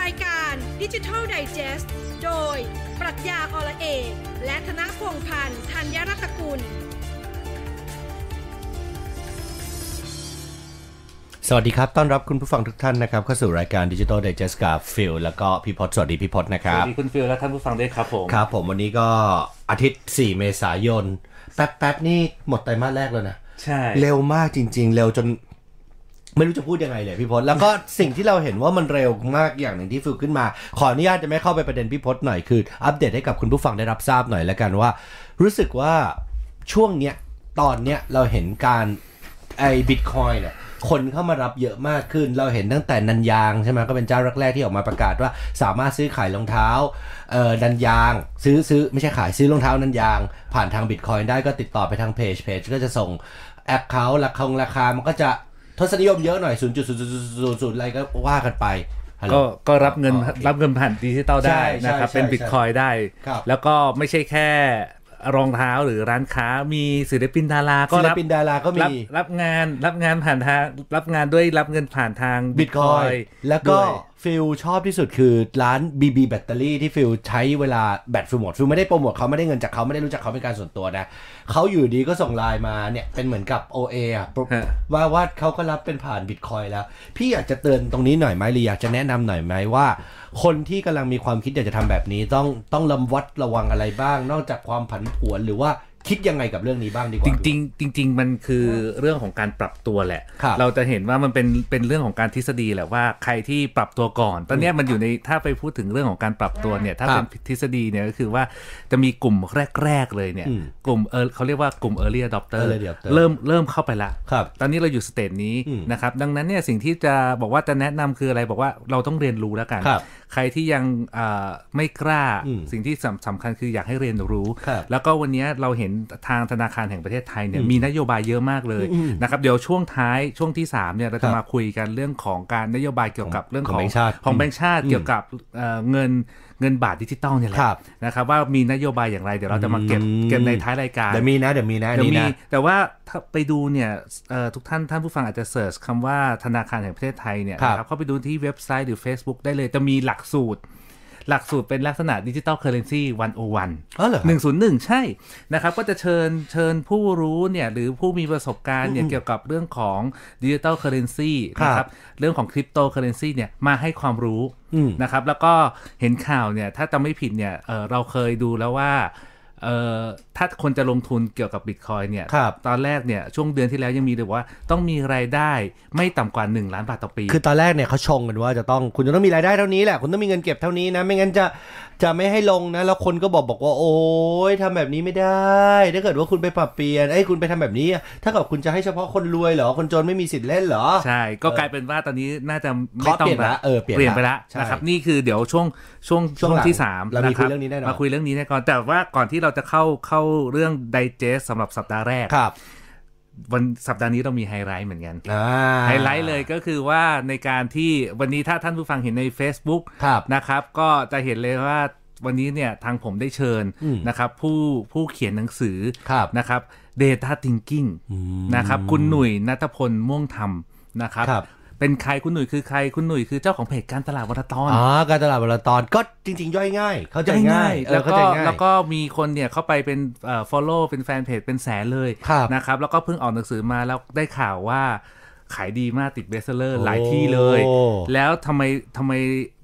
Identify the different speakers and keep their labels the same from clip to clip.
Speaker 1: ดิจิทัลไดจ e s t โดย ปรัชญาอละเอก และธนพงษ์พันธ์ธัญรัตนกุล
Speaker 2: สวัสดีครับ ต้อนรับคุณผู้ฟังทุกท่านนะครับ เข้าสู่รายการดิจิ t a ล d i จ e s t กับฟิลแล้วก็พี่พศสวัสดีพี่พศนะค
Speaker 3: ส
Speaker 2: รั
Speaker 3: วั
Speaker 2: บ
Speaker 3: สดีคุณฟิลและท่านผู้ฟังด้วยครับผม
Speaker 2: ครับผมวันนี้ก็อาทิตย์ 4 เมษายน แป๊บๆ นี่หมดไตรมาสแรกแล้วนะ
Speaker 3: ใช่
Speaker 2: เร็วมากจริง ๆ เร็วจน ไม่รู้จะพูดยังไงเลยพี่พศแล้วก็ สิ่งที่เราเห็นว่ามันเร็วมากอย่างหนึ่งที่ฟิลขึ้นมา ขออนุญาตจะไม่เข้าไปประเด็นพี่พศหน่อยคือ อัปเดตให้กับคุณผู้ฟังได้รับทราบหน่อยแล้วกันว่า รู้สึกว่าช่วงเนี้ยตอนเนี้ยเราเห็นการไอ้บิตคอยเนี่ยคนเข้ามารับเยอะมากขึ้น เราเห็นตั้งแต่นันยางใช่ไหมก็เป็นเจ้าแรกๆที่ออกมาประกาศว่าสามารถซื้อขายรองเท้าเอ่อนันยาง ซื้อซื้อไม่ใช่ขายซื้อรองเท้านันยาง ผ่านทางบิตคอยได้ก็ติดต่อไปทางเพจเพจก็จะส่งแอคเคาท์ราคาราคามันก็จะ ทศนิยมเยอะหน่อย 0.000อะไรก็ว่ากันไปฮัลโหล
Speaker 3: ก็ก็รับเงิน
Speaker 2: อ๋อโอเครับ
Speaker 3: เงินผ่านดิจิตอล
Speaker 2: ใช่
Speaker 3: ได้นะครับ
Speaker 2: ใช่
Speaker 3: เป็น
Speaker 2: ใช่
Speaker 3: บิตคอยได้
Speaker 2: ครับ
Speaker 3: แล้วก็ไม่ใช่แค่รองเท้าหรือร้านค้ามีศิลปินดาราก็
Speaker 2: ศิล
Speaker 3: รับ
Speaker 2: ปินดาราก็มี
Speaker 3: บรับงานรับงานผ่านทางรับงานด้วยรับเงินผ่านทาง
Speaker 2: บิตคอย
Speaker 3: Bitcoin
Speaker 2: แล้วก็
Speaker 3: ด้วย
Speaker 2: ฟิลชอบที่สุดคือร้าน BB แบตเตอรี่ที่ฟิลใช้เวลาแบตฟิลหมดฟิลไม่ได้โปรโมทเขาไม่ได้เงินจากเขาไม่ได้รู้จักเขาเป็นการส่วนตัวนะเขาอยู่ดีก็ส่งไลน์มาเนี่ย เป็นเหมือนกับ OA อ่ะปุ๊บ
Speaker 3: ฮะ
Speaker 2: ว่าว่าเขาก็รับเป็นผ่านบิตคอยแล้ว พี่อยากจะเตือนตรงนี้หน่อยไหมหรืออยากจะแนะนำหน่อยไหมว่า คนที่กำลังมีความคิดอยากจะทำแบบนี้ต้องต้องระวัดระวังอะไรบ้าง นอกจากความผันผวนหรือว่าคิดยังไงกับเรื่องนี้บ้างดีก
Speaker 3: จ
Speaker 2: ว่า
Speaker 3: ริงๆจริง ๆ มันคือเรื่องของการปรับตัวแหละ
Speaker 2: ครับ
Speaker 3: เราจะเห็นว่ามันเป็นเป็นเรื่องของการทฤษฎีแหละว่าใครที่ปรับตัวก่อน ตอนเนี้ยมันอยู่ในถ้าไปพูดถึงเรื่องของการปรับตัวเนี่ยถ้าเป็นทฤษฎีเนี่ยก็คือว่าจะมีกลุ่มแรก ๆ เลยเนี่ย
Speaker 2: อืม
Speaker 3: กลุ่มเออเขาเรียกว่ากลุ่ม early adopter
Speaker 2: early adopter
Speaker 3: เริ่มเริ่มเข้าไปละ
Speaker 2: ครับ
Speaker 3: ตอนนี้เราอยู่สเตจนี้
Speaker 2: อืม
Speaker 3: นะครับดังนั้นเนี่ยสิ่งที่จะบอกว่าจะแนะนำคืออะไรบอกว่าเราต้องเรียนรู้แล้วกัน
Speaker 2: ครับ
Speaker 3: ใครที่ยังเอ่อไม่กล้า
Speaker 2: อืม
Speaker 3: สิ่งที่สำสำคัญคืออยากให้เรียนรู้
Speaker 2: ครับ
Speaker 3: แล้วก็วันนี้เราเห็นทางธนาคารแห่งประเทศไทยเนี่ยมีนโยบายเยอะมากเลยนะครับเดี๋ยวช่วงท้ายช่วงที่3เนี่ยเรา
Speaker 2: ครั
Speaker 3: จะ
Speaker 2: บ
Speaker 3: มาคุยกันเรื่องของการนโยบายเกี่ยวกับ
Speaker 2: ของ
Speaker 3: เรื่อง
Speaker 2: ข
Speaker 3: ข
Speaker 2: อ
Speaker 3: อง ง
Speaker 2: แบงค์ชาติ
Speaker 3: ของแบงค์ชาติเกี่ยวกับเอ่อเงินเงินบาทดิจิตอลเนี่ยแหละ
Speaker 2: ครับ
Speaker 3: นะครับว่ามีนโยบายอย่างไรเดี๋ยวเราจะมาเก็บ
Speaker 2: อืม
Speaker 3: เก็บในท้ายรายการ
Speaker 2: เดี๋ยวมีนะเดี๋ยวมีนะอัน
Speaker 3: เดี๋ยว
Speaker 2: นี้
Speaker 3: มี
Speaker 2: นะ
Speaker 3: แต่ว่าถ้าไปดูเนี่ยเอ่อทุกท่านท่านผู้ฟังอาจจะเสิร์ชคำว่าธนาคารแห่งประเทศไทยเนี่ย
Speaker 2: ครับ
Speaker 3: นะครับเข้าไปดูที่เว็บไซต์หรือ Facebook ได้เลยจะมีหลักสูตร หลักสูตรเป็นลักษณะดิจิ t a ลเคอร์เรนซี101
Speaker 2: อ๋อเหรอ
Speaker 3: หนึ่งศูนย์หนึ่งใช่นะครับ ก็จะเชิญเชิญผู้รู้เนี่ยหรือผู้มีประสบการณ์เนี่ยเกี่ยวกับเรื่องของดิจิ t a ลเคอร์เรนซีนะ
Speaker 2: ค
Speaker 3: ค
Speaker 2: รั
Speaker 3: รั
Speaker 2: บบ
Speaker 3: เรื่องของคริปโตเคอร์เรนซีเนี่ยมาให้ความรู้
Speaker 2: อืม
Speaker 3: นะครับแล้วก็เห็นข่าวเนี่ยถ้าจำไม่ผิดเนี่ยเอ่อเราเคยดูแล้วว่า เอ่อถ้าคนจะลงทุนเกี่ยวกับบิตคอยเนี่ย
Speaker 2: ครับ
Speaker 3: ตอนแรกเนี่ย ช่วงเดือนที่แล้วยังมีเลยว่าต้องมีรายได้ไม่ต่ำกว่า 1 ล้านบาทต่อปี
Speaker 2: คือตอนแรกเนี่ยเขาชงกันว่าจะต้องคุณจะต้องมีรายได้เท่านี้แหละ คุณต้องมีเงินเก็บเท่านี้นะ ไม่งั้นจะจะไม่ให้ลงนะ แล้วคนก็บอกบอกว่า โอ้ยทำแบบนี้ไม่ได้ ถ้าเกิดว่าคุณไปปรับเปลี่ยนไอ้ยคุณไปทำแบบนี้อะถ้าเกิดคุณจะให้เฉพาะคนรวยเหรอ คนจนไม่มีสิทธิ์เล่นเหรอ
Speaker 3: ใช่ ก็กลายเป็นว่าตอนนี้น่าจะ
Speaker 2: เขา
Speaker 3: ไม่ต้อ
Speaker 2: เป
Speaker 3: ง
Speaker 2: ลี่ยนละเออเปลี่ยนละ
Speaker 3: เปลี่ยนไปละ
Speaker 2: ใช่
Speaker 3: นะครับนี่คือเดี๋ยวช่วงช่วง
Speaker 2: ช่วงหลัง
Speaker 3: ที่3
Speaker 2: เรามีคุย
Speaker 3: ะบ
Speaker 2: เรื่องนี้แน่นอน
Speaker 3: มาคุยเรื่องนี้แน่ก่อนแต่ว่าก่อนที่เราจะเข้าเข้าเรื่องไดเจสสำหรับสัปดาห์แรก
Speaker 2: ครับ
Speaker 3: วันสัปดาห์นี้เรามีไฮไลท์เหมือนกัน
Speaker 2: อ่า
Speaker 3: ไฮไลท์เลยก็คือว่าในการที่วันนี้ถ้าท่านผู้ฟังเห็นใน Facebook
Speaker 2: ครับ
Speaker 3: นะครับก็จะเห็นเลยว่าวันนี้เนี่ยทางผมได้เชิญ
Speaker 2: อืม
Speaker 3: นะครับผู้ผู้เขียนหนังสือ
Speaker 2: ครับ
Speaker 3: นะครับ Data Thinking นะครับคุณหนุ่ยนัทพลม่วงธรรมนะครับ
Speaker 2: ครับ
Speaker 3: เป็นใครคุณหนุ่ยคือใครคุณหนุ่ยคือเจ้าของเพจการตลาดวัตตอน
Speaker 2: อ๋อการตลาดวันละตอนก็จริง ๆ ย่อยง่าย เข้าใจง่ายเอ
Speaker 3: แล้
Speaker 2: อ
Speaker 3: ว
Speaker 2: เข้า
Speaker 3: ก็
Speaker 2: ใจง่าย
Speaker 3: แล้วก็มีคนเนี่ยเข้าไปเป็นเอ่อ follow เป็นแฟนเพจเป็นแสนเลย
Speaker 2: ครับ
Speaker 3: นะครับ แล้วก็เพิ่งออกหนังสือมาแล้วได้ข่าวว่าขายดีมากติดเบสเลอร์หลาย
Speaker 2: โอ้
Speaker 3: ที่เลย แล้วทำไมทำไม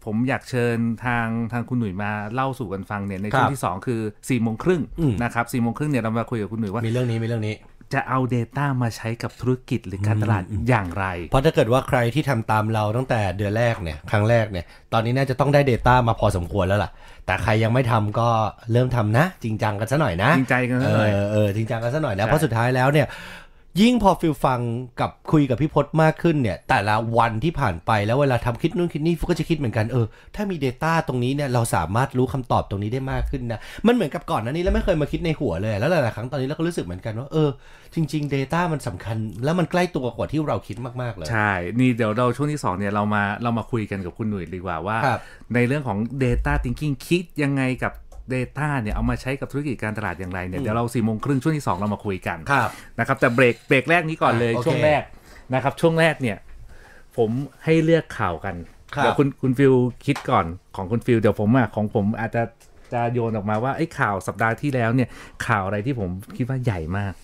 Speaker 3: ผมอยากเชิญทางทางคุณหนุ่ยมาเล่าสู่กันฟังเนี่ยใน
Speaker 2: ค
Speaker 3: ช่ว
Speaker 2: รับ
Speaker 3: งที่ 2 คือ4ี่โมงครึ่ง
Speaker 2: อืม
Speaker 3: นะครับสี่โมงครึ่งเนี่ยเรามาคุยกับคุณหนุ่ยว่า
Speaker 2: มีเรื่องนี้มีเรื่องนี้
Speaker 3: จะเอา Data มาใช้กับธุรกิจหรือการตลาดอย่างไร
Speaker 2: เพราะถ้าเกิดว่าใครที่ทำตามเราตั้งแต่เดือนแรกเนี่ยครั้งแรกเนี่ยตอนนี้น่าจะต้องได้ Data มาพอสมควรแล้วล่ะ แต่ใครยังไม่ทำก็เริ่มทำนะ จริงจังกันซะหน่อยนะ
Speaker 3: จริงใจกันซะหน่อย
Speaker 2: เออเออจริงจังกันซะหน่อยนะ
Speaker 3: ใช่
Speaker 2: เพราะสุดท้ายแล้วเนี่ยยิ่งพอฟิลฟังกับคุยกับพี่พศมากขึ้นเนี่ยแต่ละวันที่ผ่านไปแล้วเวลาทำคิดนู่นคิดนี่ฟิลก็จะคิดเหมือนกันเออถ้ามี Data ตรงนี้เนี่ยเราสามารถรู้คำตอบตรงนี้ได้มากขึ้นนะมันเหมือนกับก่อนหนั้านนี้แล้วไม่เคยมาคิดในหัวเลย แล้วหลายๆครั้งตอนนี้เราก็รู้สึกเหมือนกันว่าเออจริง ๆ Data มันสำคัญ แล้วมันใกล้ตัวกว่าที่เราคิดมากๆเลย
Speaker 3: ใช่ นี่เดี๋ยวเราช่วงที่ 2 เนี่ยเรามาเรามาคุยกันกับคุณหนุ่ยดีกว่าว่า
Speaker 2: ครับ
Speaker 3: ในเรื่องของ Data Thinking คิดยังไงกับ Data เนี่ยเอามาใช้กับธุรกิจการตลาดอย่างไรเนี่ยเดี๋ยวเราสี่โมงครึ่งช่วงที่ 2 เรามาคุยกัน
Speaker 2: ครับ
Speaker 3: นะครับแต่เบรกเบรกแรกนี้ก่อนเลย
Speaker 2: อ่ะโอเค
Speaker 3: ช่วงแรกนะครับช่วงแรกเนี่ยผมให้เลือกข่าวกัน
Speaker 2: ครับ
Speaker 3: เดี๋ยวคุณคุณฟิลคิดก่อนของคุณฟิลเดี๋ยวผมอ่ะของผมอาจจะจะโยนออกมาว่าไอ้ข่าวสัปดาห์ที่แล้วเนี่ยข่าวอะไรที่ผมคิดว่าใหญ่มาก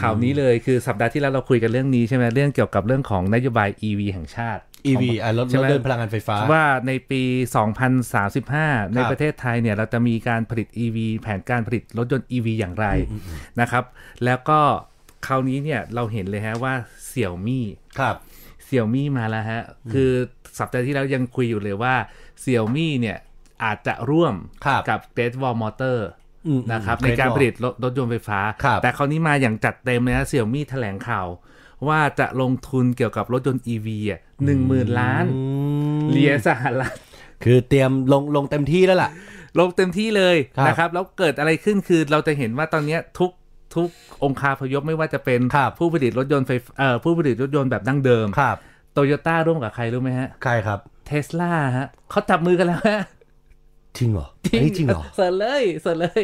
Speaker 3: ข่าวนี้เลยคือสัปดาห์ที่แล้วเราคุยกันเรื่องนี้ใช่ไหมเรื่องเกี่ยวกับเรื่องของนโยบาย EV แห่งชาติ
Speaker 2: EV อ่ะรถ
Speaker 3: ใช่ไหม
Speaker 2: รถยนต์พลังงานไฟฟ้า
Speaker 3: ว่าในปี 2035 ในประเทศไทยเนี่ยเราจะมีการผลิต EV แผนการผลิตรถยนต์ EV อย่างไรนะครับ แล้วก็คราวนี้เนี่ยเราเห็นเลยฮะว่าเสี่ยวมี่
Speaker 2: ครับ
Speaker 3: เสี่ยวมี่มาแล้วฮะ คือสัปดาห์ที่แล้วยังคุยอยู่เลยว่าเสี่ยวมี่เนี่ยอาจจะร่วม
Speaker 2: ครับ
Speaker 3: กับ Great Wall Motor
Speaker 2: อืม
Speaker 3: นะครับ
Speaker 2: อืม
Speaker 3: ในกา
Speaker 2: Great
Speaker 3: ร
Speaker 2: Wall
Speaker 3: ผลิตรถรถยนต์ไฟฟ้า
Speaker 2: ครับ
Speaker 3: แต่คราวนี้มาอย่างจัดเต็มเลยฮะเสี่ยวมี่แถลงข่าว ว่าจะลงทุนเกี่ยวกับรถยนต์ EV อ่ะหนึ่งหมื่นล้านเหรียญสหรัฐ
Speaker 2: คือเตรียมลงลงเต็มที่แล้วล่ะ
Speaker 3: ลงเต็มที่เลย
Speaker 2: ครับ
Speaker 3: นะครับ แล้วเกิดอะไรขึ้นคือเราจะเห็นว่าตอนเนี้ยทุกทุกองคาพยพไม่ว่าจะเป็น
Speaker 2: ครับ
Speaker 3: ผู้ผลิตรถยนต์ไฟฟเอ่อผู้ผลิตรถยนต์แบบดั้งเดิม
Speaker 2: ครับ
Speaker 3: โตโยต้าร่วมกับใครรู้ไหมฮะ
Speaker 2: ใครครับ
Speaker 3: เทสลาฮะเขาจับมือกันแล้วฮะ
Speaker 2: จริงเหรออันนี้จริงเหรอ
Speaker 3: เสร็จเลยเสร็จเลย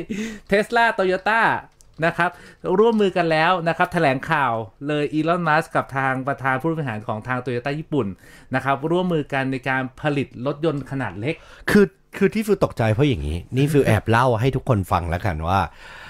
Speaker 3: เทสลาโตโยต้านะครับ ร่วมมือกันแล้วนะครับแถลงข่าวเลยอีลอนมัสกับทางประธานผู้บริหารของทางโตโยต้าญี่ปุ่นนะครับ ร่วมมือกันในการผลิตรถยนต์ขนาดเล็ก
Speaker 2: คือคือที่ฟิวตกใจเพราะอย่างนี้ นี่ฟิวแอบเล่าให้ทุกคนฟังแล้วกันว่า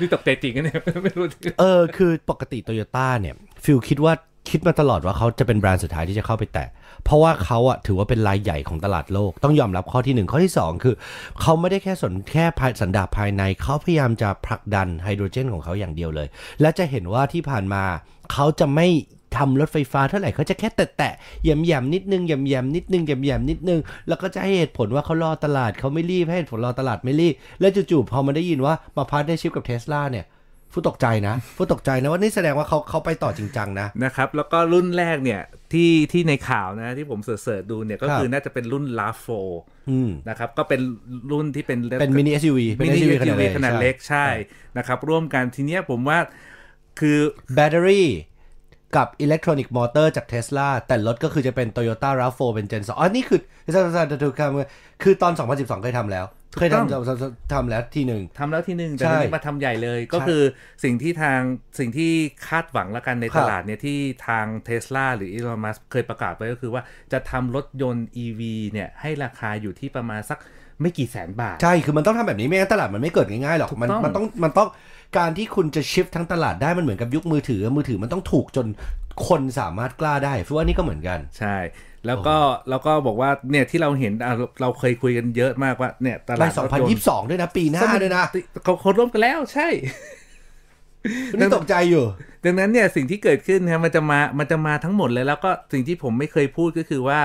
Speaker 3: นี่ตกใจจริงนะเนี่ย ไม่รู้
Speaker 2: เออคือปกติโตโยต้าเนี่ยฟิลคิดว่าคิดมาตลอดว่าเขาจะเป็นแบรนด์สุดท้ายที่จะเข้าไปแตะ เพราะว่าเขาอะถือว่าเป็นรายใหญ่ของตลาดโลก ต้องยอมรับข้อทีหนึ่1 ข้อที่ 2 คือ เขาไม่ได้แค่สนแค่ภายสันดาปภายใน เขาพยายามจะผลักดันไฮโดรเจนของเขาอย่างเดียวเลย และจะเห็นว่าที่ผ่านมา เขาจะไม่ทำรถไฟฟ้าเท่าไหร่เขาจะแค่แตะแตะๆแยมแยมๆนิดนึงแยมแยมๆนิดนึงแยมแยมๆนิดนึง แล้วก็จะให้เหตุผลว่าเขารอตลาดเขาไม่รีบให้เหตุผลรอตลาดไม่รีบแล้วจู่ๆพอมันได้ยินว่ามาพาร์ทได้ชิปกับเทสลาเนี่ย ฟูตกใจนะฟูตกใจนะว่านี่แสดงว่าเขาเขาไปต่อจริงจังนะ
Speaker 3: นะครับแล้วก็รุ่นแรกเนี่ยที่ที่ในข่าวนะที่ผมเสิร์ชๆดูเนี่ยก็
Speaker 2: ครับ
Speaker 3: คือน่าจะเป็นรุ่น l a f o
Speaker 2: อืม
Speaker 3: นะครับก็เป็นรุ่นที่เป็น
Speaker 2: เป็นมินิ SUV เป็น
Speaker 3: mini
Speaker 2: SUV
Speaker 3: SUV ขนาดเล็กใช่
Speaker 2: ใช่
Speaker 3: นะครับ ร่วมกันทีเนี้ยผมว่าคือ
Speaker 2: แบตเตอรี่กับอิเล็กทรอนิกส์มอเตอร์จากเทสลาแต่รถก็คือจะเป็น Toyota RAV4 เป็น Gen 2อ๋อ นี่คือจะจะจะถูกคำคือตอน 2012 เคยทำแล้ว เคยทำทำแล้วทีหนึ่ง
Speaker 3: ทำแล้วทีนึง แต่
Speaker 2: ใช่
Speaker 3: ทีนี้มาทำใหญ่เลย ก็
Speaker 2: ใช่
Speaker 3: คือสิ่งที่ทางสิ่งที่คาดหวังละกันใน
Speaker 2: ครั
Speaker 3: ต
Speaker 2: บ
Speaker 3: ลาดเนี่ยที่ทางเท sla หรือ Elon Musk เคยประกาศไว้ก็คือว่าจะทำรถยนต์ EV เนี่ยให้ราคาอยู่ที่ประมาณสักไม่กี่แสนบาท
Speaker 2: ใช่ คือมันต้องทำแบบนี้ไม่งั้นตลาดมันไม่เกิดง่ายๆหรอก มัน
Speaker 3: ต้อง
Speaker 2: มันต้องมันต้องการที่คุณจะชิฟทั้งตลาดได้มันเหมือนกับยุคมือถือ มือถือมันต้องถูกจนคนสามารถกล้าได้ฟิวว่านี่ก็เหมือนกัน
Speaker 3: ใช่ แล้วก็แล้วก็บอกว่าเนี่ยที่เราเห็นอ่ะเราเราเคยคุยกันเยอะมากว่าเนี่ยตลา
Speaker 2: ไป
Speaker 3: ดรถยนต์
Speaker 2: 2022 ด้วยนะ ปีหน้าด้วยนะ
Speaker 3: เขาเขาร่วมกันแล้วใช่
Speaker 2: นี่ตกใจอยู่
Speaker 3: ดังนั้นเนี่ยสิ่งที่เกิดขึ้นนะมันจะมามันจะมาทั้งหมดเลยแล้วก็สิ่งที่ผมไม่เคยพูดก็คือว่า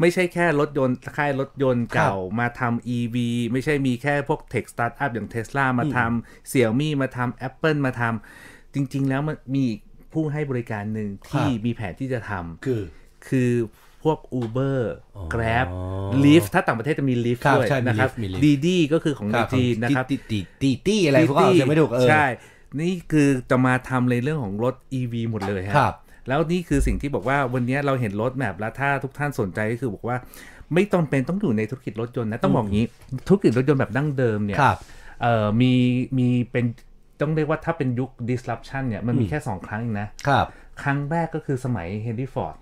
Speaker 3: ไม่ใช่แค่รถยนต์ค่ายรถยนต์เก่ามาทำ EV ไม่ใช่มีแค่พวก Tech Startup อย่าง Tesla มาทำเสี่ยมี่มาทำ Apple มาทำจริง ๆ แล้วมันมีอีกผู้ให้บริการหนึ่ง
Speaker 2: ค
Speaker 3: ที่
Speaker 2: รับ
Speaker 3: มีแผนที่จะทำ
Speaker 2: คือ
Speaker 3: คือพวก Uber
Speaker 2: อ๋อ
Speaker 3: Grab Lyft ถ้าต่างประเทศจะมี Lyft
Speaker 2: ครับ
Speaker 3: ด้วย
Speaker 2: ใช่มี
Speaker 3: นะครับ
Speaker 2: Lyft มี Lyft
Speaker 3: ดีดีก็คือของในจีนนะครับ
Speaker 2: ตีตีตีตีอะไรพวกเราจะไม่ถูกเออ
Speaker 3: ใช่ นี่คือจะมาทำในเรื่องของรถ EV หมดเลยฮะ
Speaker 2: ครับ
Speaker 3: แล้วนี่คือสิ่งที่บอกว่าวันนี้เราเห็นรถแมพแล้วถ้าทุกท่านสนใจก็คือบอกว่า ไม่ต้องเป็นต้องอยู่ในธุรกิจรถยนต์นะ ต้องบอกงี้ ธุรกิจรถยนต์แบบดั้งเดิมเนี่ย
Speaker 2: ครับ
Speaker 3: เอ่อมีมีเป็นต้องเรียกว่าถ้าเป็นยุค disruption เนี่ยมันมีแค่สองครั้งเองนะครับ ครั้งแรกก็คือสมัยเฮนรี่ฟอร์ด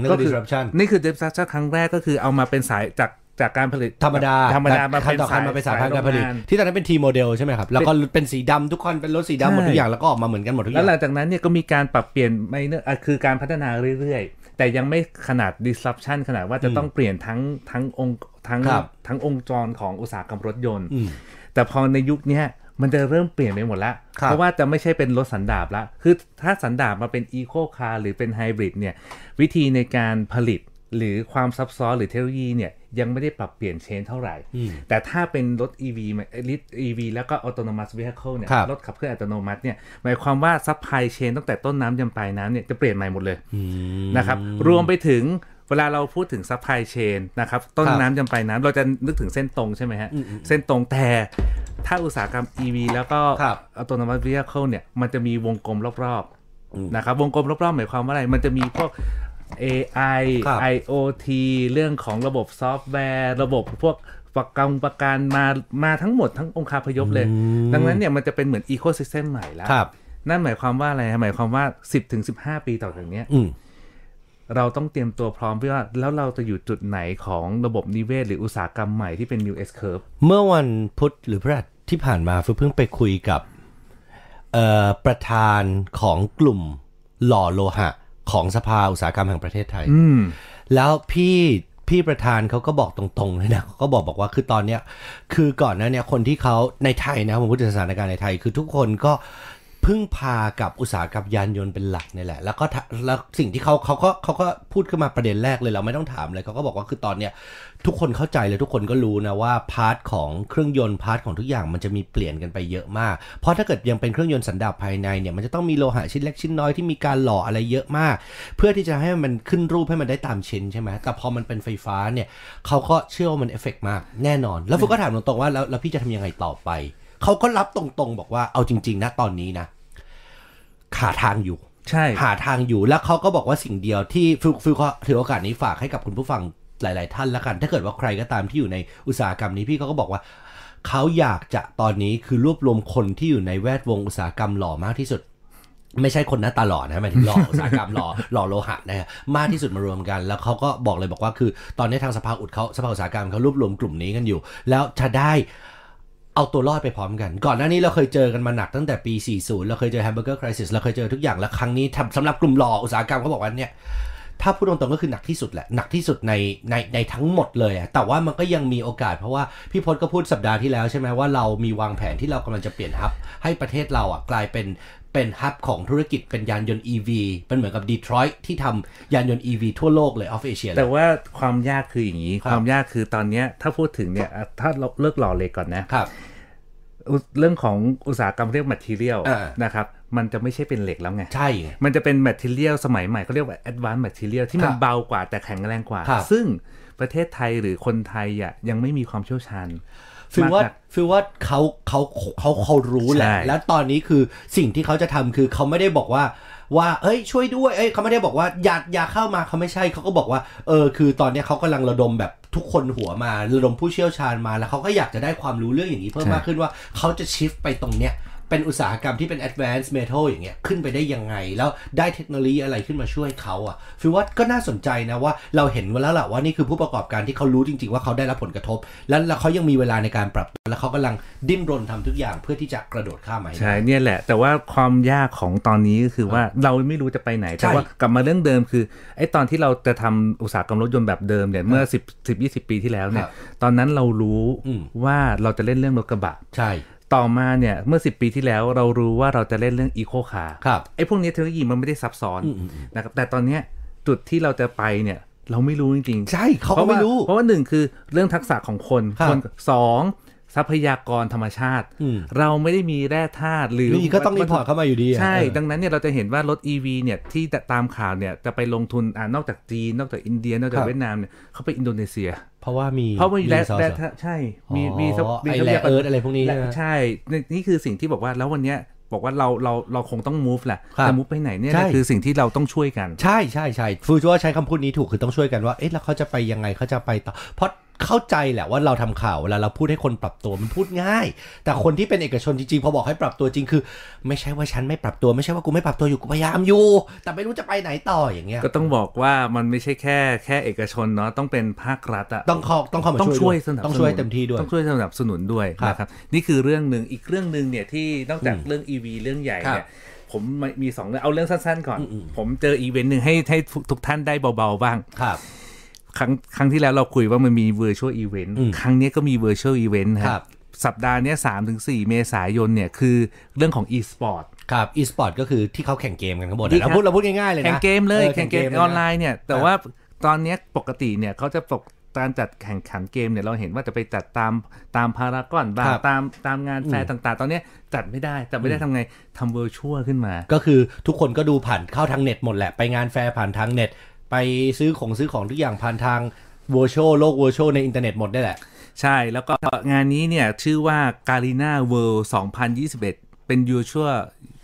Speaker 2: นั่น
Speaker 3: ก็
Speaker 2: ก็
Speaker 3: คือ
Speaker 2: disruption
Speaker 3: นี่คือ disruption ครั้งแรกก็คือเอามาเป็นสายจากจากการผลิต
Speaker 2: ธรรมดา
Speaker 3: ธรรมดามา
Speaker 2: ขั้
Speaker 3: เป็น
Speaker 2: นต่อขั้นมาเป็นสายพันธุ์การผลิต
Speaker 3: โงงน
Speaker 2: ที่ตอนนั้นเป็นทีโมเดลใช่ไหมครับ แล้วก็เป็นสีดำทุกคนเป็นรถสีดำหมด
Speaker 3: ใช่
Speaker 2: ทุกอย่างแล้วก็ออกมาเหมือนกันหมดทุกอ
Speaker 3: แล้วหลั
Speaker 2: ย่าง
Speaker 3: งจากนั้นเนี่ยก็มีการปรับเปลี่ยนไม่เนอะอ่ะคือการพัฒนาเรื่อยๆ แต่ยังไม่ขนาด disruption ขนาดว่าจะต้องเปลี่ยนทั้งทั้งองค์ทั้ง
Speaker 2: ครับ
Speaker 3: ทั้งองค์จรของอุตสาหกรรมรถยนต์
Speaker 2: อืม
Speaker 3: แต่พอในยุคเนี้ยมันจะเริ่มเปลี่ยนไปหมดละ
Speaker 2: ครับ
Speaker 3: เพราะว่าจะไม่ใช่เป็นรถสันดาปละ คือถ้าสันดาปมาเป็น eco car หรือเป็น hybrid เนี่ยวิธีในการผลิตหรือความซับซ้อนหรือเทคโนโลยีเนี่ยยังไม่ได้ปรับเปลี่ยนเชนเท่าไหร่ แต่ถ้าเป็นรถ EV มันเอ่อรถ EV แล้วก็ autonomous vehicle เนี่ย
Speaker 2: ครับ
Speaker 3: รถขับเคลื่อนอัตโนมัติเนี่ยหมายความว่าซัพพลายเชนตั้งแต่ต้นน้ำยันปลายน้ำเนี่ยจะเปลี่ยนใหม่หมดเลยนะครับรวมไปถึงเวลาเราพูดถึงซัพพลายเชนนะครับต้นน้ำยันปลายน้ำเราจะนึกถึงเส้นตรงใช่ไหมฮะ เส้นตรงแต่ถ้าอุตสาหกรรม EV แล้วก็
Speaker 2: ครับ
Speaker 3: autonomous vehicle เนี่ยมันจะมีวงกลมรอบๆนะครับวงกลมรอบๆ หมายความว่าอะไรมันจะมีพวก AI
Speaker 2: ครับ
Speaker 3: IoT เรื่องของระบบซอฟต์แวร์ ระบบพวกประกันประกันมามาทั้งหมดทั้งองค์คาพยพเลย ดังนั้นเนี่ยมันจะเป็นเหมือนอีโค y s ส e m ใหม่แล้ว
Speaker 2: ครับ
Speaker 3: นั่นหมายความว่าอะไรฮะหมายความว่า 10-15 ปีต่อจากเนี้ย
Speaker 2: อืม
Speaker 3: เราต้องเตรียมตัวพร้อมเพื่อแล้วเราจะอยู่จุดไหนของระบบนิเวศหรืออุตสาหกรรมใหม่ที่เป็น new S curve
Speaker 2: เมื่อวันพุธหรือพฤหัสที่ผ่านมาฟึกเพิ่งไปคุยกับเอ่อประธานของกลุ่มหล่อโลหะของสภาอุตสาหกรรมแห่งประเทศไทย
Speaker 3: อืม
Speaker 2: แล้วพี่พี่ประธานเขาก็บอกตรงๆเลยนะเขาก็บอกบอกว่าคือตอนเนี้ยคือก่อนหน้าเนี้ยคนที่เขาในไทยนะผมพูดถึงสถานการณ์ในไทย คือทุกคนก็พึ่งพากับอุตสาหกรรมยานยนต์เป็นหลักเนี่ยแหละ แล้วก็ทะแล้วสิ่งที่เขาเขาก็เขาก็พูดขึ้นมาประเด็นแรกเลยเราไม่ต้องถามเลยเขาก็บอกว่าคือตอนเนี้ยทุกคนเข้าใจเลยทุกคนก็รู้นะว่าพาร์ทของเครื่องยนต์พาร์ทของทุกอย่างมันจะมีเปลี่ยนกันไปเยอะมาก เพราะถ้าเกิดยังเป็นเครื่องยนต์สันดาปภายในเนี่ยมันจะต้องมีโลหะชิ้นเล็กชิ้นน้อยที่มีการหล่ออะไรเยอะมาก เพื่อที่จะให้มันขึ้นรูปให้มันได้ตามชิ้นใช่ไหมแต่พอมันเป็นไฟฟ้าเนี่ยเขาก็เชื่อว่ามันเอฟเฟกต์มากแน่นอน แล้วฟุกก็ถามตรงๆว่าแล้วแล้วพี่จะทำยังไงต่อไป เขาก็รับตรงๆ บอกว่าเอาจริง ๆ นะตอนนี้นะขาทางอยู่
Speaker 3: ใช่
Speaker 2: หาทางอยู่แล้วเขาก็บอกว่าสิ่งเดียวที่ฟิลฟิลขอถือโอกาสนี้ฝากให้กับคุณผู้ฟังหลาย ๆ ท่านละกัน ถ้าเกิดว่าใครก็ตามที่อยู่ในอุตสาหกรรมนี้พี่เขาก็บอกว่า เขาอยากจะตอนนี้คือรวบรวมคนที่อยู่ในแวดวงอุตสาหกรรมหล่อมากที่สุด ไม่ใช่คนหน้าตาหล่อนะหมายถึงหล่อ อุตสาหกรรมหล่อหล่อโลหะนะฮะมากที่สุดมารวมกัน แล้วเขาก็บอกเลยบอกว่าคือ ตอนนี้ทางสภาอุดเขาสภาอุตสาหกรรมเขารวบรวมกลุ่มนี้กันอยู่ แล้วจะได้ เอาตัวรอดไปพร้อมกัน ก่อนหน้านี้เราเคยเจอกันมาหนักตั้งแต่ปี 40 เราเคยเจอแฮมเบอร์เกอร์คริสเราเคยเจอทุกอย่าง แล้วครั้งนี้ทำสำหรับกลุ่มหล่ออุตสาหกรรมเขาบอกว่าเนี่ย ถ้าพูดตรงๆก็คือหนักที่สุดแหละ หนักที่สุดในในในทั้งหมดเลยอะแต่ว่ามันก็ยังมีโอกาสเพราะว่าพี่พจน์ก็พูดสัปดาห์ที่แล้วใช่ไหมว่าเรามีวางแผนที่เรากำลังจะเปลี่ยนฮับ ให้ประเทศเราอ่ะกลายเป็นเป็นฮับของธุรกิจเป็นยานยนต์ EV เป็นเหมือนกับดีทรอยต์ที่ทำยานยนต์ EV ทั่วโลกเลยออฟเอเชีย
Speaker 3: แต่ว่าความยากคืออย่างนี้
Speaker 2: ครับ
Speaker 3: ความยากคือตอนเนี้ยถ้าพูดถึงเนี่ยอ่ะถ้าเราเลิกหล่อเหล็กก่อนนะ
Speaker 2: ครับ
Speaker 3: อุเรื่องของอุตสาหกรรมเรียก material
Speaker 2: อ่า
Speaker 3: นะครับ มันจะไม่ใช่เป็นเหล็กแล้วไง
Speaker 2: ใช่ไง
Speaker 3: มันจะเป็น material สมัยใหม่เขาเรียกว่า advanced material ที่มั
Speaker 2: ค
Speaker 3: น
Speaker 2: รับ
Speaker 3: เบากว่าแต่แข็งแรงกว่า
Speaker 2: ครับ
Speaker 3: ซึ่งประเทศไทยหรือคนไทยอ่ะยังไม่มีความเชี่ยวชาญ
Speaker 2: ฟิล
Speaker 3: มก
Speaker 2: ว่า
Speaker 3: นัก
Speaker 2: ฟิลว่าเขาเขาเขาเขารู้แหละ
Speaker 3: ใช่
Speaker 2: แล้วตอนนี้คือสิ่งที่เขาจะทำคือเขาไม่ได้บอกว่าว่าเอ้ยช่วยด้วยเอ้ยเขาไม่ได้บอกว่าอย่าอย่าเข้ามาเขาไม่ใช่เขาก็บอกว่าเออคือตอนเนี้ยเขากำลังระดมแบบทุกคนหัวมาระดมผู้เชี่ยวชาญมาแล้วเขาก็อยากจะได้ความรู้เรื่องอย่างนี้เพิ่มมากขึ้นว่าเขาจะชิฟไปตรงเนี้ยเป็นอุตสาหกรรมที่เป็น advanced metal อย่างเงี้ยขึ้นไปได้ยังไง แล้วได้เทคโนโลยีอะไรขึ้นมาช่วยเขาอ่ะฟิลว่าก็น่าสนใจนะว่าเราเห็นมาแล้วล่ะว่านี่คือผู้ประกอบการที่เขารู้จริง ๆ ว่าเขาได้รับผลกระทบ แล้วแล้วเขายังมีเวลาในการปรับตัวแล้วเขากำลังดิ้นรนทำทุกอย่างเพื่อที่จะกระโดดข้ามมาห้ได้
Speaker 3: ใช่เนี่ยแหละ แต่ว่าความยากของตอนนี้ก็คือว่าเราไม่รู้จะไปไหน แต่
Speaker 2: ใช่
Speaker 3: ว่ากลับมาเรื่องเดิมคือไอ้ตอนที่เราจะทำอุตสาหกรรมรถยนต์แบบเดิมเนี่ยเมื่อ 10 10 20 ปีที่แล้วเนี่
Speaker 2: ครั
Speaker 3: ย
Speaker 2: บ
Speaker 3: ตอนนั้นเรารู้
Speaker 2: อืม
Speaker 3: ว่าเราจะเล่นเรื่องรถกระบะ
Speaker 2: ใช่
Speaker 3: ต่อมาเนี่ยเมื่อ 10 ปีที่แล้วเรารู้ว่าเราจะเล่นเรื่องอีโคคาร์
Speaker 2: ครับ
Speaker 3: ไอ้พวกนี้เทคโนโลยีมันไม่ได้ซับซ้อน
Speaker 2: อืมอืมอืม
Speaker 3: นะครับแต่ตอนเนี้ยจุดที่เราจะไปเนี่ยเราไม่รู้จริงๆ
Speaker 2: ใช่เขาก็
Speaker 3: พะว่
Speaker 2: ไม่รู้
Speaker 3: เพราะว่าหนึ่งคือเรื่องทักษะของคน
Speaker 2: ครับ
Speaker 3: นสองทรัพยากรธรรมชาติ
Speaker 2: อืม
Speaker 3: เราไม่ได้มีแร่ธาตุหรือ
Speaker 2: นี่ก็ต้องรีพอร์ตเข้ามาอยู่ดีอะ
Speaker 3: ใช่
Speaker 2: เออ
Speaker 3: ดังนั้นเนี่ยเราจะเห็นว่ารถ EV เนี่ยที่ตามข่าวเนี่ยจะไปลงทุนอ่านอกจากจีนนอกจากอินเดียนอกจา
Speaker 2: ครั
Speaker 3: ก
Speaker 2: บ
Speaker 3: เวียดนามเนี่ยเขาไปอินโดนีเซีย
Speaker 2: เพราะว่ามี
Speaker 3: เพราะว่ามีแร่
Speaker 2: ซอส
Speaker 3: แร่
Speaker 2: อะ
Speaker 3: ธาตุใช่มี
Speaker 2: อ๋อ
Speaker 3: มีทรัพมี
Speaker 2: ไอ้
Speaker 3: ทรัพยา
Speaker 2: แร่
Speaker 3: ก
Speaker 2: เอิร์ธอะไรพวกนี้
Speaker 3: แร่
Speaker 2: ใช่ไหม
Speaker 3: ใช่นี่นี่คือสิ่งที่บอกว่าแล้ววันเนี้ยบอกว่าเราเราเราคงต้อง move แหละ
Speaker 2: ครับ
Speaker 3: แต่ move ไปไหนเนี่ย
Speaker 2: ใช่
Speaker 3: คือสิ่งที่เราต้องช่วยกัน
Speaker 2: ใช่ใช่ใช่ฟูชัวใช้คำพูดนี้ถูกคือต้องช่วยกันว่า เอ๊ะแล้วเขาจะไปยังไงเขาจะไปต่อ เพราะเข้าใจแหละว่าเราทำข่าวเวลาเราพูดให้คนปรับตัวมันพูดง่าย แต่คนที่เป็นเอกชนจริงๆพอบอกให้ปรับตัวจริงคือ ไม่ใช่ว่าฉันไม่ปรับตัวไม่ใช่ว่ากูไม่ปรับตัวอยู่กูพยายามอยู่ แต่ไม่รู้จะไปไหนต่ออย่างเงี้ย
Speaker 3: ก็ต้องบอกว่ามันไม่ใช่แค่แค่เอกชนเนาะต้องเป็นภาครัฐอะ
Speaker 2: ต้องเข้าต้องเข้ามา
Speaker 3: ต้อง
Speaker 2: ช่
Speaker 3: ช่
Speaker 2: ว
Speaker 3: วย ย
Speaker 2: ด้
Speaker 3: สนับสนุน
Speaker 2: ต้องช่วยเต็มที่ด้วย
Speaker 3: ต้องช่วยสนับสนุนด้วย
Speaker 2: ครับ
Speaker 3: นะครับนี่คือเรื่องหนึ่งอีกเรื่องหนึ่งเนี่ยที่นอกจากเรื่อง EV เรื่องใหญ่เนี่ยผมมีสองเรื่องเอาเรื่องสั้นๆก่อน
Speaker 2: อืม
Speaker 3: ผมเจออีเวนต์หนึ่งให้ให้ทุกท่านได้เบาๆบ้าง
Speaker 2: ครับ
Speaker 3: ครั้งครั้งที่แล้วเราคุยว่ามันมี virtual event
Speaker 2: อืม
Speaker 3: ครั้งเนี้ยก็มี virtual event นะครับ สัปดาห์เนี้สามถึงสี่เมษายนเนี่ยคือเรื่องของ e-sport
Speaker 2: ครับอีสปอร์ตก็คือที่เขาแข่งเกมกันข้างบน
Speaker 3: ดี
Speaker 2: นะครับ เราพูดเราพูดง่ายๆเลยนะ
Speaker 3: แข่งเกมเลย
Speaker 2: ออ
Speaker 3: แข่งเกม
Speaker 2: ยะ
Speaker 3: ออนไลน์เนี่ยแต่ว่าตอนเนี้ยปกติเนี่ยเขาจะปกการจัดแข่งขันเกมเนี่ยเราเห็นว่าจะไปจัดตามตามพารากอนบ้าง
Speaker 2: ครับ
Speaker 3: ตามตามงานแฟร์ต่างๆ ตอนเนี้ยจัดไม่ได้จัดไม่ได้
Speaker 2: อืม
Speaker 3: ทำไงทำ virtual ขึ้นมา
Speaker 2: ก็คือทุกคนก็ดูผ่านเข้าทางเน็ตหมดแหละ ไปงานแฟร์ผ่านทางเน็ต ไปซื้อของซื้อของทุกอย่างผ่านทางวอร์ชวลโลกวอร์ชวลในอินเทอร์เน็ตหมดได้แหละ
Speaker 3: ใช่แล้วก็งานนี้เนี่ย ชื่อว่า g a r i n a World 2021 เป็น Usual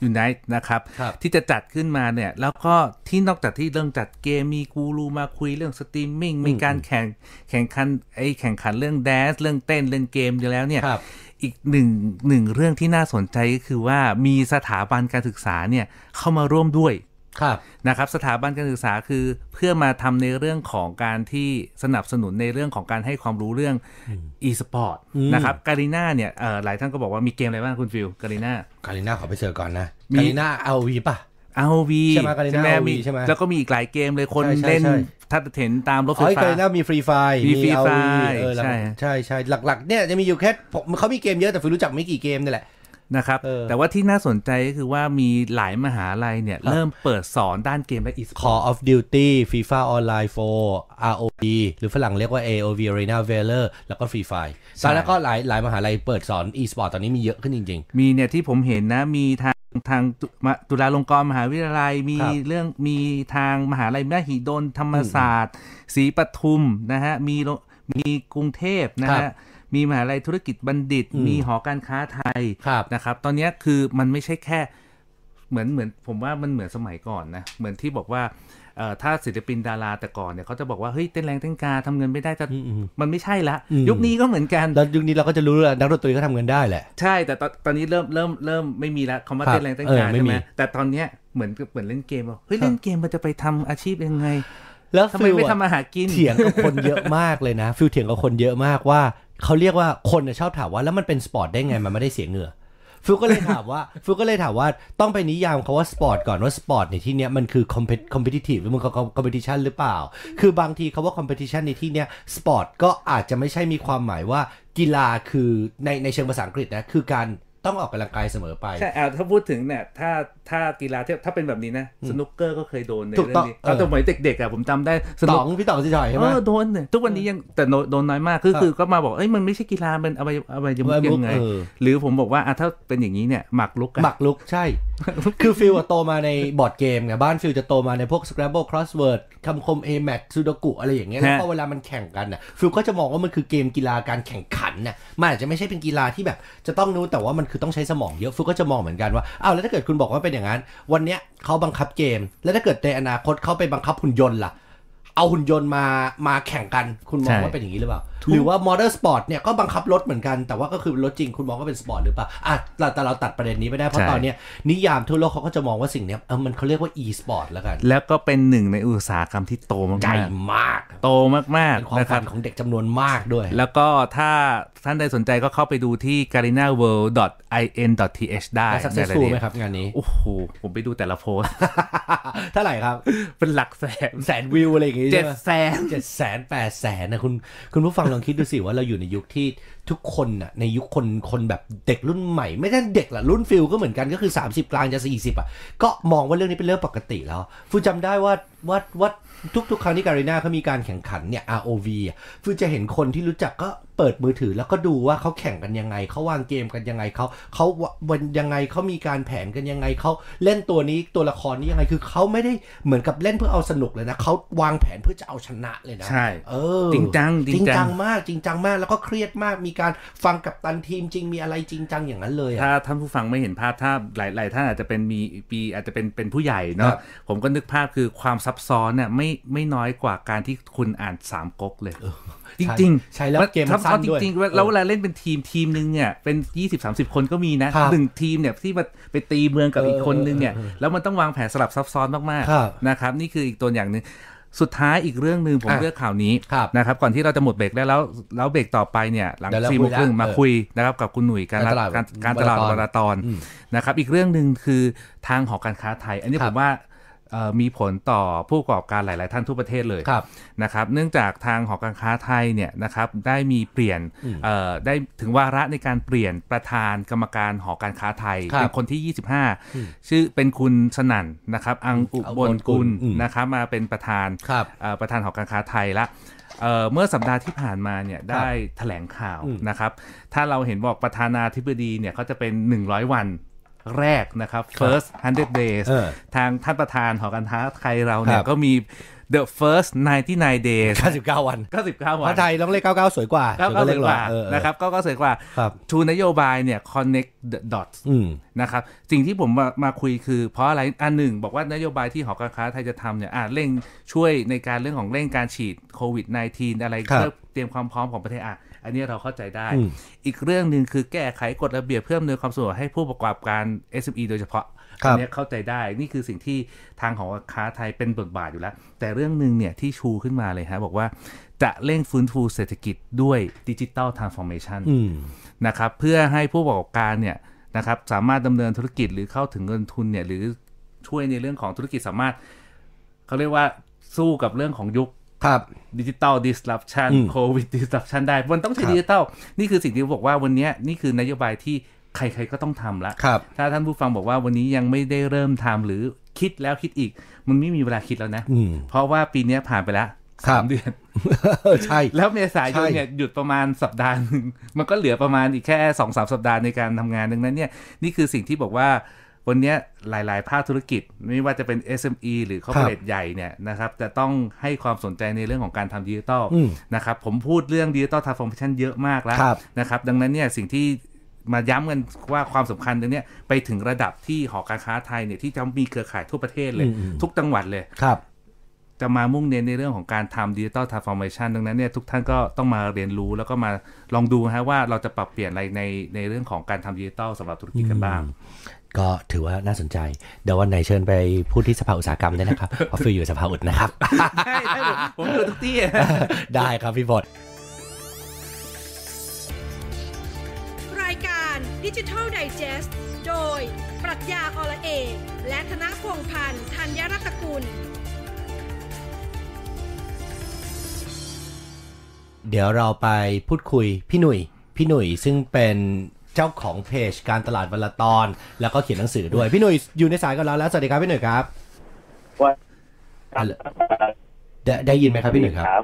Speaker 3: Unite นะครับ
Speaker 2: ครับ
Speaker 3: ที่จะจัดขึ้นมาเนี่ย แล้วก็ที่นอกจากที่เรื่องจัดเกมมีกูรูมาคุยเรื่องสตรีมมิ่งมีการแข่งแข่งขันไอแข่งขันเรื่องแดนซ์เรื่องเต้นเล่นเกมอยู่แล้วเนี่ย
Speaker 2: ครับ
Speaker 3: อีกหนึ่งหนึ่งเรื่องที่น่าสนใจก็คือว่ามีสถาบันการศึกษาเนี่ยเข้ามาร่วมด้วย
Speaker 2: ครับ
Speaker 3: นะครับสถาบันการศึกษาคือเพื่อมาทำในเรื่องของการที่สนับสนุนในเรื่องของการให้ความรู้เรื่อง e-sport
Speaker 2: อืม
Speaker 3: นะครับการีน่าเนี่ยเอ่อหลายท่านก็บอกว่ามีเกมอะไรบ้างคุณฟิลการีน่า
Speaker 2: กาลิน่าขอไปเสิร์ชก่อนนะ
Speaker 3: มี
Speaker 2: กาลิน่าเอาวีป่ะ
Speaker 3: เอาวี
Speaker 2: ใช่ไหม Garena ROV ใช่ไหม
Speaker 3: แล้วก็มีอีกหลายเกมเลยคน
Speaker 2: ใช่ใช่
Speaker 3: เล่น
Speaker 2: ใช่
Speaker 3: ทัดเห็นตามรถ
Speaker 2: อ๋
Speaker 3: ไฟ
Speaker 2: อกา
Speaker 3: ฟ้า
Speaker 2: ลิน่ามีฟรีไฟ
Speaker 3: มี Free
Speaker 2: เอา
Speaker 3: Fire
Speaker 2: เออห
Speaker 3: ใช่
Speaker 2: ลักๆใช่ใช่หลักๆเนี่ยจะมีอยู่แค่ผมเขามีเกมเยอะแต่ฟิวรู้จักไม่กี่เกมนี่แหละ
Speaker 3: นะครับ
Speaker 2: เออ
Speaker 3: แต่ว่าที่น่าสนใจก็คือว่ามีหลายมหาลัยเนี่ยเริ่มเปิดสอนด้านเกมและ e-sport
Speaker 2: Call of Duty FIFA Online 4 ROV หรือฝรั่งเรียกว่า AOV Arena Valor แล้วก็ Free Fire ตอนแล้วก็หลายหลายมหาลัยเปิดสอน e-sport ตอนนี้มีเยอะขึ้นจริง
Speaker 3: มีเนี่ยที่ผมเห็นนะมีทางทางจุมาจุฬาลงกรณ์มหาวิทยาลัยมี
Speaker 2: ครับ
Speaker 3: เรื่องมีทางมหาลัยมหิดลธรรมศาสตร์ศรีปทุมนะฮะมีโรงมีกรุงเทพนะครับฮะมีมหาลัยธุรกิจบัณฑิต
Speaker 2: อืม
Speaker 3: มีหอการค้าไทย
Speaker 2: ครับ
Speaker 3: นะครับ ตอนเนี้ยคือมันไม่ใช่แค่เหมือนเหมือนผมว่ามันเหมือนสมัยก่อนนะเหมือนที่บอกว่าเอ่อถ้าศิลปินดาราแต่ก่อนเนี่ยเขาจะบอกว่าเฮ้ยเต้นแรงเต้นกาทำเงินไม่ได้จะ
Speaker 2: อืมอืม
Speaker 3: มันไม่ใช่ละ
Speaker 2: อืม
Speaker 3: ยุคนี้ก็เหมือนกัน
Speaker 2: ๆ แล้วยุคนี้เราก็จะรู้แล้วนักดนตรีก็ทำเงินได้แหละ
Speaker 3: ใช่แต่ตอนตอนนี้เริ่มเริ่มเริ่มไม่มีแล้วคำว่า
Speaker 2: ครับ
Speaker 3: เต้นแรงเต้นกา
Speaker 2: เออ
Speaker 3: ร
Speaker 2: ไม่
Speaker 3: ใช่
Speaker 2: มี
Speaker 3: ไหมแต่ตอนเนี้ยเหมือนเหมือนเล่นเกมว่าเฮ้
Speaker 2: ค
Speaker 3: ย
Speaker 2: รับ
Speaker 3: เล่นเกมมันจะไปทำอาชีพยังไง
Speaker 2: แล้ว
Speaker 3: ทำไม
Speaker 2: ฟิว
Speaker 3: ไม่
Speaker 2: อะ
Speaker 3: ทำอาหารกิน
Speaker 2: เถียงกับคนเยอะมากเลยนะ ฟิวเถียงกับคนเยอะมากว่าเขาเรียกว่าคนน่ะชอบถามว่าแล้วมันเป็นสปอร์ตได้ไงมันไม่ได้เสียเหงื่อ ฟิวก็เลยถามว่า ฟิวก็เลยถามว่าต้องไปนิยามคาว่าสปอร์ตก่อนว่าสปอร์ตในที่เนี้ยมันคือคอมเพคอมเพทิทีฟหรือมันคือคอมเพติชันหรือเปล่า คือบางทีคาว่าคอมเพติชันในที่เนี้ยสปอร์ตก็อาจจะไม่ใช่มีความหมายว่ากีฬาคือในในเชิงภาษาอังกฤษนะคือการต้องออกกำลังกายเสมอไป
Speaker 3: ใช่เอาถ้าพูดถึงเนี่ยถ้าถ้ากีฬาที่ถ้าเป็นแบบนี้นะสนุกเกอร์ก็เคยโดนใน
Speaker 2: ถูก
Speaker 3: เรื่
Speaker 2: ต้
Speaker 3: อ
Speaker 2: อง
Speaker 3: งนี้
Speaker 2: เออ
Speaker 3: ตอนสมัยเด็กๆอ่ะผมจำได้ส
Speaker 2: ต๋
Speaker 3: นุ
Speaker 2: อก งพี่ต๋องสิจอยใช่
Speaker 3: เอ
Speaker 2: ไหม
Speaker 3: อโดนเนี่ยทุกวันนี้ยังแต่โดนโดนน้อยมากคือ
Speaker 2: ครับ
Speaker 3: คือก็มาบอกเอ้ยมันไม่ใช่กีฬามันอะไรอะไรจะมุกยังไง
Speaker 2: เออ
Speaker 3: หรือผมบอกว่าอ่ะถ้าเป็นอย่างนี้เนี่ยหมักลุกอะ
Speaker 2: หมักลุกใช่ คือฟิลอะโตมาในบอร์ดเกมไงบ้านฟิลจะโตมาในพวก Scrabble Crossword คำคม a m a t ซูดกุอะไรอย่างเงี้ย แล้ว
Speaker 3: ฮะ
Speaker 2: พอเวลามันแข่งกันน่ะฟิลก็จะมองว่ามันคือเกมกีฬาการแข่งขันน่ะมันอาจจะไม่ใช่เป็นกีฬาที่แบบ จะต้องนู้นแต่ว่ามันคือต้องใช้สมองเยอะฟิลก็จะมองเหมือนกันว่าอ้าวแล้วถ้าเกิดคุณบอกว่าเป็นอย่างนั้น วันเนี้ยเขาบังคับเกม แล้วถ้าเกิดในอนาคตเขาไปบังคับหุ่นยนต์ล่ะ เอาหุ่นยนต์มามาแข่งกันคุณมองว่าเป็นอย่างนี้หรือเปล่า หรือว่ามอเตอร์สปอร์ตเนี่ยก็บังคับรถเหมือนกันแต่ว่าก็คือรถจริงคุณมองว่าเป็นสปอร์ตหรือเปล่าอ่ะแต่แต่เราตัดประเด็นนี้ไม่ได้เพราะ
Speaker 3: ใช่
Speaker 2: ตอนเนี้ยนิยามทั่วโลกเขาก็จะมองว่าสิ่งเนี้ยเออมันเขาเรียกว่า e-sport แล้วกัน
Speaker 3: แล้วก็เป็นหนึ่งในอุตสาหกรรมที่โตมา
Speaker 2: ใหญ่
Speaker 3: ก
Speaker 2: มาก
Speaker 3: ๆโตมาก
Speaker 2: เป็นความ
Speaker 3: ๆนะค
Speaker 2: ฝั
Speaker 3: รับ
Speaker 2: นของเด็กจำนวนมากด้วย
Speaker 3: แล้วก็ถ้าท่านใดสนใจก็เข้าไปดูที่ garinaworld.in.th ได้
Speaker 2: แล้ว successful ไหมครับงานนี้
Speaker 3: โอ้โห ผมไปดูแต่ละโพสต์
Speaker 2: เท่าไหร่ครับ
Speaker 3: เป็นหลักแสน
Speaker 2: แสนวิวอะไรอย่างงี้
Speaker 3: เจ็
Speaker 2: ใช่
Speaker 3: ด
Speaker 2: ไหม
Speaker 3: แสน
Speaker 2: เจ็ดแสนแปดแสนนะคุณคุณผู้ฟังลองคิดดูสิ ว่าเราอยู่ในยุคที่ทุกคนน่ะในยุคคนคนแบบเด็กรุ่นใหม่ ไม่ใช่เด็กละรุ่นฟิลก็เหมือนกันก็คือ 30 กลางจะ 40 อ่ะ ก็มองว่าเรื่องนี้เป็นเรื่องปกติแล้วฟูจำได้ว่าว่าว่าทุกๆ ครั้งที่การีนาเขามีการแข่งขันเนี่ย ROV อ่ะฟูจะเห็นคนที่รู้จักก็เปิดมือถือแล้วก็ดูว่าเขาแข่งกันยังไงเขาวางเกมกันยังไงเขาเขาวันยังไงเขามีการแผนกันยังไงเขาเล่นตัวนี้ตัวละครนี้ยังไงคือเขาไม่ได้เหมือนกับเล่นเพื่อเอาสนุกเลยนะเขาวางแผนเพื่อจะเอาชนะเลยนะ
Speaker 3: ใช่
Speaker 2: เออ
Speaker 3: จริงจัง
Speaker 2: จ
Speaker 3: จริ
Speaker 2: ริง
Speaker 3: งจัง
Speaker 2: จังมากจริงจังมากแล้วก็เครียดมากมีการฟังกับตันทีมจริงมีอะไรจริงจังอย่างนั้นเลย
Speaker 3: ถ้า
Speaker 2: อะ
Speaker 3: ท่านผู้ฟังไม่เห็นภาพถ้าหลาย ๆ ท่านอาจจะเป็นมีปีอาจจะเป็นเป็นผู้ใหญ่
Speaker 2: ครั
Speaker 3: เนาะ
Speaker 2: บ
Speaker 3: ผมก็นึกภาพคือความซับซ้อนเนี่ยไม่ไม่น้อยกว่าการที่คุณอ่านสามก๊กเลย จริงๆ
Speaker 2: ใช่แล้วเกม
Speaker 3: ซั
Speaker 2: มั
Speaker 3: บ
Speaker 2: น
Speaker 3: ซ้อ
Speaker 2: สั้
Speaker 3: น
Speaker 2: น
Speaker 3: จ
Speaker 2: ด้วย
Speaker 3: ริงๆแล้วเวลาเล่นเป็นทีมทีมหนึงเนี่ยเป็น 20 30 คนก็มีนะครับ หนึ่งทีมเนี่ยที่มาไปตีเมืองกับ
Speaker 2: เอออี
Speaker 3: อีกคนนึงเนี่ยแล้วมันต้องวางแผนสลับซับซ้อนมาก
Speaker 2: ครับ
Speaker 3: ๆนะครับนี่คืออีกตัวอย่างหนึ่งสุดท้ายอีกเรื่องหนึ่งผม
Speaker 2: อ่ะ
Speaker 3: เลือกข่าวนี้
Speaker 2: ครับ
Speaker 3: นะครับก่อนที่เราจะหมดเบรกได้แล้วแล้วเบรกต่อไปเนี่ยหลัง
Speaker 2: เดี๋ยวเรา
Speaker 3: สี่โมงครึ่ง
Speaker 2: คุยละ
Speaker 3: มา
Speaker 2: เออ
Speaker 3: คุยนะครับกับคุณหนุ่ยการ
Speaker 2: การตลาด
Speaker 3: การการตลาด
Speaker 2: วรากร
Speaker 3: วราตอน
Speaker 2: อืม
Speaker 3: นะครับอีกเรื่องหนึ่งคือทางหอการค้าไทย อันนี้
Speaker 2: ครั
Speaker 3: ผ
Speaker 2: บ
Speaker 3: มว่าเอ่อมีผลต่อผู้ประกอบการหลาย ๆ ท่านทั่วประเทศเลย
Speaker 2: ครับ
Speaker 3: นะครับเนื่องจากทางหอการค้าไทยเนี่ยนะครับได้มีเปลี่ยน
Speaker 2: อืม
Speaker 3: เอ่อได้ถึงวาระในการเปลี่ยนประธานกรรมการหอการค้าไทย
Speaker 2: ครับ
Speaker 3: เป็นคนที่ 25 ชื่อเป็นคุณสนั่นนะครับอังอุบลกุล
Speaker 2: อืม
Speaker 3: นะครับมาเป็นประธาน
Speaker 2: ครับ
Speaker 3: เอ่อประธานหอการค้าไทยละเอ่อเมื่อสัปดาห์ที่ผ่านมาเนี่ยได้แถลงข่าว
Speaker 2: อืม
Speaker 3: นะครับถ้าเราเห็นบอกประธานาธิบดีเนี่ยเขาจะเป็น 100 วันแรกนะครับ first 100 days
Speaker 2: เออ
Speaker 3: ทางท่านประธานหอการค้าไทยเราเนี่
Speaker 2: ค
Speaker 3: ย
Speaker 2: รับ
Speaker 3: ก็มี the first 99 days
Speaker 2: 99 วัน
Speaker 3: 99 วั
Speaker 2: พ
Speaker 3: น
Speaker 2: ระไทยต้องเลข99 สวยกว่า
Speaker 3: แล้วก็
Speaker 2: ส
Speaker 3: เสร็จกว่า
Speaker 2: เออเออ
Speaker 3: นะครับก็ก็เสร็จกว่า
Speaker 2: ครับ
Speaker 3: ชูนโยบายเนี่ย connect the dots
Speaker 2: อืม
Speaker 3: นะครับสิ่งที่ผมมามาคุยคือเพราะอะไรอันหนึ่ง บอกว่านโยบายที่หอการค้าไทยจะทำเนี่ยอ่ะเร่งช่วยในการเรื่องของเร่งการฉีดโควิด -19 อะไร
Speaker 2: ครับ
Speaker 3: เพื่อเตรียมความพร้อมของประเทศอ่ะอันนี้เราเข้าใจได้
Speaker 2: อืม
Speaker 3: อีกเรื่องหนึ่งคือแก้ไขกฎระเบียบเพื่ออำนวยความสะดวกให้ผู้ประกอบการ SME โดยเฉพาะ
Speaker 2: ครับ
Speaker 3: อันเนี้ยเข้าใจได้นี่คือสิ่งที่ทางหอการค้าไทยเป็นบทบาทอยู่แล้ว แต่เรื่องหนึ่งเนี่ยที่ชูขึ้นมาเลยฮะบอกว่าจะเร่งฟื้นฟูเศรษฐกิจด้วยดิจิ t a ลทรานส์ฟอร์เมชัน
Speaker 2: อืม
Speaker 3: นะครับเพื่อให้ผู้ประกอบการเนี่ยนะครับสามารถดำเนินธุรกิจหรือเข้าถึงเงินทุนเนี่ยหรือช่วยในเรื่องของธุรกิจสามารถเขาเรียกว่าสู้กับเรื่องของยุค
Speaker 2: ครับ
Speaker 3: ดิจิ t a ลดิสล p ปชัน
Speaker 2: อืม
Speaker 3: โควิดดิสล p ปชันได้ มันต้อง
Speaker 2: ค
Speaker 3: ใช้
Speaker 2: รับ
Speaker 3: ดิจิตอลนี่คือสิ่งที่บอกว่าวันเนี้ยนี่คือนโยบายที่ใครๆก็ต้องทำละ
Speaker 2: ครับ
Speaker 3: ถ้าท่านผู้ฟังบอกว่าวันนี้ยังไม่ได้เริ่มทำหรือคิดแล้วคิดอีก มันไม่มีเวลาคิดแล้วนะ
Speaker 2: อืม
Speaker 3: เพราะว่าปีเนี้ยผ่านไปแล้ว
Speaker 2: ครั
Speaker 3: สา
Speaker 2: บ
Speaker 3: มเดือน
Speaker 2: ใช่
Speaker 3: แล้วเมษาย
Speaker 2: ใช่
Speaker 3: นเนี่ยหยุดประมาณสัปดาห์หนึ่ง มันก็เหลือประมาณอีกแค่2อสสัปดาห์ในการทำงานดังนั้นเนี่ยนี่คือสิ่งที่บอกว่าวันเนี้ยหลายๆ ภาคธุรกิจ ไม่ว่าจะเป็น SME หรือคอร์เปอเรทใหญ่เนี่ยนะครับจะต้องให้ความสนใจในเรื่องของการทำดิจิตอล
Speaker 2: อืม
Speaker 3: นะครับผมพูดเรื่องดิจิตอลทาร์ฟอร์มชันเยอะมากแล้ว
Speaker 2: ครับ
Speaker 3: นะครับดังนั้นเนี่ยสิ่งที่มาย้ำกันว่าความสำคัญตรงเนี้ยไปถึงระดับที่หอการค้าไทยเนี่ยที่จะมีเครือข่ายทั่วประเทศเลย ทุกจังหวัดเลย
Speaker 2: ครับ
Speaker 3: จะมามุ่งเน้นในเรื่องของการทำดิจิตอลทาร์ฟอร์เมชันดังนั้นเนี่ยทุกท่านก็ต้องมาเรียนรู้แล้วก็มาลองดูนะฮะว่าเราจะปรับเปลี่ยนอะไรในในเรื่องของการทำดิจิตอลสำหรับธุรกิจกันบ้าง
Speaker 2: ก็ถือว่าน่าสนใจ เดี๋ยววันไหนเชิญไปพูดที่สภาอุตสาหกรรมได้นะครับ เพราะฟิวอยู่สภาอุตนะครับ
Speaker 3: ใช่ใช่ผม ผมดูทุกที่
Speaker 2: ได้ครับพี่พล
Speaker 1: รายการดิจิทัลไดจ e s t โดย ปรัชญาอละเอก และธนพงษ์พันธ์ธัญรัตนกุล
Speaker 2: เดี๋ยวเราไปพูดคุยพี่หนุ่ย พี่หนุ่ยซึ่งเป็นเจ้าของเพจการตลาดวันละตอน แล้วก็เขียนหนังสือด้วย พี่หนุ่ยอยู่ในสายกับเราแล้ว สวัสดีครับพี่หนุ่ยครับ
Speaker 4: ว่า
Speaker 2: ฮัลโหล ได้ได้ยินไหมครับพี่หนุ่ยครับ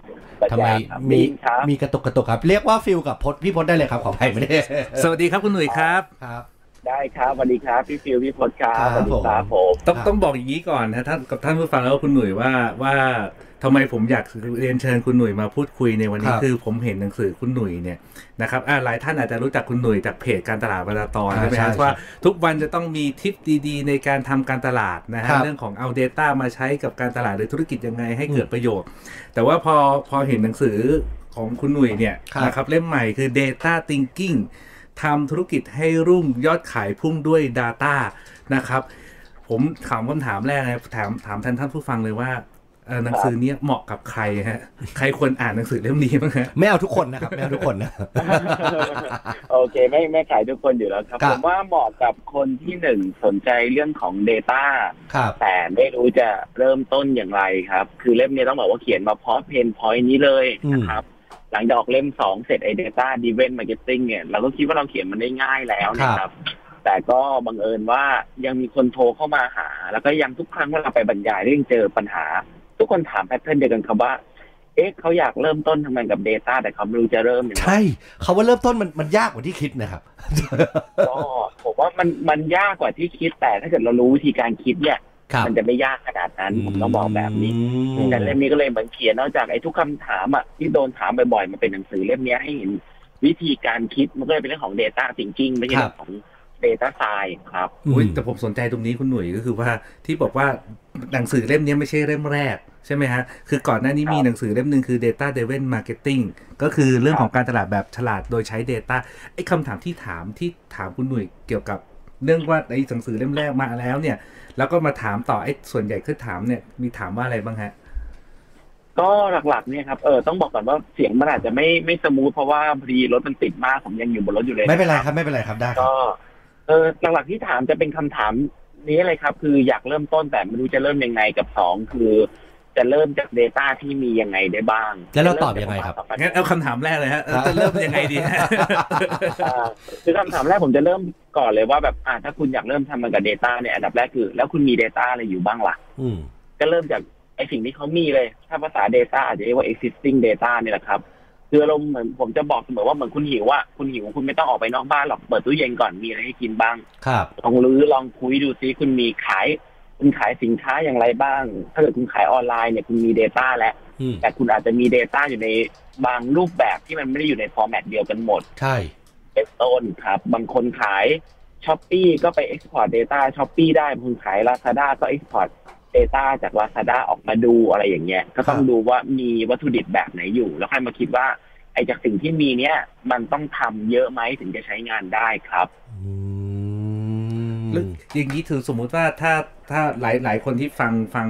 Speaker 2: ทำไมมี
Speaker 4: ครับ
Speaker 2: มีกระตุกกระตุกครับ เรียกว่าฟิลกับพดพี่พดได้เลยครับขออภัยไม่ได้
Speaker 3: สวัสดีครับคุณหนุ่ยครับ
Speaker 2: ครับ
Speaker 4: ได้ครับสวัสดีครับ พี่ฟิวพี่พลครับ
Speaker 2: ครับ
Speaker 4: สวัสดีครับผม
Speaker 3: ต้อง
Speaker 2: ครับ
Speaker 3: ต้องบอกอย่างนี้ก่อนนะท่านกับท่านผู้ฟังแล้วก็คุณหนุ่ยว่าว่าทำไมผมอยากเรียนเชิญคุณหนุ่ยมาพูดคุยในวันนี้
Speaker 2: ครับ
Speaker 3: คือผมเห็นหนังสือคุณหนุ่ยเนี่ยนะครับอ่าหลายท่านอาจจะรู้จักคุณหนุ่ยจากเพจการตลาดวรรณตอน
Speaker 2: อ่า
Speaker 3: ใช่ไหม
Speaker 2: ใช่
Speaker 3: ครับว่าทุกวันจะต้องมีทิปดีๆ ในการทำการตลาดนะฮะ
Speaker 2: ครับ
Speaker 3: เรื่องของเอา Data มาใช้กับการตลาดหรือธุรกิจยังไงให้เกิดประโยชน์ แต่ว่าพอพอเห็นหนังสือของคุณหนุ่ยเนี่ย
Speaker 2: ครับ
Speaker 3: นะครับเล่มใหม่คือ Data Thinking ทำธุรกิจให้รุ่งยอดขายพุ่งด้วย Data นะครับ ผมถามคำถามแรกนะถามถามท่านท่านผู้ฟังเลยว่าเอ่อหนังสือเนี้ยเหมาะกับใครฮะ ใครควรอ่านหนังสือเล่มนี้บ้างฮะ
Speaker 2: ไม่เอาทุกคนนะครับไม่เอาทุกคน นะ
Speaker 4: โอเคไม่ไม่ขายทุกคนอยู่แล้วครับ
Speaker 2: ครับ
Speaker 4: ผมว่าเหมาะกับคนที่หนึ่งสนใจเรื่องของ Data
Speaker 2: ครับ
Speaker 4: แต่ไม่รู้จะเริ่มต้นอย่างไรครับ คือเล่มนี้ต้องบอกว่าเขียนมาเพราะเพนพอยต์นี้เลยนะครับ หลังจากออกเล่มสองเสร็จไอเดต้าดีเวนมาร์เก็ตติ้งเนี่ยเราก็คิดว่าเราเขียนมันได้ง่ายแล้วนะครับ แต่ก็บังเอิญว่ายังมีคนโทรเข้ามาหา แล้วก็ยังทุกครั้งเวลาไปบรรยายเรื่องเจอปัญหา ทุกคนถามแพทเทิร์นเดียวกันครับว่า เอ๊ะเขาอยากเริ่มต้นทำงานกับ Data แต่เขาไม่รู้จะเริ่มยังไง
Speaker 2: ใช่เขาว่าเริ่มต้นมันมันยากกว่าที่คิดนะครับ
Speaker 4: ก็ผมว่ามันมันยากกว่าที่คิดแต่ถ้าเกิดเรารู้วิธีการคิดเนี่ย
Speaker 2: ครับ
Speaker 4: มันจะไม่ยากขนาดนั้นผมต้องบอกแบบนี้
Speaker 2: อืม
Speaker 4: แต่เล่มนี้ก็เลยเหมือนเขียนนอกจากไอ้ทุกคำถามอ่ะที่โดนถามบ่อยๆ มันเป็นหนังสือเล่มนี้ให้เห็นวิธีการคิดมันก็เลยเป็นเรื่องของ Data Thinking ไม่ใช่
Speaker 2: ครั
Speaker 4: เรื่
Speaker 2: บ
Speaker 4: องของ Data Science ครับ
Speaker 3: อุ้ยแต่ผมสนใจตรงนี้คุณหนุ่ยก็คือว่าที่บอกว่าหนังสือเล่มนี้ไม่ใช่เล่มแรก ใช่ไหมฮะ คือก่อนหน้านี้
Speaker 4: ครับ
Speaker 3: มีหนังสือเล่มหนึ่งคือ Data d r i v e n Marketing ก็คือเรื่อง
Speaker 4: ครับ
Speaker 3: ของการตลาดแบบฉลาดโดยใช้ Data ไอ้คำถามที่ถามที่ถามคุณหนุ่ยเกี่ยวกับเรื่องว่าไอ้หนังสือเล่มแรกมาแล้วเนี่ย แล้วก็มาถามต่อไอ้ส่วนใหญ่คือถามเนี่ยมีถามว่าอะไรบ้างฮะ
Speaker 4: ก็หลักๆเนี่ยครับเออต้องบอกก่อนว่าเสียงมันอาจจะไม่ไม่สมูทเพราะว่าพอดีรถมันติดมากผมยังอยู่บนรถอยู่เลย
Speaker 2: ไม่เป็นไรครับไม่เป็นไรครับได้ครับ
Speaker 4: ก็เออหลักๆที่ถามจะเป็นคำถามนี้เลยครับ คืออยากเริ่มต้นแต่ไม่รู้จะเริ่มยังไงกับสองคือ จะเริ่มจาก Data ที่มียังไงได้บ้าง
Speaker 2: แล้วเราตอบยังไงครับ
Speaker 3: งั้นเอาคำถามแรกเลยฮะเออจะเริ่มยังไงดีฮะ
Speaker 4: อ่าคือคำถามแรกผมจะเริ่มก่อนเลยว่าแบบอ่าถ้าคุณอยากเริ่มทำมันกับ Data เนี่ยอันดับแรกคือ แล้วคุณมี Data อะไรอยู่บ้างล่ะ
Speaker 2: อืม
Speaker 4: ก็เริ่มจากไอสิ่งที่เขามีเลย ถ้าภาษา Data อาจจะเรียกว่า existing data เนี่ยแหละครับ คืออารมณ์เหมือนผมจะบอกเสมอว่าเหมือนคุณหิวว่าคุณหิวคุณไม่ต้องออกไปนอกบ้านหรอก เปิดตู้เย็นก่อนมีอะไรให้กินบ้าง
Speaker 2: ครับ
Speaker 4: ลองรื้อลองคุยดูซิคุณมีขาย คุณขายสินค้าอย่างไรบ้าง ถ้าเกิดคุณขายออนไลน์เนี่ยคุณมี Data แล้ว
Speaker 2: อืม
Speaker 4: แต่คุณอาจจะมี Data อยู่ในบางรูปแบบที่มันไม่ได้อยู่ในฟอร์แมตเดียวกันหมด
Speaker 2: ใช่
Speaker 4: เป็นต้นครับ บางคนขายช้อปปีก็ไป Export Data ช้อปปีได้บางคนขาย Lazada ก็ Export Data จาก Lazada ออกมาดูอะไรอย่างเงี้ย ก็ต้อง
Speaker 2: ครับ
Speaker 4: ดูว่ามีวัตถุดิบแบบไหนอยู่ แล้วค่อยมาคิดว่า ไอ้จากสิ่งที่มีเนี้ยมันต้องทำเยอะไหมถึงจะใช้งานได้ครับ
Speaker 2: อืม
Speaker 3: แล้วอย่างนี้ถือสมมุติว่าถ้าถ้าหลายหลายคนที่ฟังฟัง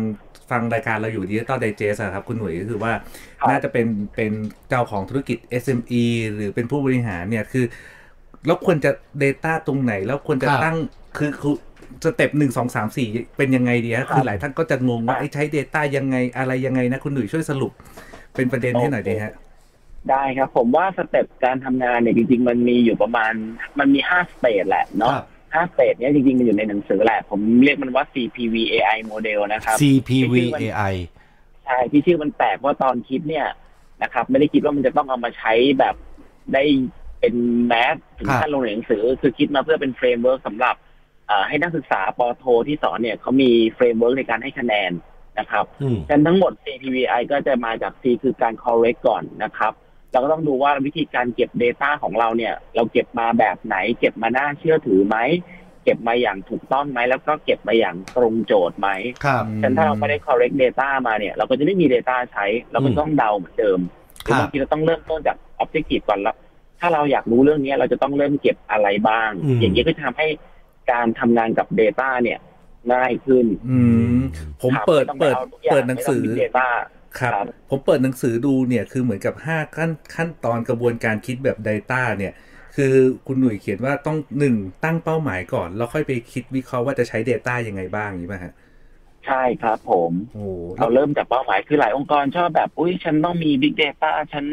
Speaker 3: ฟังรายการเราอยู่ดีตอนไดเจสครับ คุณหน่วยก็คือว่า
Speaker 4: ครับ
Speaker 3: น่าจะเป็นเป็นเจ้าของธุรกิจ SME หรือเป็นผู้บริหารเนี่ยคือ แล้วควรจะ Data ตรงไหน แล้วควรจะ
Speaker 2: ครับ
Speaker 3: ตั้งคือคือสเต็ปหนึ่งสองสามสี่เป็นยังไงดีฮะคือหลายท่านก็จะงงว่าไอ้ใช้ Data ยังไงอะไรยังไงนะ คุณหนุ่ยช่วยสรุปเป็นประเด็นให้หน่อยดีฮะ
Speaker 4: ได้ครับ ผมว่าสเต็ปการทำงานเนี่ยจริง ๆ มันมีอยู่ประมาณมันมีห้าสเตจแหละเนาะ
Speaker 2: ครับ
Speaker 4: ห้าสเตจเนี้ยจริงๆมันอยู่ในหนังสือแหละ ผมเรียกมันว่า CPV AI model นะครับ
Speaker 2: CPV AI
Speaker 4: ใช่ที่ชื่อมันแปลกเพราะตอนคิดเนี่ยนะครับ ไม่ได้คิดว่ามันจะต้องเอามาใช้แบบได้เป็นแมสถึง
Speaker 2: ครับ
Speaker 4: ขั้นลงในหนังสือ คือคิดมาเพื่อเป็นเฟรมเวิร์กสำหรับเอ่อให้นักศึกษาปอโท ที่สอนเนี่ยเขามีเฟรมเวิร์กในการให้คะแนนนะครับ
Speaker 2: อืม
Speaker 4: กันทั้งหมด CPVI ก็จะมาจาก C คือการ correct ก่อนนะครับ เราก็ต้องดูว่าวิธีการเก็บ Data ของเราเนี่ย เราเก็บมาแบบไหน เก็บมาน่าเชื่อถือไหม เก็บมาอย่างถูกต้องไหม แล้วก็เก็บมาอย่างตรงโจทย์ไหม
Speaker 2: ครับ
Speaker 4: ฉะนันถ้าเราไม่ได้ correct data มาเนี่ย เราก็จะไม่มี data ใช้ เราก็ต้องเดาเหมือนเดิมห
Speaker 2: ค
Speaker 4: รือ
Speaker 2: รั
Speaker 4: ง
Speaker 2: บ
Speaker 4: ทีเราต้องเริ่มต้นจาก objective ก่อนแล้วถ้าเราอยากรู้เรื่องนี้เราจะต้องเริ่มเก็บอะไรบ้าง
Speaker 2: อืม
Speaker 4: อย่างนี้ยก็จะทำให้การทำงานกับ Data เนี่ยง่ายขึ้น
Speaker 3: อืมผม
Speaker 4: ครับ
Speaker 3: เปิด
Speaker 4: ไม่ต้อง
Speaker 3: เปิด
Speaker 4: ไปอาทุกอย่า
Speaker 3: เปิดหนังสือ
Speaker 4: ไม่ต้มี data
Speaker 3: ครับ
Speaker 4: ครับ
Speaker 3: ผมเปิดหนังสือดูเนี่ยคือเหมือนกับ 5 ขั้นขั้นตอนกระบวนการคิดแบบ Data เนี่ย คือคุณหนุ่ยเขียนว่าต้อง 1 ตั้งเป้าหมายก่อน แล้วค่อยไปคิดวิเคราะห์ว่าจะใช้ Data ยังไงบ้างอย่างนี้ป่ะฮะ
Speaker 4: ใช่ครับผม
Speaker 3: โอ้โห
Speaker 4: เราเริ่มจากเป้าหมายคือหลายองค์กรชอบแบบ อุ้ยฉันต้องมี Big Data ฉัน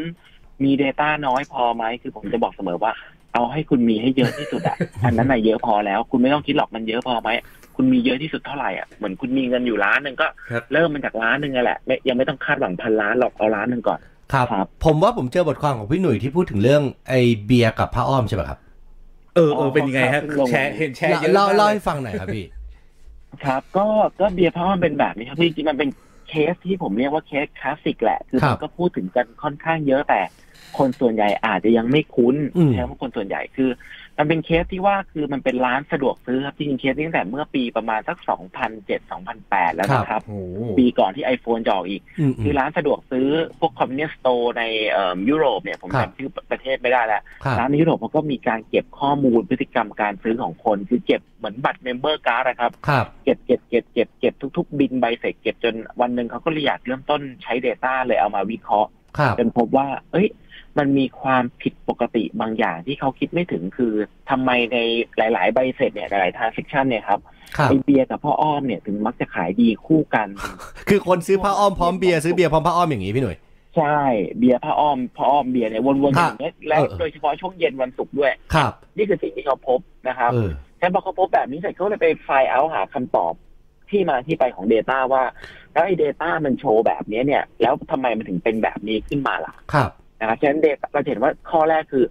Speaker 4: มี Data น้อยพอไหม คือผมจะบอกเสมอว่า เอาให้คุณมีให้เยอะที่สุดอะ อันนั้นน่ะเยอะพอแล้ว คุณไม่ต้องคิดหรอกมันเยอะพอไหม คุณมีเยอะที่สุดเท่าไหร่อ่ะ เหมือนคุณมีเงินอยู่ล้านหนึ่งก็
Speaker 3: ครับ
Speaker 4: เริ่มมันจากล้านหนึ่งนั่นแหละไม่ยังไม่ต้องคาดหวังพันล้านหรอกเอาล้านหนึ่งก่อน
Speaker 2: ครับ
Speaker 4: ครับ
Speaker 2: ผมว่าผมเจอบทความของพี่หนุ่ยที่พูดถึงเรื่องไอเบียร์กับผ้าอ้อมใช่ไหมครับ
Speaker 3: เออเออเป็นยังไงฮะ
Speaker 4: อ๋อครับ
Speaker 3: แชร์เห็นแชร์เย
Speaker 2: เล่าม
Speaker 3: อะาก
Speaker 2: เล่า
Speaker 3: เลย
Speaker 2: ให้ฟังหน่อยครับพี่
Speaker 4: ครับ ก็ก็เบียร์เพราะมันเป็นแบบนี้ครับที่จริงๆมันเป็นเคสที่ผมเรียกว่าเคสคลาสสิกแหละ คือ
Speaker 2: ครับ
Speaker 4: มันก็พูดถึงกันค่อนข้างเยอะแต่ คนส่วนใหญ่อาจจะยังไม่คุ้น
Speaker 2: อืม
Speaker 4: ใช่ไหมคนส่วนใหญ่คือ มันเป็นเคสที่ว่าคือมันเป็นร้านสะดวกซื้อครับจริงๆเคสนี้ตั้งแต่เมื่อปีประมาณสัก 2007 2008 แล้วนะครับ
Speaker 3: โอ้โห
Speaker 4: ปีก่อนที่ iPhone จะออกอีก
Speaker 2: อืมอืม
Speaker 4: คือร้านสะดวกซื้อพวกคอมมิวนิสต์โตในเอิ่มยุโรปเนี่ยผม
Speaker 2: ครับ
Speaker 4: จำชื่อประเทศไม่ได้แล้ว
Speaker 2: ครับ
Speaker 4: ร้านในยุโรปเขาก็มีการเก็บข้อมูลพฤติกรรมการซื้อของคน คือเก็บเหมือนบัตรเมมเบอร์การ์ดนะครับ
Speaker 2: ครับ
Speaker 4: เก็บเก็บเก็บเก็บเก็บทุกๆ บินใบเสร็จเก็บจนวันหนึ่งเขาก็เลยอยากเริ่มต้นใช้ Data เลยเอามาวิเคราะห์
Speaker 2: ครับ
Speaker 4: จนพบว่า เอ้ย มันมีความผิดปกติบางอย่างที่เขาคิดไม่ถึงคือทำไมในหลาย ๆ ใบเสร็จเนี่ยหลายๆ transaction เนี่ยครับ
Speaker 2: ครับ
Speaker 4: ไอเบียร์กับพ่ออ้อมเนี่ยถึงมักจะขายดีคู่กัน
Speaker 2: คือคนซื้อผ้าอ้อมพร้อมเบียร์ซื้อเบียร์พร้อมผ้าอ้อมอย่างนี้พี่หนุ่ย
Speaker 4: ใช่เบียร์พ่ออ้อมพ่ออ้อมเบียร์เนี่ยวนๆอ
Speaker 2: ครับ
Speaker 4: ย่างเงี้ยและ
Speaker 2: เออ
Speaker 4: โดยเฉพาะช่วงเย็นวันศุกร์ด้วย
Speaker 2: ครับ
Speaker 4: นี่คือสิ่งที่เขาพบนะครับ
Speaker 2: เออ
Speaker 4: ฉันพอเขาพบแบบนี้เสร็จเขาเลยไปไฟล์เอาหาคำตอบที่มาที่ไปของ Data ว่า แล้วไอ้ Data มันโชว์แบบนี้เนี่ย แล้วทำไมมันถึงเป็นแบบนี้ขึ้นมาล่ะ
Speaker 2: ครับ
Speaker 4: นะครับฉะนั้น Data เราจะเห็นว่าข้อแรกคือ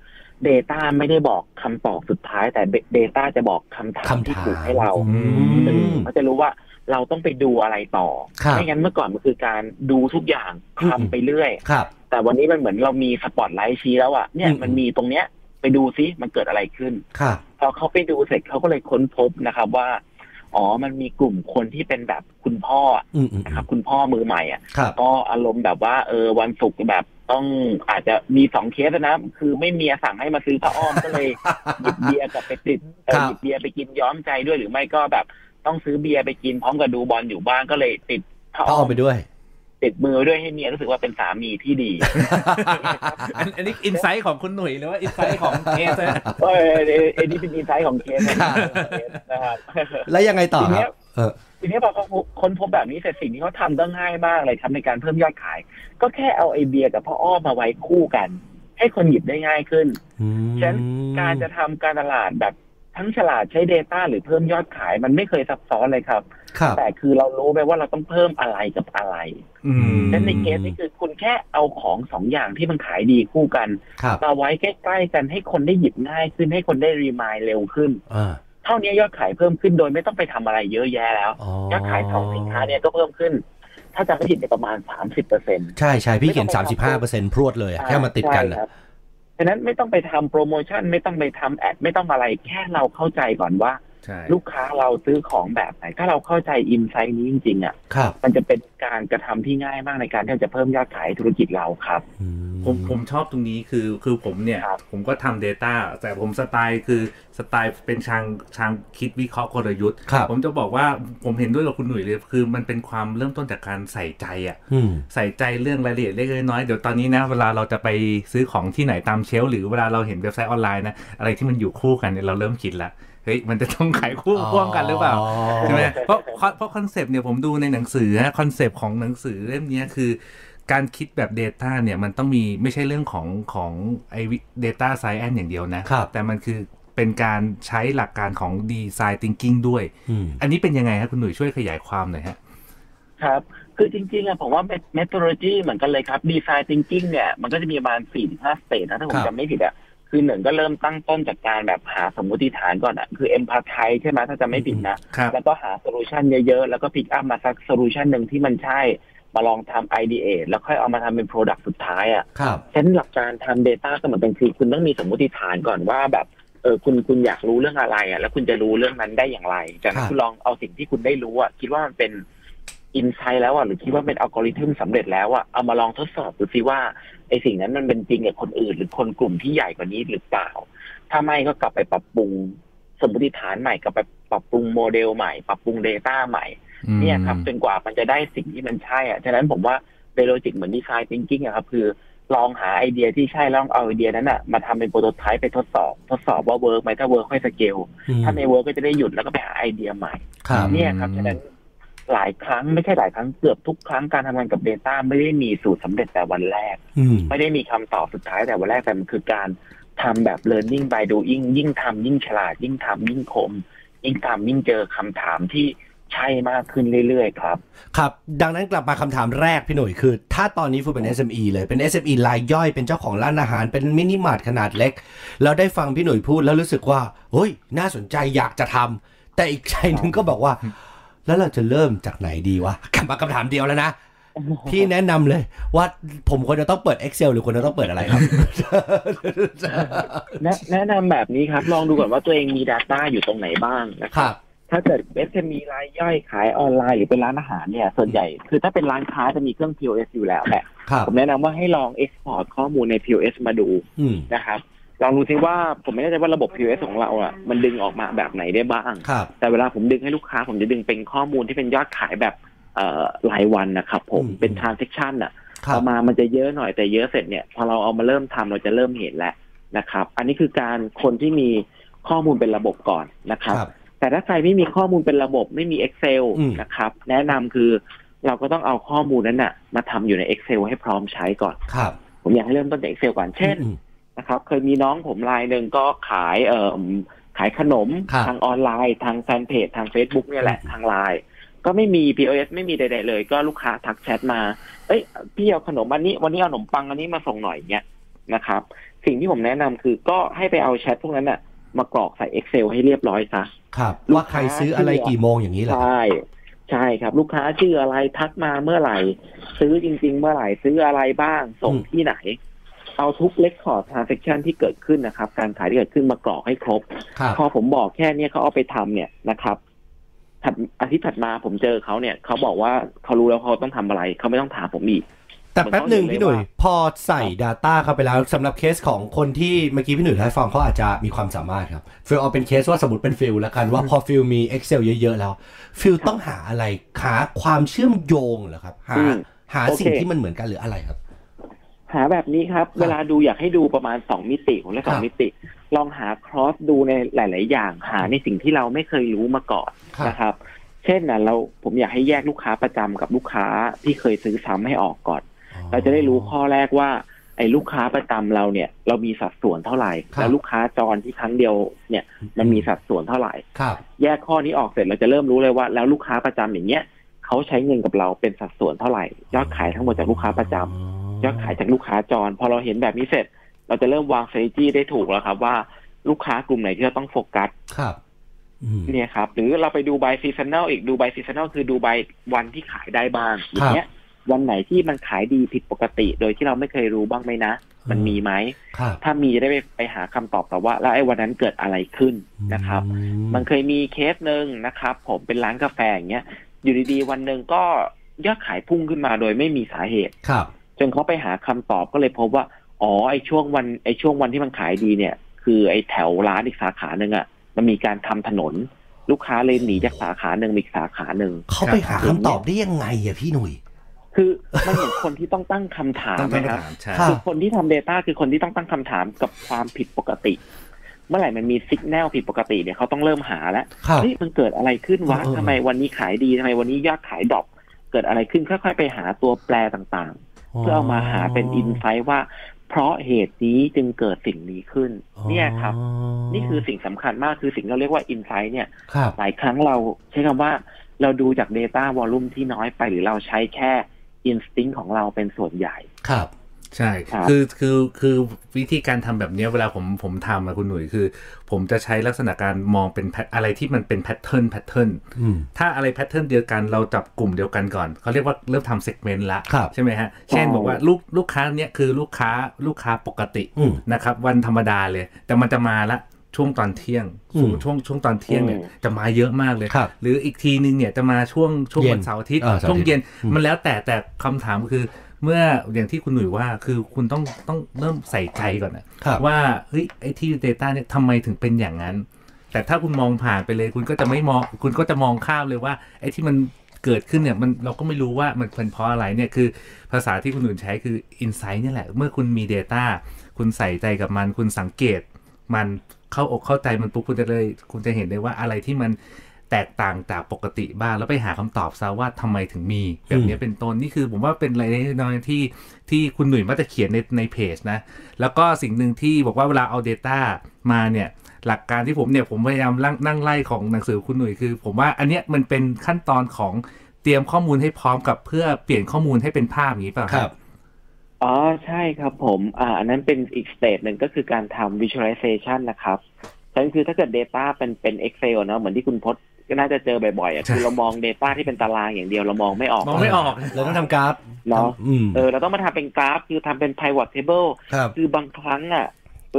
Speaker 4: Data ไม่ได้บอกคำตอบสุดท้าย แต่ Data จะบอกคำถาม
Speaker 2: คำ
Speaker 4: ที่
Speaker 2: ถาม
Speaker 4: ถูกให้เรา
Speaker 2: อืม
Speaker 4: เราจะรู้ว่าเราต้องไปดูอะไรต่อ
Speaker 2: ครับ
Speaker 4: ไม่งั้นเมื่อก่อนมันคือการดูทุกอย่าง
Speaker 2: อืม
Speaker 4: ทำไปเรื่อย
Speaker 2: ครับ
Speaker 4: แต่วันนี้มันเหมือนเรามีสปอตไลท์ชี้แล้วอะเนี่ย
Speaker 2: อืม
Speaker 4: มันมีตรงเนี้ยไปดูซิมันเกิดอะไรขึ้น
Speaker 2: ครับ
Speaker 4: พอเขาไปดูเสร็จเขาก็เลยค้นพบนะครับว่า อ๋อมันมีกลุ่มคนที่เป็นแบบคุณพ่อ
Speaker 2: อืมอืม
Speaker 4: นะค
Speaker 2: อื
Speaker 4: รับ
Speaker 2: ม
Speaker 4: คุณพ่อมือใหม่อ่ะ
Speaker 2: ครับ
Speaker 4: ก็อารมณ์แบบว่าเออวันศุกร์แบบต้องอาจจะมีสองเคสนะ คือไม่เมียสั่งให้มาซื้อผ้าอ้อม ก็เลยหยิบเบียร์กลับไปติดเออ
Speaker 2: ครับ
Speaker 4: หยิบเบียร์ไปกินย้อมใจด้วยหรือไม่ก็แบบต้องซื้อเบียร์ไปกินพร้อมกับดูบอลอยู่บ้านก็เลยติดผ้า
Speaker 2: ผ้า
Speaker 4: อ้
Speaker 2: อ้
Speaker 4: อ
Speaker 2: อ
Speaker 4: ม
Speaker 2: มไปด้วย
Speaker 4: ติดมือด้วยให้เมียรู้สึกว่าเป็นสามีที่ ดี
Speaker 3: อันอันนี้อินไซต์ของคุณหนุ่ยหรือว่าอินไซต์ของเอสฮะ
Speaker 4: เออเออเออนี่เป็นอินไซต์ของเคสนะครับนะครับ
Speaker 2: แล้วยังไงต่อครับ เออ
Speaker 4: ทีนี้พอเขาค้นพบแบบนี้เสร็จสิ่งที่เขาทำก็ง่ายมากเลยทำในการเพิ่มยอดขาย ก็แค่เอาไอเบียร์กับพ่ออ้อมมาไว้คู่กัน ให้คนหยิบได้ง่ายขึ้น
Speaker 2: อืม
Speaker 4: ฉะนั้น การจะทำการตลาดแบบทั้งฉลาดใช้ Data หรือเพิ่มยอดขายมันไม่เคยซับซ้อนเลยครับ
Speaker 2: ครับ
Speaker 4: แต่คือเรารู้ไปว่าเราต้องเพิ่มอะไรกับอะไร
Speaker 3: อืม
Speaker 4: ฉะนั้นในเคสนี้คือคุณแค่เอาของสองอย่างที่มันขายดีคู่กัน
Speaker 2: ครับ
Speaker 4: มาไว้ใกล้ๆกันให้คนได้หยิบง่ายขึ้นให้คนได้รีมายเร็วขึ้น
Speaker 2: อ่า
Speaker 4: เท่านี้ยอดขายเพิ่มขึ้นโดยไม่ต้องไปทำอะไรเยอะแยะแล้ว
Speaker 2: อ๋อย
Speaker 4: อดขายของสินค้าเนี่ยก็เพิ่มขึ้น ถ้าจำไม่ผิดเนี่ยประมาณ 30เปอร์เซ็นต์
Speaker 2: ใช่ใช่พี่เขียน
Speaker 4: ไม่ต้องไป
Speaker 2: 35
Speaker 4: ทำ
Speaker 2: เปอร์เซ็นต์พรวดเลยอะแค่มาติดกันอะ
Speaker 4: ฉะนั้นไม่ต้องไปทำโปรโมชั่นไม่ต้องไปทำแอดไม่ต้องอะไรแค่เราเข้าใจก่อนว่า
Speaker 3: ใช่
Speaker 4: ลูกค้าเราซื้อของแบบไหน ถ้าเราเข้าใจอินไซต์นี้จริงๆอ่ะ
Speaker 2: ครับ
Speaker 4: มันจะเป็นการกระทำที่ง่ายมากในการที่เราจะเพิ่มยอดขายธุรกิจเราครับ
Speaker 2: อืม
Speaker 3: ผมผมชอบตรงนี้คือคือผมเนี่ย
Speaker 4: ครับ
Speaker 3: ผมก็ทำ Data แต่ผมสไตล์คือสไตล์เป็นชางชางคิดวิเคราะห์กลยุทธ์
Speaker 2: ครับ
Speaker 3: ผมจะบอกว่าผมเห็นด้วยกับคุณหนุ่ยเลย คือมันเป็นความเริ่มต้นจากการใส่ใจอะ
Speaker 2: อืม
Speaker 3: ใส่ใจเรื่องรายละเอียดเล็กๆน้อยๆเดี๋ยวตอนนี้นะเวลาเราจะไปซื้อของที่ไหนตามเชลฟ์หรือเวลาเราเห็นเว็บไซต์ออนไลน์นะอะไรที่มันอยู่คู่กันเนี่ยเราเริ่มคิดละเฮ้ยมันจะต้องขายคู่
Speaker 2: อ๋อ
Speaker 3: พ่วงกันหรือเปล่าใช่ไหม
Speaker 2: อ๋อ
Speaker 3: เพราะเพราะเพราะคอนเซปต์เนี่ยผมดูในหนังสือนะคอนเซปต์ของหนังสือเล่มเนี้ยคือ การคิดแบบ Data เนี่ยมันต้องมีไม่ใช่เรื่องของของไอ้ data science อย่างเดียวนะ
Speaker 2: ครับ
Speaker 3: แต่มันคือเป็นการใช้หลักการของ design thinking ด้วย
Speaker 2: อืม
Speaker 3: อันนี้เป็นยังไงครับคุณหนุ่ยช่วยขยายความหน่อยฮะ
Speaker 4: ครับ คือจริงๆอะผมว่าเมทโลจีเหมือนกันเลยครับดีไซน์ h ิงกิ้งเนี่ย มันก็จะมีประมาณสี่ห้าสเตจนะ ถ้าผ
Speaker 2: ครั
Speaker 4: ม
Speaker 2: บ
Speaker 4: จำไม่ผิดอะคือหนึ่งก็เริ่มตั้งต้นจากการแบบหาสมมติฐานก่อนอะคือเอมพั t ไทใช่ไหมถ้าจำไม่ผิดนะ
Speaker 3: ครับ
Speaker 4: แล้วก็หาโซลูชันเยอะๆ แล้วก็พิกอัพมาสักโซลูชันหนึ่งที่มันใช่ มาลองทำ IDA แล้วค่อยเอามาทำเป็น Product สุดท้ายอะ
Speaker 2: ครับ
Speaker 4: เซนส์หลักการทำ Data ก็เหมือนกันคือคุณต้องมีสมมติฐานก่อนว่าแบบเออคุณคุณอยากรู้เรื่องอะไรอ่ะแล้วคุณจะรู้เรื่องนั้นได้อย่างไรจาก
Speaker 2: ค
Speaker 4: นั้
Speaker 2: รั
Speaker 4: น
Speaker 2: บ
Speaker 4: คุณลองเอาสิ่งที่คุณได้รู้อ่ะคิดว่ามันเป็นอินไซต์แล้วอ่ะหรือคิดว่าเป็นอัลกอริทึมสำเร็จแล้วอ่ะเอามาลองทดสอบดูซิว่าไอสิ่งนั้นมันเป็นจริงกับคนอื่น หรือคนกลุ่มที่ใหญ่กว่านี้หรือเปล่า ถ้าไม่ก็กลับไปปรับปรุงสมมติฐานใหม่กลับไปปรับปรุงโมเดลใหม่ปรับปรุง Data ใหม่ เนี่ยครับจนกว่ามันจะได้สิ่งที่มันใช่อะฉะนั้นผมว่าเบโลจิกเหมือนดีไซน์ h ิงกิ้งอะครับ คือลองหาไอเดียที่ใช่ลองเอาไอเดียนั้นอะมาทำเป็นโปรโตไทป์ไปทดสอบ ทดสอบว่าเวิร์กไหมถ้าเวิร์กค่อยสเกล
Speaker 2: อืม
Speaker 4: ถ้าไม่เวิร์กก็จะได้หยุดแล้วก็ไปหาไอเดียใหม่
Speaker 2: ครับ
Speaker 4: เนี่ยครับ
Speaker 3: อืม
Speaker 4: ฉะนั้นหลายครั้งไม่ใช่หลายครั้งเกือบทุกครั้งการทำงานกับ Data ไม่ได้มีสูตรสำเร็จแต่วันแรก
Speaker 2: อืม
Speaker 4: ไม่ได้มีคำตอบสุดท้ายแต่วันแรกแต่มันคือการทำแบบ learning by doing ยิ่งทำยิ่งฉลาด ยิ่งทำยิ่งคม ยิ่งทำยิ่งเจอคำถามที่ใช่มากขึ้นเรื่อยๆครับ
Speaker 2: ครับ ดังนั้นกลับมาคำถามแรกพี่หนุ่ยคือ ถ้าตอนนี้ฟูเป็น SME เลยเป็น SME รายย่อยเป็นเจ้าของร้านอาหารเป็นมินิมาร์ทขนาดเล็ก แล้วได้ฟังพี่หนุ่ยพูดแล้วรู้สึกว่าเฮ้ย น่าสนใจอยากจะทำแต่อีกใจหนึงก็บอกว่า แล้วเราจะเริ่มจากไหนดีวะกลับมาคำถามเดียวแล้วนะ พี่แนะนำเลยว่าผมควรจะต้องเปิด Excel หรือควรจะต้องเปิดอะไรครับ
Speaker 4: แนะแนะนำแบบนี้ครับ ลองดูก่อนว่าตัวเองมี Data อยู่ตรงไหนบ้างนะค
Speaker 2: ครับ รับ
Speaker 4: ถ้าเกิด SME รายย่อยขายออนไลน์หรือเป็นร้านอาหารเนี่ย ส่วนใหญ่คือถ้าเป็นร้านค้าจะมีเครื่อง POS อยู่แล้วแหละ
Speaker 2: ครับ
Speaker 4: ผมแนะนำว่าให้ลอง export ข้อมูลใน POS มาดู
Speaker 2: อืม
Speaker 4: นะครับลองดูซิว่าผมไม่แน่ใจว่าระบบ POS ของเราอ่ะมันดึงออกมาแบบไหนได้บ้าง
Speaker 2: ครับ
Speaker 4: แต่เวลาผมดึงให้ลูกค้า ผมจะดึงเป็นข้อมูลที่เป็นยอดขายแบบเอ่อรายวันนะครับผมเป็น transaction อ่ะ
Speaker 2: ครั
Speaker 4: ป
Speaker 2: บ
Speaker 4: ระมาณมันจะเยอะหน่อยแต่เยอะเสร็จเนี่ยพอเราเอามาเริ่มทำเราจะเริ่มเห็นแล้วนะครับ อันนี้คือการคนที่มีข้อมูลเป็นระบบก่อนนะค
Speaker 2: ครับ รับ
Speaker 4: แต่ถ้าใครไม่มีข้อมูลเป็นระบบไม่มี Excel
Speaker 2: อืม
Speaker 4: นะครับ แนะนำคือเราก็ต้องเอาข้อมูลนั้นน่ะมาทำอยู่ใน Excel ให้พร้อมใช้ก่อน
Speaker 2: ครับ
Speaker 4: ผมอยากให้เริ่มต้นจาก Excel ก่อนเช่น
Speaker 2: อืม
Speaker 4: นะครับเคยมีน้องผมรายหนึ่งก็ขายเอ่อขายขนม
Speaker 2: ครับ
Speaker 4: ทางออนไลน์ ทางแฟนเพจทาง Facebook เนี่ยแหละทางไลน์ก็ไม่มี POS ไม่มีใด ๆ เลย ก็ลูกค้าทักแชทมา เอ้ยพี่เอาขนมอันนี้วันนี้เอาขนมปังอันนี้มาส่งหน่อยเนี่ยนะครับ สิ่งที่ผมแนะนำคือก็ให้ไปเอาแชทพวกนั้นน่ะมากรอกใส่ Excel ให้เรียบร้อยซะ
Speaker 2: ครับ
Speaker 4: ลูกค้า
Speaker 2: ว่าใครซื้ออะไรกี่โมงอย่างนี้เหรอ
Speaker 4: ใช่ใช่ครับ ลูกค้าชื่ออะไรทักมาเมื่อไหร่ ซื้อจริง ๆ เมื่อไหร่ ซื้ออะไรบ้าง ส่งที่ไหน เอาทุกเลคคอร์ดทรานเซ็คชันที่เกิดขึ้นนะครับ การขายที่เกิดขึ้นมากรอกให้ครบ
Speaker 2: ครับ
Speaker 4: พอผมบอกแค่เนี้ยเขาเอาไปทำเนี่ยนะครับถัดอาทิตย์ถัดมาผมเจอเขาเนี่ยเขาบอกว่าเขารู้แล้วเขาต้องทำอะไรเขาไม่ต้องถามผมอีก
Speaker 2: แต่แป๊บหนึ่งพี่หนุ่ย
Speaker 4: ผมเข้าใจเลยว่า
Speaker 2: พอใส่ Data เข้าไปแล้วสำหรับเคสของคนที่เมื่อกี้พี่หนุ่ยเล่าให้ฟังเขาอาจจะมีความสามารถครับฟิลเอาเป็นเคสว่าสมมติเป็นฟิลแล้วกันว่าพอฟิลมี Excel เยอะ ๆ แล้วฟิลต้องหาอะไรหาความเชื่อมโยงเหรอครับ หา
Speaker 4: อืม
Speaker 2: หา
Speaker 4: โอเค
Speaker 2: สิ่งที่มันเหมือนกันหรืออะไรครับ
Speaker 4: หาแบบนี้ครับ เวลาดูอยากให้ดูประมาณสองมิติผมเรียกสอ
Speaker 2: ครั
Speaker 4: ง
Speaker 2: บ
Speaker 4: มิติ ลองหาครอสดูในหลาย ๆ อย่างหาในสิ่งที่เราไม่เคยรู้มาก่อน
Speaker 2: ครับ
Speaker 4: นะครับ เช่นนะเราผมอยากให้แยกลูกค้าประจำกับลูกค้าที่เคยซื้อซ้ำให้ออกก่อน เราจะได้รู้ข้
Speaker 2: อ
Speaker 4: อแรกว่า ไอ้ลูกค้าประจำเราเนี่ย เรามีสัดส่วนเท่าไหร่
Speaker 2: ครับ
Speaker 4: แล้วลูกค้าจรที่ครั้งเดียวเนี่ยมันมีสัดส่วนเท่าไหร่
Speaker 2: ครับ
Speaker 4: แยกข้อนี้ออกเสร็จเราจะเริ่มรู้เลยว่า แล้วลูกค้าประจำอย่างเงี้ยเขาใช้เงินกับเราเป็นสัดส่วนเท่าไหร่ยอดขายทั้งหมดจากลูกค้าประจำ ยอดขายจากลูกค้าจรพอเราเห็นแบบนี้เสร็จ เราจะเริ่มวาง strategy ได้ถูกแล้วครับ ว่าลูกค้ากลุ่มไหนที่เราต้องโฟกัส
Speaker 2: ครับอืม
Speaker 4: เนี่ยครับหรือเราไปดูใบซีซันแนลอีกดูใบซีซันแนลคือดูใบวันที่ขายได้บ้างอย่างเงี้ยวันไหนที่มันขายดีผิดปกติ โดยที่เราไม่เคยรู้บ้างไหมนะ มันมีไหม
Speaker 2: ครับ
Speaker 4: ถ้ามีจะได้ไปไปหาคำตอบต่อว่า แล้วไอ้วันนั้นเกิดอะไรขึ้นนะครับ
Speaker 2: อื
Speaker 4: มันเคยมีเคสหนึ่งนะครับ ผมเป็นร้านกาแฟอย่างเงี้ยอยู่ดีๆวันหนึ่งก็ยอดขายพุ่งขึ้นมาโดยไม่มีสาเหตุ
Speaker 2: ครับ
Speaker 4: จนเขาไปหาคำตอบก็เลยพบว่า อ๋อไอช่วงวันไอช่วงวันที่มันขายดีเนี่ย คือไอแถวร้านอีกสาขาหนึ่งอะ่ะมันมีการทำถนน ลูกค้าเลยหนีจากสาขาหนึ่งไปอีกสาขาหนึ่ง
Speaker 2: เขาไปหาคำตอบได้ยังไงอะพี่หนุ่ย
Speaker 4: คือมันเหมือนคนที่ต้องตั้งคำถาม
Speaker 3: ต้องตั้ง
Speaker 4: นะครับ
Speaker 3: คำถามใช่
Speaker 2: ครับ
Speaker 4: คือคนที่ทำ Data คือคนที่ต้องตั้งคำถามกับความผิดปกติ เมื่อไหร่มันมีสัญญาณผิดปกติเนี่ยเขาต้องเริ่มหาแล้ว
Speaker 2: ครับ
Speaker 4: เฮ้ยมันเกิดอะไรขึ้นวะ
Speaker 2: เออเออ
Speaker 4: ทำไมวันนี้ขายดีทำไมวันนี้ยอดขายดรอปเกิดอะไรขึ้นค่อยๆไปหาตัวแปรต่างๆ เพื่อเอามาหาเป็นอินไซต์ว่า เพราะเหตุนี้จึงเกิดสิ่งนี้ขึ้น เนี่ยครับ
Speaker 2: อ๋
Speaker 4: นี่คือสิ่งสำคัญมากคือสิ่งที่เราเรียกว่าอินไซต์เนี่ย
Speaker 2: ครับ
Speaker 4: หลายครั้งเราใช้คำว่าเราดูจาก Data Volume ที่น้อยไปหรือเราใช้แค่ Instinct ของเราเป็นส่วนใหญ่
Speaker 2: ครับ
Speaker 3: ใช่
Speaker 4: ครับ
Speaker 3: คือคือคือวิธีการทำแบบเนี้ยเวลาผมผมทำอะคุณหนุ่ยคือ ผมจะใช้ลักษณะการมองเป็น pat- อะไรที่มันเป็นแพทเทิร์นแพทเทิร์น
Speaker 2: อืม
Speaker 3: ถ้าอะไรแพทเทิร์นเดียวกันเราจับกลุ่มเดียวกันก่อนเขาเรียกว่าเริ่มทำเซกเมนต์ละ
Speaker 2: ครับ
Speaker 3: ใช่ไหมฮะ เช่นบอกว่าลูกลูกค้าเนี้ยคือลูกค้าลูกค้าปกติ
Speaker 2: อืม
Speaker 3: นะครับวันธรรมดาเลย แต่มันจะมาละช่วงตอนเที่ยง
Speaker 2: อืม
Speaker 3: สู่ช่วงช่วงตอนเที่ยงเนี่ย
Speaker 4: อืม
Speaker 3: จะมาเยอะมากเลย
Speaker 2: ครับ
Speaker 3: หรืออีกทีนึงเนี่ยจะมาช่วงช่วง
Speaker 2: เย็น
Speaker 3: วันเสาร์อาทิตย์
Speaker 2: เออเสาร์อาทิตย์
Speaker 3: ช่วงเย็น
Speaker 2: อืม
Speaker 3: มันแล้วแต่แต่คำถามคือเมื่ออย่างที่คุณหนุ่ยว่าคือคุณต้องต้องเริ่มใส่ใจก่อนนะ
Speaker 2: ครับ
Speaker 3: ว่าเฮ้ยไอ้ที่ Data เนี่ยทำไมถึงเป็นอย่างนั้น แต่ถ้าคุณมองผ่านไปเลย คุณก็จะไม่มอง คุณก็จะมองข้ามเลยว่าไอ้ที่มันเกิดขึ้นเนี่ยมันเราก็ไม่รู้ว่ามันเป็นเพราะอะไรเนี่ยคือภาษาที่คุณหนุนใช้คือ Insight เนี่ยแหละ เมื่อคุณมี Data คุณใส่ใจกับมัน คุณสังเกต มันเข้าอกเข้าใจมันปุ๊บคุณจะเลย คุณจะเห็นเลยว่าอะไรที่มันแตกต่างจากปกติบ้างแล้วไปหาคำตอบซะว่าทำไมถึงมีแบบเนี้ยเป็นต้นนี่คือผมว่าเป็นอะไรน้อยๆที่ที่คุณหนุ่ยมักจะเขียนในในเพจนะ แล้วก็สิ่งหนึ่งที่บอกว่าเวลาเอา Data มาเนี่ย หลักการที่ผมเนี่ยผมพยายามนั่งนั่งไล่ของหนังสือคุณหนุ่ยคือ ผมว่าอันเนี้ยมันเป็นขั้นตอนของเตรียมข้อมูลให้พร้อมกับเพื่อเปลี่ยนข้อมูลให้เป็นภาพอย่างนี้เปล่ะ
Speaker 2: ครับ
Speaker 4: อ๋อใช่ครับผม อ่าอันนั้นเป็นอีกสเตจหนึ่งก็คือการทำ visualization นะครับฉะนั้นคือถ้าเกิด Data เป็นเป็น Excel เนอะเหมือนที่คุณพจน์ก็น่าจะเจอบ่อยๆอ่ะ
Speaker 3: ใช่
Speaker 4: คือเรามอง Data ที่เป็นตารางอย่างเดียวเรามองไม่ออก
Speaker 3: มองไม่ออก
Speaker 2: เราต้องทำกราฟ
Speaker 4: เนาะ
Speaker 2: อืม
Speaker 4: เออเราต้องมาทำเป็นกราฟ คือทำเป็น pivot table
Speaker 2: ครับ
Speaker 4: คือบางครั้งอ่ะ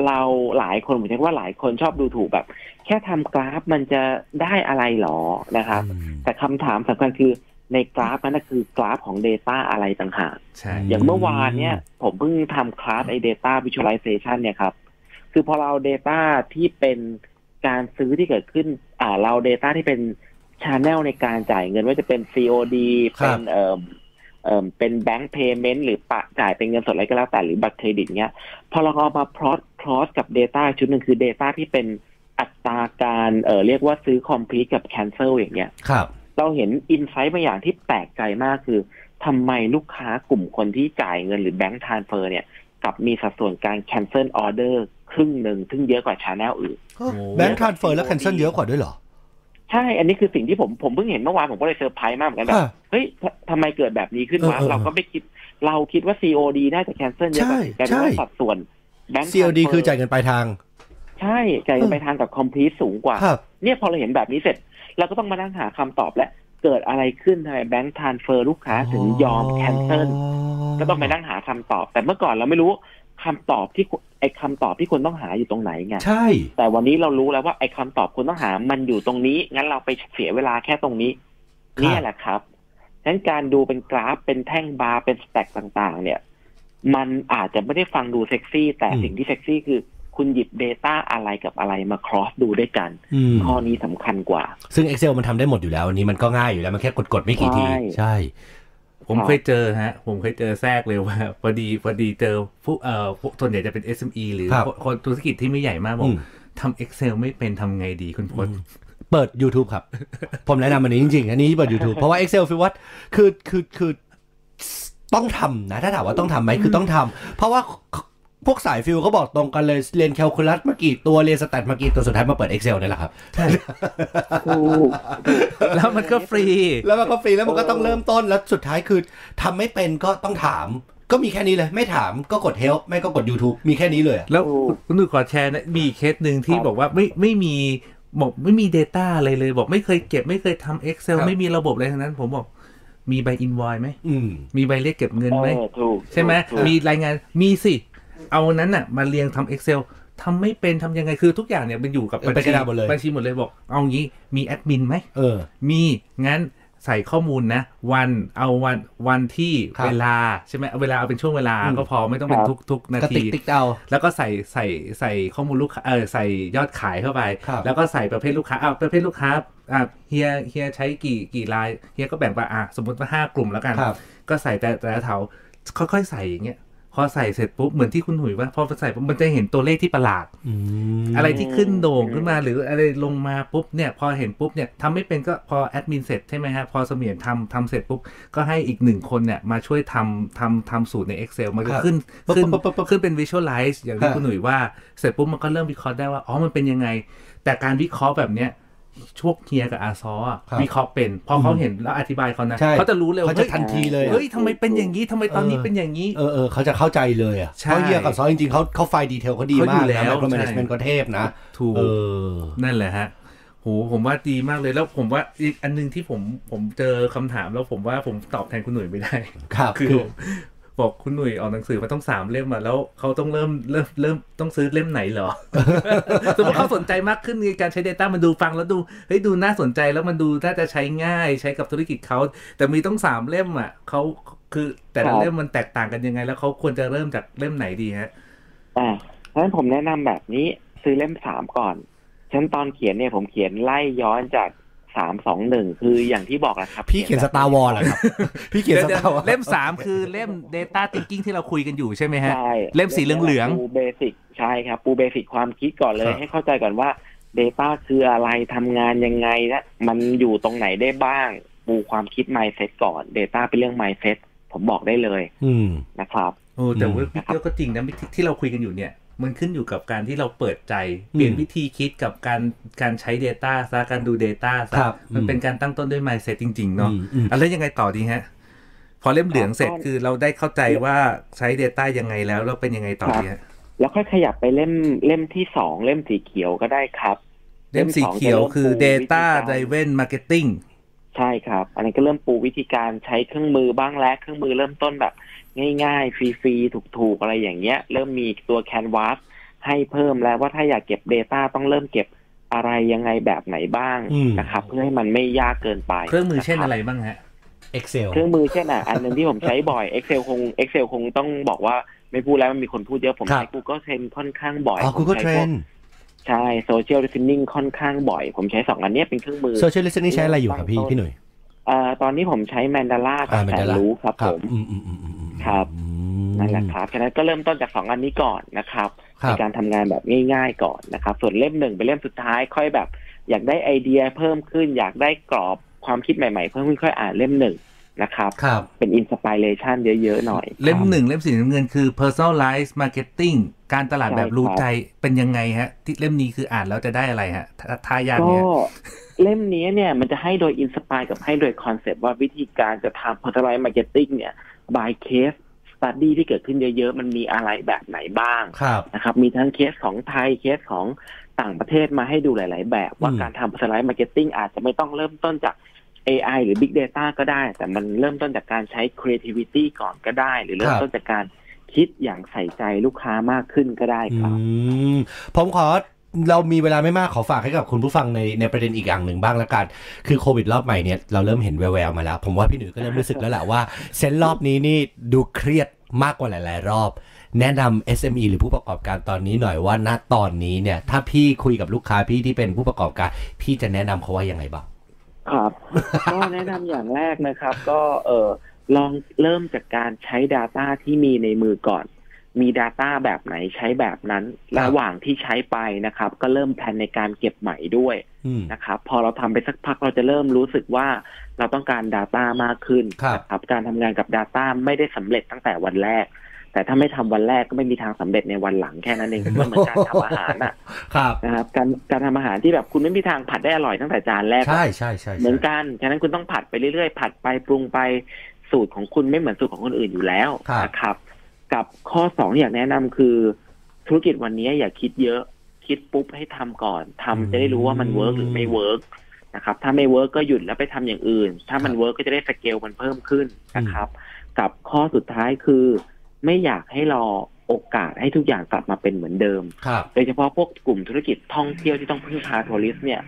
Speaker 4: เราหลายคนผมเรียกว่าหลายคนชอบดูถูกแบบ แค่ทำกราฟมันจะได้อะไรหรอนะครับ แต่คำถามสำคัญคือในกราฟนั้นนะคือกราฟของ Data อะไรต่างหาก
Speaker 3: ใช่
Speaker 4: อย่างเมื่อวานเนี่ยผมเพิ่งทำคลาสไอ Data Visualization เนี่ยครับ คือพอเราเอา Data ที่เป็นการซื้อที่เกิดขึ้น อ่าเรา Data ที่เป็นช n แนลในการจ่ายเงินว่าจะเป็น COD
Speaker 2: ครับ
Speaker 4: เป็นเอ่มเอ่มเป็นแบงก์เพย์เมนต์หรือปะจ่ายเป็นเงินสดอะไรก็แล้วแต่หรือบัตรเครดิตเนี้ย พอเราเอามาพลอตคลอสกับ Data ชุดหนึ่งคือ Data ที่เป็นอัตราการเอ่อเรียกว่าซื้อ complete กับ cancel อย่างเงี้ย
Speaker 2: ครับ
Speaker 4: เราเห็นอินไซต์บางอย่างที่แปลกใจมากคือทำไมลูกค้ากลุ่มคนที่จ่ายเงินหรือแบงก์ทรานเฟอร์เนี่ยกลับมีสัดส่วนการ cancel order ครึ่งหนึ่งซึ่งเยอะกว่าชาแนลอื่น
Speaker 2: แบงค์ทรานเฟอร์และแคนเซิลเยอะกว่าด้วยเหรอ
Speaker 4: ใช่ อันนี้คือสิ่งที่ผมผมเพิ่งเห็นเมื่อวานผมก็เลยเซอร์ไพรส์มากเหมือนกันแบบ
Speaker 2: อ่ะ
Speaker 4: เฮ้ยททำไมเกิดแบบนี้ขึ้นวะ
Speaker 2: เออเออ
Speaker 4: เราก็ไม่คิดเราคิดว่า COD น่าจะ cancel เยอะกว่า
Speaker 2: ใช่
Speaker 4: แต่
Speaker 2: ใช่
Speaker 4: ว่าสัดส่วนแบงก์
Speaker 2: CLD คือจ่ายเงินปลายทาง
Speaker 4: ใช่จ่ายเงินไปทางกับ complete สูงกว่า
Speaker 2: ครับ
Speaker 4: เนี่ยพอเราเห็นแบบนี้เสร็จ เราก็ต้องมานั่งหาคำตอบและเกิดอะไรขึ้นทำไมแบงก์ทรานเฟอร์ลูกค้าถึงยอม cancel ก็ต้องไปนั่งหาคำตอบ แต่เมื่อก่อนเราไม่รู้คำตอบที่คุณไอ้คำตอบที่คนต้องหาอยู่ตรงไหนไง
Speaker 2: ใช่
Speaker 4: แต่วันนี้เรารู้แล้วว่าไอ้คำตอบคนต้องหามันอยู่ตรงนี้ งั้นเราไปเสียเวลาแค่ตรงนี้
Speaker 2: ครับ
Speaker 4: เนี่ยแหละครับฉะนั้นการดูเป็นกราฟเป็นแท่งบาร์เป็นสแต็กต่างๆ เนี่ย มันอาจจะไม่ได้ฟังดูเซ็กซี่ แต่สิ่งที่เซ็กซี่คือ คุณหยิบ Data อะไรกับอะไรมาครอสดูด้วยกัน
Speaker 2: อืม
Speaker 4: ข้อนี้สำคัญกว่า
Speaker 2: ซึ่ง Excel มันทำได้หมดอยู่แล้วอันนี้มันก็ง่ายอยู่แล้ว มันแค่กดๆไม่กี่ที
Speaker 4: ใช่
Speaker 2: ใช่
Speaker 3: ผมเคยเจอฮะ ผมเคยเจอแทรกเลยว่าพอดีพอดีเจอผู้เอ่อผู้ส่วนใหญ่จะเป็น SME หรือ
Speaker 2: ครับ
Speaker 3: คนธุรกิจที่ไม่ใหญ่มากบอ
Speaker 2: อื
Speaker 3: ก
Speaker 2: ม
Speaker 3: ทำ Excel ไม่เป็นทำไงดีคุณพล
Speaker 2: เปิด YouTube ครับ ผมแนะนำอันนี้จริงๆ อันนี้เปิด YouTube เพราะว่า Excel ฟิววัตคือคือคือต้องทำนะ ถ้าถามว่าต้องทำไหมคือต้องทำเพราะว่าพวกสายฟิวเขาบอกตรงกันเลย เรียนแคลคูลัสมากี่ตัว เรียนสแตทมากี่ตัว สุดท้ายมาเปิด Excel นี่แหละครับ
Speaker 3: แล้วมันก็ฟรี
Speaker 2: แล้วมันก็ฟรีแล้วมันก็ต้องเริ่มต้นแล้วสุดท้ายคือทำไม่เป็นก็ต้องถาม ก็มีแค่นี้เลย ไม่ถามก็กด help ไม่ก็กด YouTube มีแค่นี้เลยอะ
Speaker 3: แล้ว
Speaker 4: โอ้
Speaker 3: คุณหนุ่ยขอแชร์นะมีเคสหนึ่งที่
Speaker 4: ครับ
Speaker 3: บอกว่าไม่ไม่มีบอกไม่มี Data อะไรเลย บอกไม่เคยเก็บไม่เคยทำ Excel
Speaker 2: ครับ
Speaker 3: ไม่มีระบบอะไรทั้งนั้น ผมบอกมีใบอินวอยไหม
Speaker 2: อืม
Speaker 3: มีใบเรียกเก็บเงินไหม
Speaker 4: เออถูก
Speaker 3: ใช่ไหม
Speaker 4: ถูก
Speaker 3: มีรายงานมีสิ เอานั้นน่ะ มาเรียงทำ Excel ทำไม่เป็นทำยังไงคือทุกอย่างเนี่ยมันอยู่กับ
Speaker 2: เออเป็นกระดาษหมดเลย
Speaker 3: บัญชีหมดเลยบอก เอางี้มีแอดมินไหม
Speaker 2: เออ
Speaker 3: มีงั้น ใส่ข้อมูลนะ วันเอาวันวันที่
Speaker 2: ครับ
Speaker 3: เวลาใช่ไหมเอาเวลาเอาเป็นช่วงเวลา
Speaker 2: อืม
Speaker 3: ก็พอไม่ต้องเป็น
Speaker 4: ครับ
Speaker 3: ทุกทุกนา
Speaker 2: ก็
Speaker 3: ที
Speaker 2: ติ๊กติ๊กเอา
Speaker 3: แล้วก็ใส่ใส่ใส่ข้อมูลลูกค้าเออใส่ยอดขายเข้าไป
Speaker 2: ครับ
Speaker 3: แล้วก็ใส่ประเภทลูกค้าอ้าวประเภทลูกค้าอ่ะเฮียเฮียใช้กี่กี่รายเฮียก็แบ่งไปอ่ะสมมติว่าห้ากลุ่มแล้วกัน
Speaker 2: ครับ
Speaker 3: ก็ใส่แต่แต่ละแถวค่อยๆใส่อย่างเงี้ยพอใส่เสร็จปุ๊บเหมือนที่คุณหุยว่าพอใส่ปุ๊บมันจะเห็นตัวเลขที่ประหลาด
Speaker 2: อืม
Speaker 3: อะไรที่ขึ้นโด่งขึ้นมาหรืออะไรลงมาปุ๊บเนี่ยพอเห็นปุ๊บเนี่ยทำไม่เป็นก็พอแอดมินเสร็จใช่ไหมฮะพอเสมียนทำทำเสร็จปุ๊บ ก็ให้อีกหนึ่งคนเนี่ยมาช่วยทำทำทำสูตรใน Excel มันก็
Speaker 2: ครับ
Speaker 3: ขึ้น
Speaker 2: ปุ๊บ
Speaker 3: ขึ้น
Speaker 2: ปุ๊บปุ๊บปุ๊บ
Speaker 3: ขึ้นเป็น Visualize อย่าง
Speaker 2: ค
Speaker 3: ที่
Speaker 2: รับ
Speaker 3: คุณหนุ่ยว่าเสร็จปุ๊บมันก็เริ่มวิเคราะห์ได้ว่า อ๋อ มันเป็นยังไง แต่การวิเคราะห์แบบเนี้ยช่วกเฮียกับอาซออะ
Speaker 2: ครับ
Speaker 3: วิเคราะห์เป็นพอเขาเห็นแล้วอธิบายเขานะ
Speaker 2: ใช่
Speaker 3: เขาจะรู้เลย
Speaker 2: เขา
Speaker 3: ว่า
Speaker 2: จะ
Speaker 3: เฮ้ย
Speaker 2: ทันทีเลย
Speaker 3: เฮ้ยทำไมเป็นอย่างนี้ทำไมตอนนี้
Speaker 2: เออ
Speaker 3: เป็นอย่างนี้
Speaker 2: เออเออเขาจะเข้าใจเลยอ่ะ
Speaker 3: ใช่
Speaker 2: เพราะเฮียกับซอจริงๆเขาเขาไฟล์ดีเทลเขาดี
Speaker 3: เขา
Speaker 2: มา
Speaker 3: อยู่
Speaker 2: ก
Speaker 3: แล้
Speaker 2: นะ
Speaker 3: ว
Speaker 2: ไมโคร
Speaker 3: ใช่
Speaker 2: แมจเมนต์เขาเทพนะ
Speaker 3: ถูก
Speaker 2: เออ
Speaker 3: นั่นแหละฮะ โห ผมว่าดีมากเลย แล้วผมว่าอีกอันหนึงที่ผมผมเจอคำถามแล้วผมว่าผมตอบแทนคุณหนุ่ยไม่ได้
Speaker 2: ครับ
Speaker 3: คือ
Speaker 2: คือ
Speaker 3: บอกคุณหนุ่ยออกหนังสือมาต้องสามเล่มอะแล้วเขาต้องเริ่มเริ่มเริ่มต้องซื้อเล่มไหน เหรอ สมมติเขาสนใจมากขึ้นในการใช้ Data มันดูฟังแล้วดูเฮ้ยดูน่าสนใจแล้วมันดูน่าจะใช้ง่ายใช้กับธุรกิจเขาแต่มีต้องสามเล่มอะเขาคือแต่ละ
Speaker 4: ครับ
Speaker 3: เล่มมันแตกต่างกันยังไง แล้วเขาควรจะเริ่มจากเล่มไหนดีฮะ
Speaker 4: อ่าเพราะฉะนั้นผมแนะนำแบบนี้ซื้อเล่มสามก่อนฉันตอนเขียนเนี่ยผมเขียนไล่ย้อนจากสามสองหนึ่งคืออย่างที่บอกนะครับ
Speaker 2: พี่เขียนสตาร์วอลเหรอ ครับ พี่เขียนส
Speaker 3: ดี๋
Speaker 2: ตาร์วอล
Speaker 3: วๆเล่มสามคือเล่ม Data Thinking ที่เราคุยกันอยู่ใช่ไหมฮะ
Speaker 4: ใช่
Speaker 3: เล่มสีเหลืองๆ
Speaker 4: ปูเบสิกใช่ครับ ปูเบสิกความคิดก่อน
Speaker 3: ค
Speaker 4: เล
Speaker 3: รั
Speaker 4: ย
Speaker 3: บ
Speaker 4: ให้เข้าใจก่อนว่า Data คืออะไรทำงานยังไงนะมันอยู่ตรงไหนได้บ้าง ปูความคิด mindset ก่อน Data เป็นเรื่อง mindset ผมบอกได้เลย
Speaker 2: อืม
Speaker 4: นะครับ
Speaker 3: โอ้แต่
Speaker 2: อื
Speaker 3: ว่าม พี่เกียวก็จริงนะที่ที่เราคุยกันอยู่เนี่ย มันขึ้นอยู่กับการที่เราเปิดใจ เปลี่ยน
Speaker 2: อืม
Speaker 3: วิธีคิดกับการการใช้ Data ซะการดู Data ซะ
Speaker 2: ครับ
Speaker 3: มัน
Speaker 2: อืม
Speaker 3: เป็นการตั้งต้นด้วย mindset จริง ๆ เนาะ
Speaker 2: อืมอืม
Speaker 3: อ่ะแล้วยังไงต่อดีฮะ พอเล่มเหลืองเสร็จ
Speaker 4: ครับ
Speaker 3: คือเราได้เข้าใจว่าใช้ Data ยังไงแล้วแล้วเป็นยังไงต่อดีฮะ
Speaker 4: แล้วค่อยขยับไปเล่มเล่มที่สองเล่มสีเขียวก็ได้ครับ
Speaker 3: เล่มสี
Speaker 4: อง
Speaker 3: เขียว
Speaker 4: จะริ่ม
Speaker 3: คือ
Speaker 4: ปูวิธี
Speaker 3: Data
Speaker 4: การ
Speaker 3: Driven Marketing
Speaker 4: ใช่ครับ อันนี้นก็เริ่มปูวิธีการใช้เครื่องมือบ้างแล้วเครื่องมือเริ่มต้นแบบ ง่ายๆ ฟรีๆ ถูกๆ อะไรอย่างเงี้ย เริ่มมีตัวแคนวาสให้เพิ่มแล้วว่าถ้าอยากเก็บ Data ต้องเริ่มเก็บอะไรยังไงแบบไหนบ้าง
Speaker 2: อืม
Speaker 4: นะครับ เพื่อให้มันไม่ยากเกินไป
Speaker 3: เครื่องมือเช่น
Speaker 4: บ
Speaker 3: อะไรบ้างฮะ
Speaker 2: Excel
Speaker 4: เครื่องมือเช่นอ่ะ อันหนึงที่ผมใช้บ่อย Excel คง Excel คงต้องบอกว่าไม่พูดแล้วมันมีคนพูดเยอะผม
Speaker 2: ครับ
Speaker 4: ใช้ Google Trend ค่อนข้างบ่อย
Speaker 2: อ๋อ Google
Speaker 4: ผมใช้พว
Speaker 2: Trend
Speaker 4: ใช่ Social Listening ค่อนข้างบ่อย ผมใช้สองอันเนี้ยเป็นเครื่องมือ
Speaker 2: Social Listening ใช้อะไรอยู่ครับพี่
Speaker 4: ตั้งต้น
Speaker 2: พี่หนุ่ย
Speaker 4: เอ่อตอนนี้ผมใช้ Mandala กับ
Speaker 2: มั
Speaker 4: แสนรู้ครับ
Speaker 2: ค
Speaker 4: ผ
Speaker 2: รับ
Speaker 4: ม
Speaker 2: อืมอืมอืมอืมอืม
Speaker 4: ครับ
Speaker 2: อืม
Speaker 4: นั่นแหละครับ ฉะนั้นก็เริ่มต้นจากสองอันนี้ก่อนนะครับ
Speaker 2: ครับ
Speaker 4: ในการทำงานแบบง่ายๆก่อนนะครับ ส่วนเล่มหนึ่งเป็นเล่มสุดท้ายค่อยแบบ อยากได้ไอเดียเพิ่มขึ้น อยากได้กรอบความคิดใหม่ๆ เพิ่มขึ้นค่อยอ่านเล่มหนึ่งนะครับ
Speaker 2: ครับ
Speaker 4: เป็นอินสปิเรชันเยอะๆหน่อย
Speaker 3: เล่มหนึ่งเล่มสีน้ำเงินคือ personalized marketing การตลาดแบบรู้ใจเป็นยังไงฮะ ที่เล่มนี้คืออ่านแล้วจะได้อะไรฮะทาทายาท
Speaker 4: ก็
Speaker 3: เนี่ย
Speaker 4: เล่มนี้เนี่ยมันจะให้โดยอินสปายกับให้โดยคอนเซปต์ว่าวิธีการจะทำ personalized marketing เนี่ย by case study ที่เกิดขึ้นเยอะๆ มันมีอะไรแบบไหนบ้าง
Speaker 2: ครับ
Speaker 4: นะครับมีทั้งเคสของไทยเคสของต่างประเทศมาให้ดูหลาย ๆ แบบ ว่า
Speaker 2: อืม
Speaker 4: การทำ personalized marketing อาจจะไม่ต้องเริ่มต้นจาก AI หรือ Big Data ก็ได้ แต่มันเริ่มต้นจากการใช้ creativity ก่อนก็ได้ หรือเริ่มต้นจากการคิดอย่างใส่ใจลูกค้ามากขึ้นก็ได้ครับ
Speaker 2: อืมผมขอเรามีเวลาไม่มากขอฝากให้กับคุณผู้ฟังในในประเด็นอีกอย่างหนึ่งบ้างละกัน คือโควิดรอบใหม่เนี่ยเราเริ่มเห็นแววๆมาแล้ว ผมว่าพี่หนุ่ยก็เริ่มรู้สึกแล้วแหละว่าเซนส์รอบนี้นี่ดูเครียดมากกว่าหลาย ๆ รอบ แนะนำ SME หรือผู้ประกอบการตอนนี้หน่อยว่าณตอนนี้เนี่ย ถ้าพี่คุยกับลูกค้าพี่ที่เป็นผู้ประกอบการ พี่จะแนะนำเขาว่ายังไงบ้าง
Speaker 4: ครับ ก็แนะนำอย่างแรกนะครับ ก็เออลองเริ่มจากการใช้ Data ที่มีในมือก่อน มี Data แบบไหนใช้แบบนั้น
Speaker 2: ครับ
Speaker 4: ระหว่างที่ใช้ไปนะครับ ก็เริ่มแพลนในการเก็บใหม่ด้วย
Speaker 2: อืม
Speaker 4: นะครับพอเราทำไปสักพักเราจะเริ่มรู้สึกว่าเราต้องการ Data มากขึ้น
Speaker 2: ครับ
Speaker 4: นะครับการทำงานกับ Data ไม่ได้สำเร็จตั้งแต่วันแรก แต่ถ้าไม่ทำวันแรกก็ไม่มีทางสำเร็จในวันหลังแค่นั้นเอง มันเหมือนการทำอาหารอะ
Speaker 2: ครับ
Speaker 4: นะครับการการทำอาหารที่แบบคุณไม่มีทางผัดได้อร่อยตั้งแต่จานแรก
Speaker 2: ใช่ใช่ใช่
Speaker 4: เหมือนกันฉะนั้นคุณต้องผัดไปเรื่อยๆ ผัดไปปรุงไปสูตรของคุณไม่เหมือนสูตรของคนอื่นอยู่แล้วนะครับ กับข้อสองที่อยากแนะนำคือ ธุรกิจวันนี้อย่าคิดเยอะ คิดปุ๊บให้ทำก่อนทำจะได้รู้ว่ามันเวิร์กหรือไม่เวิร์กนะครับ ถ้าไม่เวิร์กก็หยุดแล้วไปทำอย่างอื่น ถ้ามันเวิร์กก็จะได้สเกลมันเพิ่มขึ้นนะครับ กับข้อสุดท้ายคือ ไม่อยากให้รอโอกาสให้ทุกอย่างกลับมาเป็นเหมือนเดิม
Speaker 2: ครับ
Speaker 4: โดยเฉพาะพวกกลุ่มธุรกิจท่องเที่ยวที่ต้องพึ่งพาทัวริสต์เนี่ย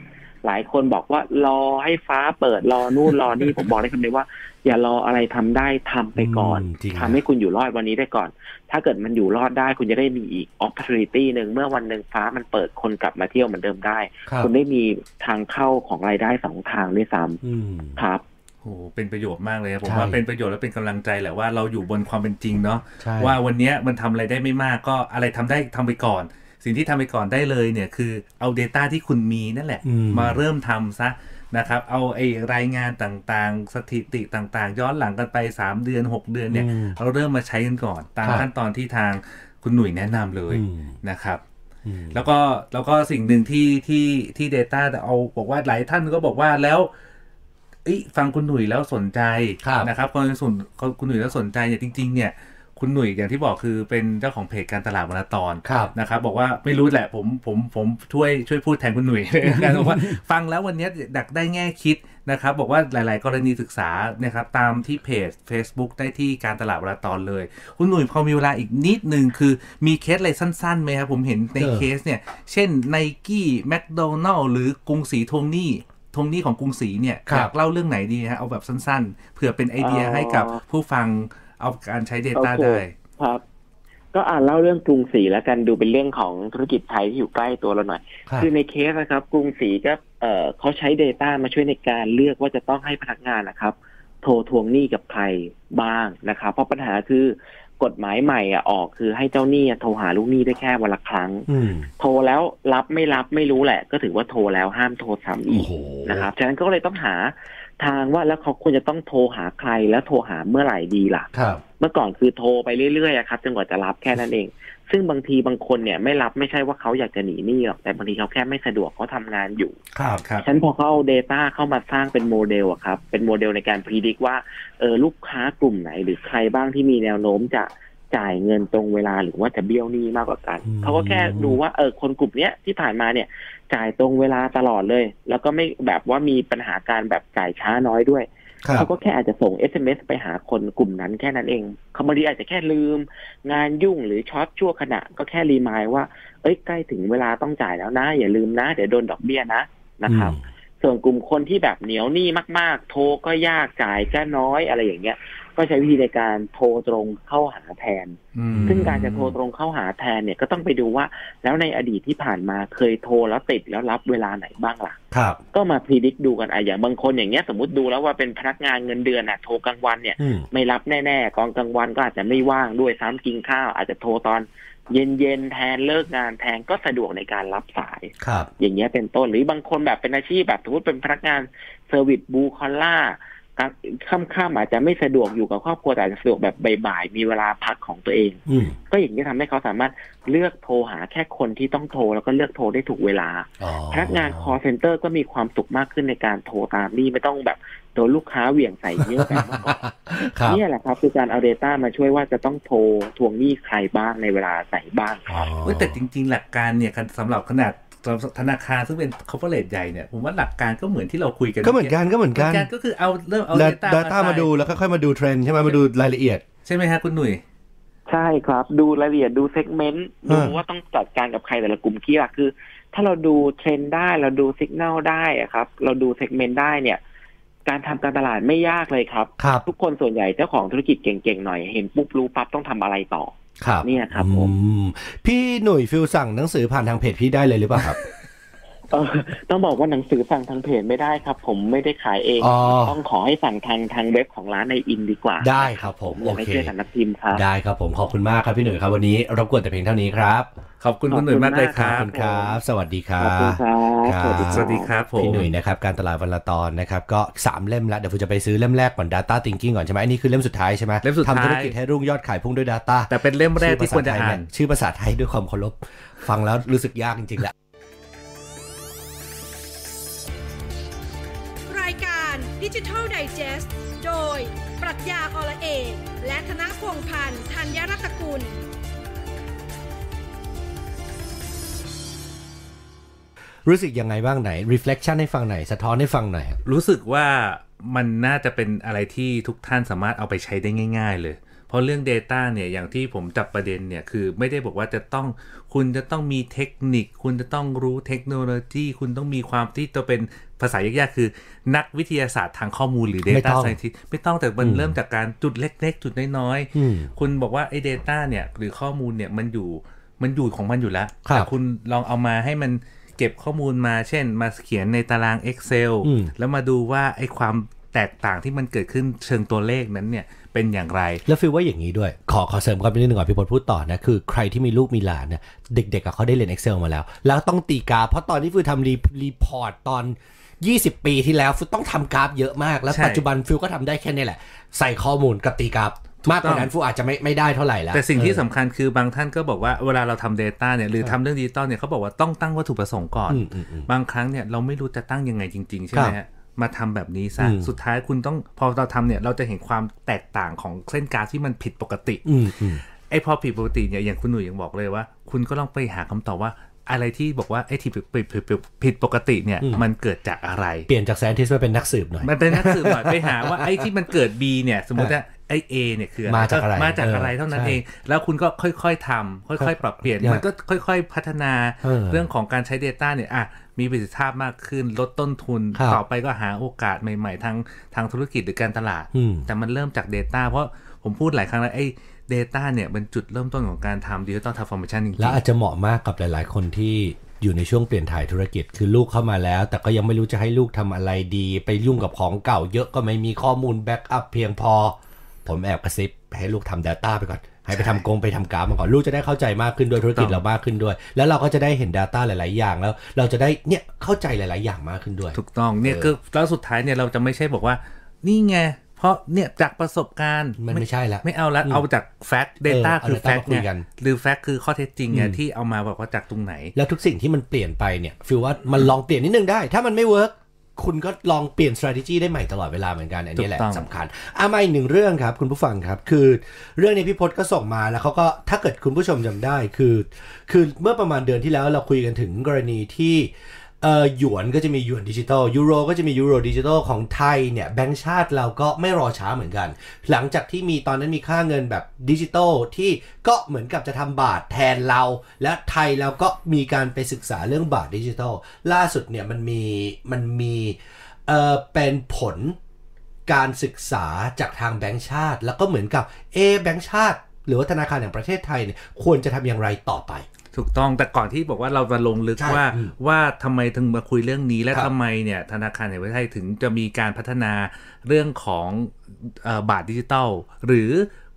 Speaker 4: หลายคนบอกว่ารอให้ฟ้าเปิดรอนู่นรอนี่ ผมบอกได้คำเดียวว่า อย่ารออะไรทำได้ทำไปก่อน
Speaker 2: อืมจริงนะ
Speaker 4: ทำให้คุณอยู่รอดวันนี้ได้ก่อน ถ้าเกิดมันอยู่รอดได้คุณจะได้มีอีก opportunity หนึ่งเมื่อวันหนึ่งฟ้ามันเปิดคนกลับมาเที่ยวเหมือนเดิมได้
Speaker 2: ครับ
Speaker 4: คุณได้มีทางเข้าของรายได้สองทางด้วยซ้
Speaker 2: อืม
Speaker 4: ำครับ
Speaker 3: โอ้โหเป็นประโยชน์มากเลยครับผม
Speaker 2: ใช่
Speaker 3: ว่าเป็นประโยชน์และเป็นกำลังใจแหละว่าเราอยู่บนความเป็นจริงเนาะ
Speaker 2: ใช่
Speaker 3: ว่าวันเนี้ยมันทำอะไรได้ไม่มากก็อะไรทำได้ทำไปก่อน สิ่งที่ทำไปก่อนได้เลยเนี่ยคือเอา Data ที่คุณมีนั่นแหละ
Speaker 2: อื
Speaker 3: มาเริ่มทำซะนะครับ เอาไอ้รายงานต่างๆ สถิติต่างๆ ย้อนหลังกันไป 3 เดือน 6 เดือนเนี่ย
Speaker 2: อืม
Speaker 3: เราเริ่มมาใช้กันก่อน ตาม
Speaker 2: ครับ
Speaker 3: ขั้นตอนที่ทางคุณหนุ่ยแนะนำเลย
Speaker 2: อืม
Speaker 3: นะครับ
Speaker 2: อืม
Speaker 3: แล้วก็แล้วก็สิ่งหนึ่งที่ที่ที่ Data แต่เอาบอกว่าหลายท่านก็บอกว่าแล้วเอยฟังคุณหนุ่ยแล้วสนใจ
Speaker 2: ครับ
Speaker 3: นะครับคนสนคุณหนุ่ยแล้วสนใจเนี่ยจริง ๆ เนี่ย คุณหนุ่ยอย่างที่บอกคือเป็นเจ้าของเพจการตลาดวรรณตอน
Speaker 2: ครับ
Speaker 3: นะครับ บอกว่าไม่รู้แหละผมผมผมช่วยช่วยพูดแทนคุณหนุ่ย นะครับบอกว่าฟังแล้ววันเนี้ยดักได้แง่คิดนะครับ บอกว่าหลาย ๆ กรณีศึกษานะครับตามที่เพจ Facebook ได้ที่การตลาดวรรณตอนเลย คุณหนุ่ยพอมีเวลาอีกนิดนึงคือมีเคสอะไรสั้นๆไหมครับผมเห็นใน
Speaker 2: เออ
Speaker 3: เคสเนี่ย เช่นไนกี้แมคโดนัลหรือกรุงศรีทวงหนี้ทวงหนี้ของกรุงศรีเนี่ย
Speaker 2: ครับ
Speaker 3: อยากเล่าเรื่องไหนดีฮะเอาแบบสั้นๆเผื่อเป็นไอเดียให้กับผู้ฟังเอาการใช้ Data
Speaker 4: โอเค
Speaker 3: ได้
Speaker 4: ครับ ก็อ่านเล่าเรื่องกรุงศรีแล้วกันดูเป็นเรื่องของธุรกิจไทยที่อยู่ใกล้ตัวเราหน่อย
Speaker 2: ครับ
Speaker 4: คือในเคสนะครับ กรุงศรีก็เอ่อเขาใช้ Data มาช่วยในการเลือกว่าจะต้องให้พนักงานนะครับ โทรทวงหนี้กับใครบ้างนะครับ เพราะปัญหาคือกฎหมายใหม่อ่ะออกคือให้เจ้าหนี้อ่ะโทรหาลูกหนี้ได้แค่วันละครั้ง
Speaker 2: อืม
Speaker 4: โทรแล้วรับไม่รับไม่รู้แหละ ก็ถือว่าโทรแล้วห้ามโทรซ้ำอี
Speaker 2: โอ้
Speaker 4: ก
Speaker 2: โห
Speaker 4: นะครับฉะนั้นก็เลยต้องหาทางว่าแล้วเขาควรจะต้องโทรหาใครแล้วโทรหาเมื่อไหร่ดีล่ะ
Speaker 2: ครับ
Speaker 4: เมื่อก่อนคือโทรไปเรื่อยๆอะครับจนกว่าจะรับแค่นั้นเอง ซึ่งบางทีบางคนเนี่ยไม่รับไม่ใช่ว่าเขาอยากจะหนีหนี้หรอกแต่บางทีเขาแค่ไม่สะดวกเขาทำงานอยู่
Speaker 2: ครับ
Speaker 3: ครับ
Speaker 4: ฉันพอเขาเอา Data เข้ามาสร้างเป็นโมเดลอะครับ เป็นโมเดลในการพิจิตรว่าเออลูกค้ากลุ่มไหน หรือใครบ้างที่มีแนวโน้มจะจ่ายเงินตรงเวลาหรือว่าจะเบี้ยวหนี้มากกว่ากัน
Speaker 2: อืม
Speaker 4: เขาก็แค่ดูว่าเออคนกลุ่มเนี้ยที่ผ่านมาเนี่ยจ่ายตรงเวลาตลอดเลย แล้วก็ไม่แบบว่ามีปัญหาการแบบจ่ายช้าน้อยด้วย
Speaker 2: ครับ
Speaker 4: เขาก็แค่อาจจะส่ง SMS ไปหาคนกลุ่มนั้นแค่นั้นเองเขาบางทีอาจจะแค่ลืม งานยุ่งหรือช็อตชั่วขณะ ก็แค่รีมายว่า เอ้ยใกล้ถึงเวลาต้องจ่ายแล้วนะ อย่าลืมนะ เดี๋ยวโดนดอกเบี้ยนะนะครับ ส่วนกลุ่มคนที่แบบเหนียวหนี้มาก ๆ โทรก็ยากจ่ายก็น้อยอะไรอย่างเงี้ย ก็ใช้วิธีในการโทรตรงเข้าหาแทน
Speaker 3: อืม
Speaker 4: ซึ่งการจะโทรตรงเข้าหาแทนเนี่ยก็ต้องไปดูว่า แล้วในอดีตที่ผ่านมาเคยโทรแล้วติดแล้วรับเวลาไหนบ้างล่ะ
Speaker 2: ครับ
Speaker 4: ก็มาพิจิตรดูกันอะอย่างบางคนอย่างเงี้ยสมมติดูแล้วว่าเป็นพนักงานเงินเดือนอะโทรกลางวันเนี่ย
Speaker 2: อืม
Speaker 4: ไม่รับแน่ๆกองกลางวันก็อาจจะไม่ว่างด้วยซ้ำกินข้าว อาจจะโทรตอนเย็นๆแทนเลิกงานแทนก็สะดวกในการรับสาย
Speaker 2: ครับ
Speaker 4: อย่างเงี้ยเป็นต้นหรือบางคนแบบเป็นอาชีพแบบสมมติเป็นพนักงานเซอร์วิสบูคอลล่าค่ำๆอาจจะไม่สะดวกอยู่กับครอบครัวแต่อาจจะสะดวกแบบบ่ายๆมีเวลาพักของตัวเอง
Speaker 2: อืม
Speaker 4: ก็อย่างนี้ยทำให้เขาสามารถเลือกโทรหาแค่คนที่ต้องโทรแล้วก็เลือกโทรได้ถูกเวลา
Speaker 2: อ๋อ
Speaker 4: พนักงาน call center ก็มีความสุขมากขึ้นในการโทรตามนี่ไม่ต้องแบบโดนลูกค้าเหวี่ยงใส่เยอะแบบเมื่อก่อน
Speaker 2: ครับ
Speaker 4: เนี่ยแหละครับคือการเอา Data มาช่วยว่าจะต้องโทรทวงหนี้ใครบ้างในเวลาไหนบ้างครับ
Speaker 3: เว้ยแต่จริง ๆ หลักการเนี่ยคันสำหรับขนาดสำหรับธนาคารซึ่งเป็น corporate ใหญ่เนี่ย ผมว่าหลักการก็เหมือนที่เราคุยกัน
Speaker 2: ก็เหมือนกันก็เหมือน
Speaker 3: เหมื
Speaker 2: กั
Speaker 3: อน นกันก็คือเอาเริ่มเอา
Speaker 2: แล้ว
Speaker 3: data
Speaker 2: data มาดูแล้วค่อยๆมาดูเทรนด์ใช่ไหมมาดูรายละเอียด
Speaker 3: ใช่ไหมฮะคุณหนุ่ย
Speaker 4: ใช่ครับ ดูรายละเอียดดูเซกเมนต์
Speaker 2: อ่า
Speaker 4: ดูว่าต้องจัดการกับใครแต่ละกลุ่มที่หลักคือ ถ้าเราดูเทรนด์ได้เราดูสัญญาณได้อะครับ เราดูเซกเมนต์ได้เนี่ย การทำการตลาดไม่ยากเลยครับ
Speaker 2: ครับ
Speaker 4: ทุกคนส่วนใหญ่เจ้าของธุรกิจเก่งๆหน่อยเห็นปุ๊บรู้ปั๊บต้องทำอะไรต่อ
Speaker 2: ครับ
Speaker 4: เนี่ยครับผม
Speaker 2: อืพี่หนุ่ยฟิลสั่งหนังสือผ่านทางเพจพี่ได้เลยหรือเปล่าครับ
Speaker 4: เออต้อง บอกว่าหนังสือสั่งทางเพจไม่ได้ครับ ผมไม่ได้ขายเอง
Speaker 2: อ๋อ
Speaker 4: ต้องขอให้สั่งทางทางเว็บของร้านในอินดีกว่า
Speaker 2: ได้ครับผม
Speaker 4: อ
Speaker 2: โอย่าง
Speaker 4: ให้
Speaker 2: เค
Speaker 4: ช่วยสำนักพิมพ์ครับ
Speaker 2: ได้ครับผมขอบคุณมากครับพี่หนุ่ยครับวันนี้รบกวนแต่เพียงเท่านี้ครับ
Speaker 3: ขอบคุณคุณหนุ่ยมากเลยค
Speaker 2: ขอบ
Speaker 3: รับ
Speaker 2: คุณครับ สวัสดีครั
Speaker 4: ขอบคุณ
Speaker 2: บ
Speaker 4: ครับ
Speaker 2: ครับ
Speaker 4: สวัสดี
Speaker 3: ส
Speaker 4: ครั
Speaker 3: วัสดีครั
Speaker 4: บ
Speaker 3: บผม
Speaker 2: พี่หนุ่ยนะครับการตลาดวันละตอนนะครับก็ 3 เล่มแล้วเดี๋ยวผมจะไปซื้อเล่มแรกก่อน Data Thinking ก่อนใช่ไหมอันนี้คือเล่มสุดท้ายใช่ไหม
Speaker 3: เล่มสุดท้าย
Speaker 2: ทำธุรกิจให้รุ่งยอดขายพุ่งด้วย Data
Speaker 3: แต่เป็นเล่มแรกที่ควรจะอ่าน
Speaker 2: ชื่อภาษาไทยเนี่ยชื่อภาษาไทยด้วยความเคารพฟังแล้วรู้สึกยากจริงๆแหละ
Speaker 1: รายการดิจิทัลไดจ e s t โดย ปรัชญาอละเอกและธนพงษ์พันธ์ธัญรัตนกุล
Speaker 2: รู้สึกยังไงบ้างไหน reflection ให้ฟังหน่อยสะท้อนให้ฟังหน่อยครับ
Speaker 3: รู้สึกว่ามันน่าจะเป็นอะไรที่ทุกท่านสามารถเอาไปใช้ได้ง่าย ๆ เลย พ ราะเรื่อง Data เนี่ยอย่างที่ผมจับประเด็นเนี่ยคือไม่ได้บอกว่าจะต้องคุณจะต้องมีเทคนิค คุณจะต้องรู้เทคโนโลยี คุณต้องมีความที่จะเป็นภาษายากๆคือนักวิทยาศาสตร์ทางข้อมูลหรือ
Speaker 2: ไม่
Speaker 3: Data
Speaker 2: ต้อง
Speaker 3: Scientist ไม่ต้องแต่มัน
Speaker 2: อืม
Speaker 3: เริ่มจากการจุดเล็ก ๆ จุดน้อย
Speaker 2: อืม
Speaker 3: คุณบอกว่าไอ้ Data เนี่ยหรือข้อมูลเนี่ยมันอยู่มันอยู่ของมันอยู่แล้ว
Speaker 2: ครับ
Speaker 3: แต่คุณลองเอามาให้มันเก็บข้อมูลมา เช่น มาเขียนในตาราง Excel
Speaker 2: อืม
Speaker 3: แล้วมาดูว่าไอ้ความแตกต่างที่มันเกิดขึ้นเชิงตัวเลขนั้นเนี่ยเป็นอย่างไร
Speaker 2: แล้วฟิลว่าอย่างนี้ด้วย ขอขอเสริมความเป็นนิดหนึ่งก่อนพี่พลพูดต่อนะ คือใครที่มีลูกมีหลานเนี่ยเด็กๆอะเขาได้เรียน Excel มาแล้ว แล้วต้องตีกราฟเพราะตอนที่ฟิลทำรีรีพอร์ตตอน 20 ปีที่แล้วฟิลต้องทำกราฟเยอะมาก แล้ว
Speaker 3: ใช่
Speaker 2: ปัจจุบันฟิลก็ทำได้แค่นี้แหละ ใส่ข้อมูลกับตีกราฟมากกว่านั้นฟิลอาจจะไม่ไม่ได้เท่าไหร่แล้ว
Speaker 3: แต่สิ่งที่สำคัญคือบางท่านก็บอกว่าเวลาเราทำ Data เนี่ยหรือทำเรื่องดิจิตอลเนี่ยเขาบอกว่าต้องตั้งวัตถุประสงค์ก่อน
Speaker 2: อืมอืมอืม
Speaker 3: บางครั้งเนี่ยเราไม่รู้จะตั้งยังไงจริง ๆ ใช่ไหมฮะมาทำแบบนี้ซะ
Speaker 2: อืม
Speaker 3: สุดท้ายคุณต้องพอเราทำเนี่ยเราจะเห็นความแตกต่างของเส้นกราฟที่มันผิดปกติ
Speaker 2: อืมอืม
Speaker 3: ไอ้พอผิดปกติเนี่ยอย่างคุณหนุ่ยยังบอกเลยว่า คุณก็ลองไปหาคำตอบว่าอะไรที่บอกว่าไอ้ที่ผิดผิดผิดผิดผิดปกติเนี่ย
Speaker 2: อืม
Speaker 3: มันเกิดจากอะไร
Speaker 2: เปลี่ยนจากแซนทิสมาเป็นนักสืบหน่อย
Speaker 3: มันเป็นนักสืบหน่อยไปหา ว่าไอ้ที่มันเกิด B เนี่ย สมมติว่าไอ้ A เนี่ยคือ
Speaker 2: มาจากอะไร
Speaker 3: มาจากอะไร
Speaker 2: เออ
Speaker 3: เท่านั้น
Speaker 2: ใช่
Speaker 3: เอง แล้วคุณก็ค่อยๆทำค่อยๆ ปรับเปลี่ยน
Speaker 2: อยาก
Speaker 3: มันก็ค่อย ๆ พัฒนา
Speaker 2: เออ
Speaker 3: เรื่องของการใช้ Data เนี่ยอ่ะมีประสิทธิภาพมากขึ้นลดต้นทุน
Speaker 2: ครับ
Speaker 3: ต่อไปก็หาโอกาสใหม่ๆ ทางทางธุรกิจหรือการตลาด
Speaker 2: อืม
Speaker 3: แต่มันเริ่มจาก Data เพราะผมพูดหลายครั้งแล้วไอ้ Data เนี่ยเป็นจุดเริ่มต้นของการทำดิจิตอลทาร์ฟอร์มชันจริงๆ
Speaker 2: แล้วอาจจะเหมาะมากกับหลาย ๆ คนที่อยู่ในช่วงเปลี่ยนถ่ายธุรกิจคือลูกเข้ามาแล้ว แต่ก็ยังไม่รู้จะให้ลูกทำอะไรดี ไปยุ่งกับของเก่าเยอะก็ไม่มีข้อมูลแบ็กอัพเพียงพอ ผมแอบกระซิบให้ลูกทำ Data ไปก่อน ให้ไปทำกงไปทำกราฟมาก่อน ลูกจะได้เข้าใจมากขึ้นด้วยธุรกิจ
Speaker 3: ถูกต้อง
Speaker 2: เรามากขึ้นด้วย แล้วเราก็จะได้เห็น Data หลาย ๆ อย่างแล้ว เราจะได้เนี่ยเข้าใจหลาย ๆ อย่างมากขึ้นด้วย
Speaker 3: ถูกต้องเนี่ย
Speaker 2: เออ
Speaker 3: คือแล้วสุดท้ายเนี่ยเราจะไม่ใช่บอกว่า นี่ไง เพราะเนี่ยจากประสบการณ์
Speaker 2: มันไม่ใช่ละ
Speaker 3: ไม่เอาละ
Speaker 2: อืม
Speaker 3: เอาจากแฟกต์ Data
Speaker 2: เออเอา
Speaker 3: คือ
Speaker 2: data
Speaker 3: แฟก
Speaker 2: มา
Speaker 3: ต์
Speaker 2: คุย
Speaker 3: เนี่ย
Speaker 2: กัน
Speaker 3: หรือแฟกต์คือข้อเท็จจริงเนี่
Speaker 2: อื
Speaker 3: ย
Speaker 2: ม
Speaker 3: ที่เอามาบอกว่าจากตรงไหน
Speaker 2: แล้วทุกสิ่งที่มันเปลี่ยนไปเนี่ยฟิลว่ามันลองเปลี่ยนนิดนึงได้ ถ้ามันไม่เวิร์กคุณก็ลองเปลี่ยน strategy ได้ใหม่ตลอดเวลาเหมือนกัน อันนี้แหละ
Speaker 3: ถูกต้อง
Speaker 2: สำคัญอามาอีกหนึ่งเรื่องครับ คุณผู้ฟังครับ คือเรื่องนี้พี่พจน์ก็ส่งมาแล้วเขาก็ถ้าเกิดคุณผู้ชมจำได้คือ คือเมื่อประมาณเดือนที่แล้วเราคุยกันถึงกรณีที่เออหยวนก็จะมีหยวนดิจิตอลยูโรก็จะมียูโรดิจิตอลของไทยเนี่ยแบงก์ชาติเราก็ไม่รอช้าเหมือนกัน หลังจากที่มีตอนนั้นมีค่าเงินแบบดิจิตอลที่ก็เหมือนกับจะทำบาทแทนเรา และไทยเราก็มีการไปศึกษาเรื่องบาทดิจิตอลล่าสุดเนี่ยมันมีมันมีเออเป็นผล การศึกษาจากทางแบงก์ชาติ แล้วก็เหมือนกับเอะแบงก์ชาติ หรือว่าธนาคารแห่งประเทศไทยเนี่ยควรจะทำอย่างไรต่อไป
Speaker 3: ถูกต้องแต่ก่อนที่บอกว่าเราจะลงลึก
Speaker 2: ใช่
Speaker 3: ว่า
Speaker 2: อืม
Speaker 3: ว่าทำไมถึงมาคุยเรื่องนี้และ
Speaker 2: ครับ
Speaker 3: ทำไมเนี่ยธนาคารแห่งประเทศไทยถึงจะมีการพัฒนาเรื่องของเออบาทดิจิตอลหรือ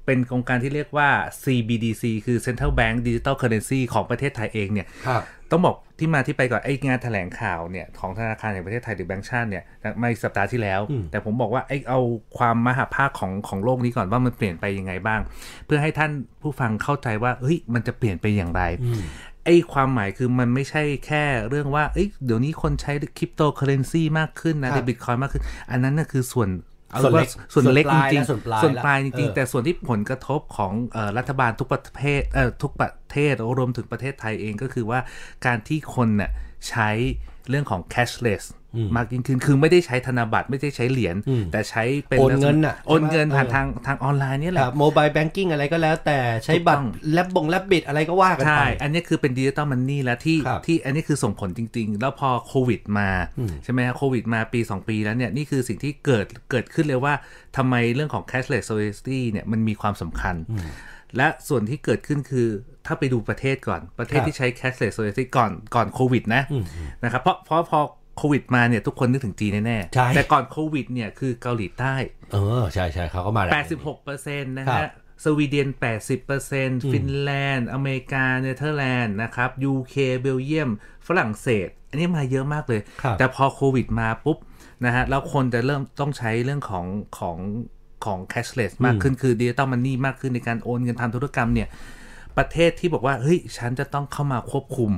Speaker 3: เป็นโครงการที่เรียกว่า CBDC คือ Central Bank Digital Currency ของประเทศไทยเองเนี่ย
Speaker 2: ครับ
Speaker 3: ต้องบอกที่มาที่ไปก่อนไอ้งานแถลงข่าวเนี่ยของธนาคารแห่งประเทศไทยหรือแบงก์ชาติเนี่ยมาสัปดาห์ที่แล้ว
Speaker 2: อืม
Speaker 3: แต่ผมบอกว่าไอ้เอาความมหาภาคของของโลกนี้ก่อนว่ามันเปลี่ยนไปยังไงบ้าง เพื่อให้ท่านผู้ฟังเข้าใจว่าเฮ้ยมันจะเปลี่ยนไปอย่างไร ไอ้ความหมายคือมันไม่ใช่แค่เรื่องว่า เอ้ยเดี๋ยวนี้คนใช้คริปโตเคอเรนซีมากขึ้นนะ
Speaker 2: ครั
Speaker 3: ใน
Speaker 2: บ
Speaker 3: บิตคอยมากขึ้น อันนั้นน่ะคือส่วนอา
Speaker 2: ส่วนเล็ก
Speaker 3: าส่วนเล็ก
Speaker 2: ส่วนปลาย
Speaker 3: จริง
Speaker 2: นะส่วนปลาย
Speaker 3: ๆส่วนปลาย
Speaker 2: ละ
Speaker 3: จริง
Speaker 2: เออ
Speaker 3: ๆแต่ส่วนที่ผลกระทบของเอ่อรัฐบาลทุกประเทศเอ่อทุกประเทศรวมถึงประเทศไทยเองก็คือว่าการที่คนน่ะใช้เรื่องของ cashless
Speaker 2: อืม
Speaker 3: มากยิ่งขึ้นคือไม่ได้ใช้ธนบัตรไม่ได้ใช้เหรียญ
Speaker 2: อืม
Speaker 3: แต่ใช้เป็น
Speaker 2: โอนเงินน่ะ
Speaker 3: โอนเงินผ่าน
Speaker 2: ใช่ไหม
Speaker 3: ทางทางออนไลน์เนี่ยแห
Speaker 2: ค
Speaker 3: ละ
Speaker 2: รับโมบายแบงกิ้งอะไรก็แล้ว แต่ใช้บัตร
Speaker 3: ถูกต้อง
Speaker 2: แลบบงแลบบิดอะไรก็ว่ากัน
Speaker 3: ใช่
Speaker 2: ไป
Speaker 3: อันนี้คือเป็นดิจิตอลมันนี่แล้วที่
Speaker 2: ครับ
Speaker 3: ที่อันนี้คือส่งผลจริง ๆ แล้วพอโควิดมา ใช่ไหมฮะโควิดมาปี 2 ปีแล้วเนี่ย นี่คือสิ่งที่เกิดเกิดขึ้นเลยว่าทำไมเรื่องของ cashless society เนี่ยมันมีความสำคัญ และส่วนที่เกิดขึ้นคือถ้าไปดูประเทศก่อนประเทศ
Speaker 2: ครับ
Speaker 3: ที่ใช้ cashless society ก่อนก่อนโควิดนะนะครับเพราะเพราะพอโควิดมาเนี่ยทุกคนนึกถึงจีนแน่
Speaker 2: ใช่
Speaker 3: ๆแต่ก่อนโควิดเนี่ยคือเกาหลีใต้
Speaker 2: เออใช่ใช่เขาก็มาล้ว
Speaker 3: 86เปอร์เซ็นต์นะ
Speaker 2: ครั
Speaker 3: ฮะ
Speaker 2: บ
Speaker 3: สวีเดน 80เปอร์เซ็นต์ฟินแลนด์ อเมริกา เนเธอร์แลนด์ นะครับยูเคเบลเยียม ฝรั่งเศส อันนี้มาเยอะมากเลย
Speaker 2: ครับ
Speaker 3: แต่พอโควิดมาปุ๊บ นะฮะ แล้วคนจะเริ่มต้องใช้เรื่องของของของ cashless มากขึ้น คือดิจิตอลมันนี่มากขึ้นในการโอนเงินทำธุรกรรมเนี่ย ประเทศที่บอกว่า เฮ้ย ฉันจะต้องเข้ามาควบคุม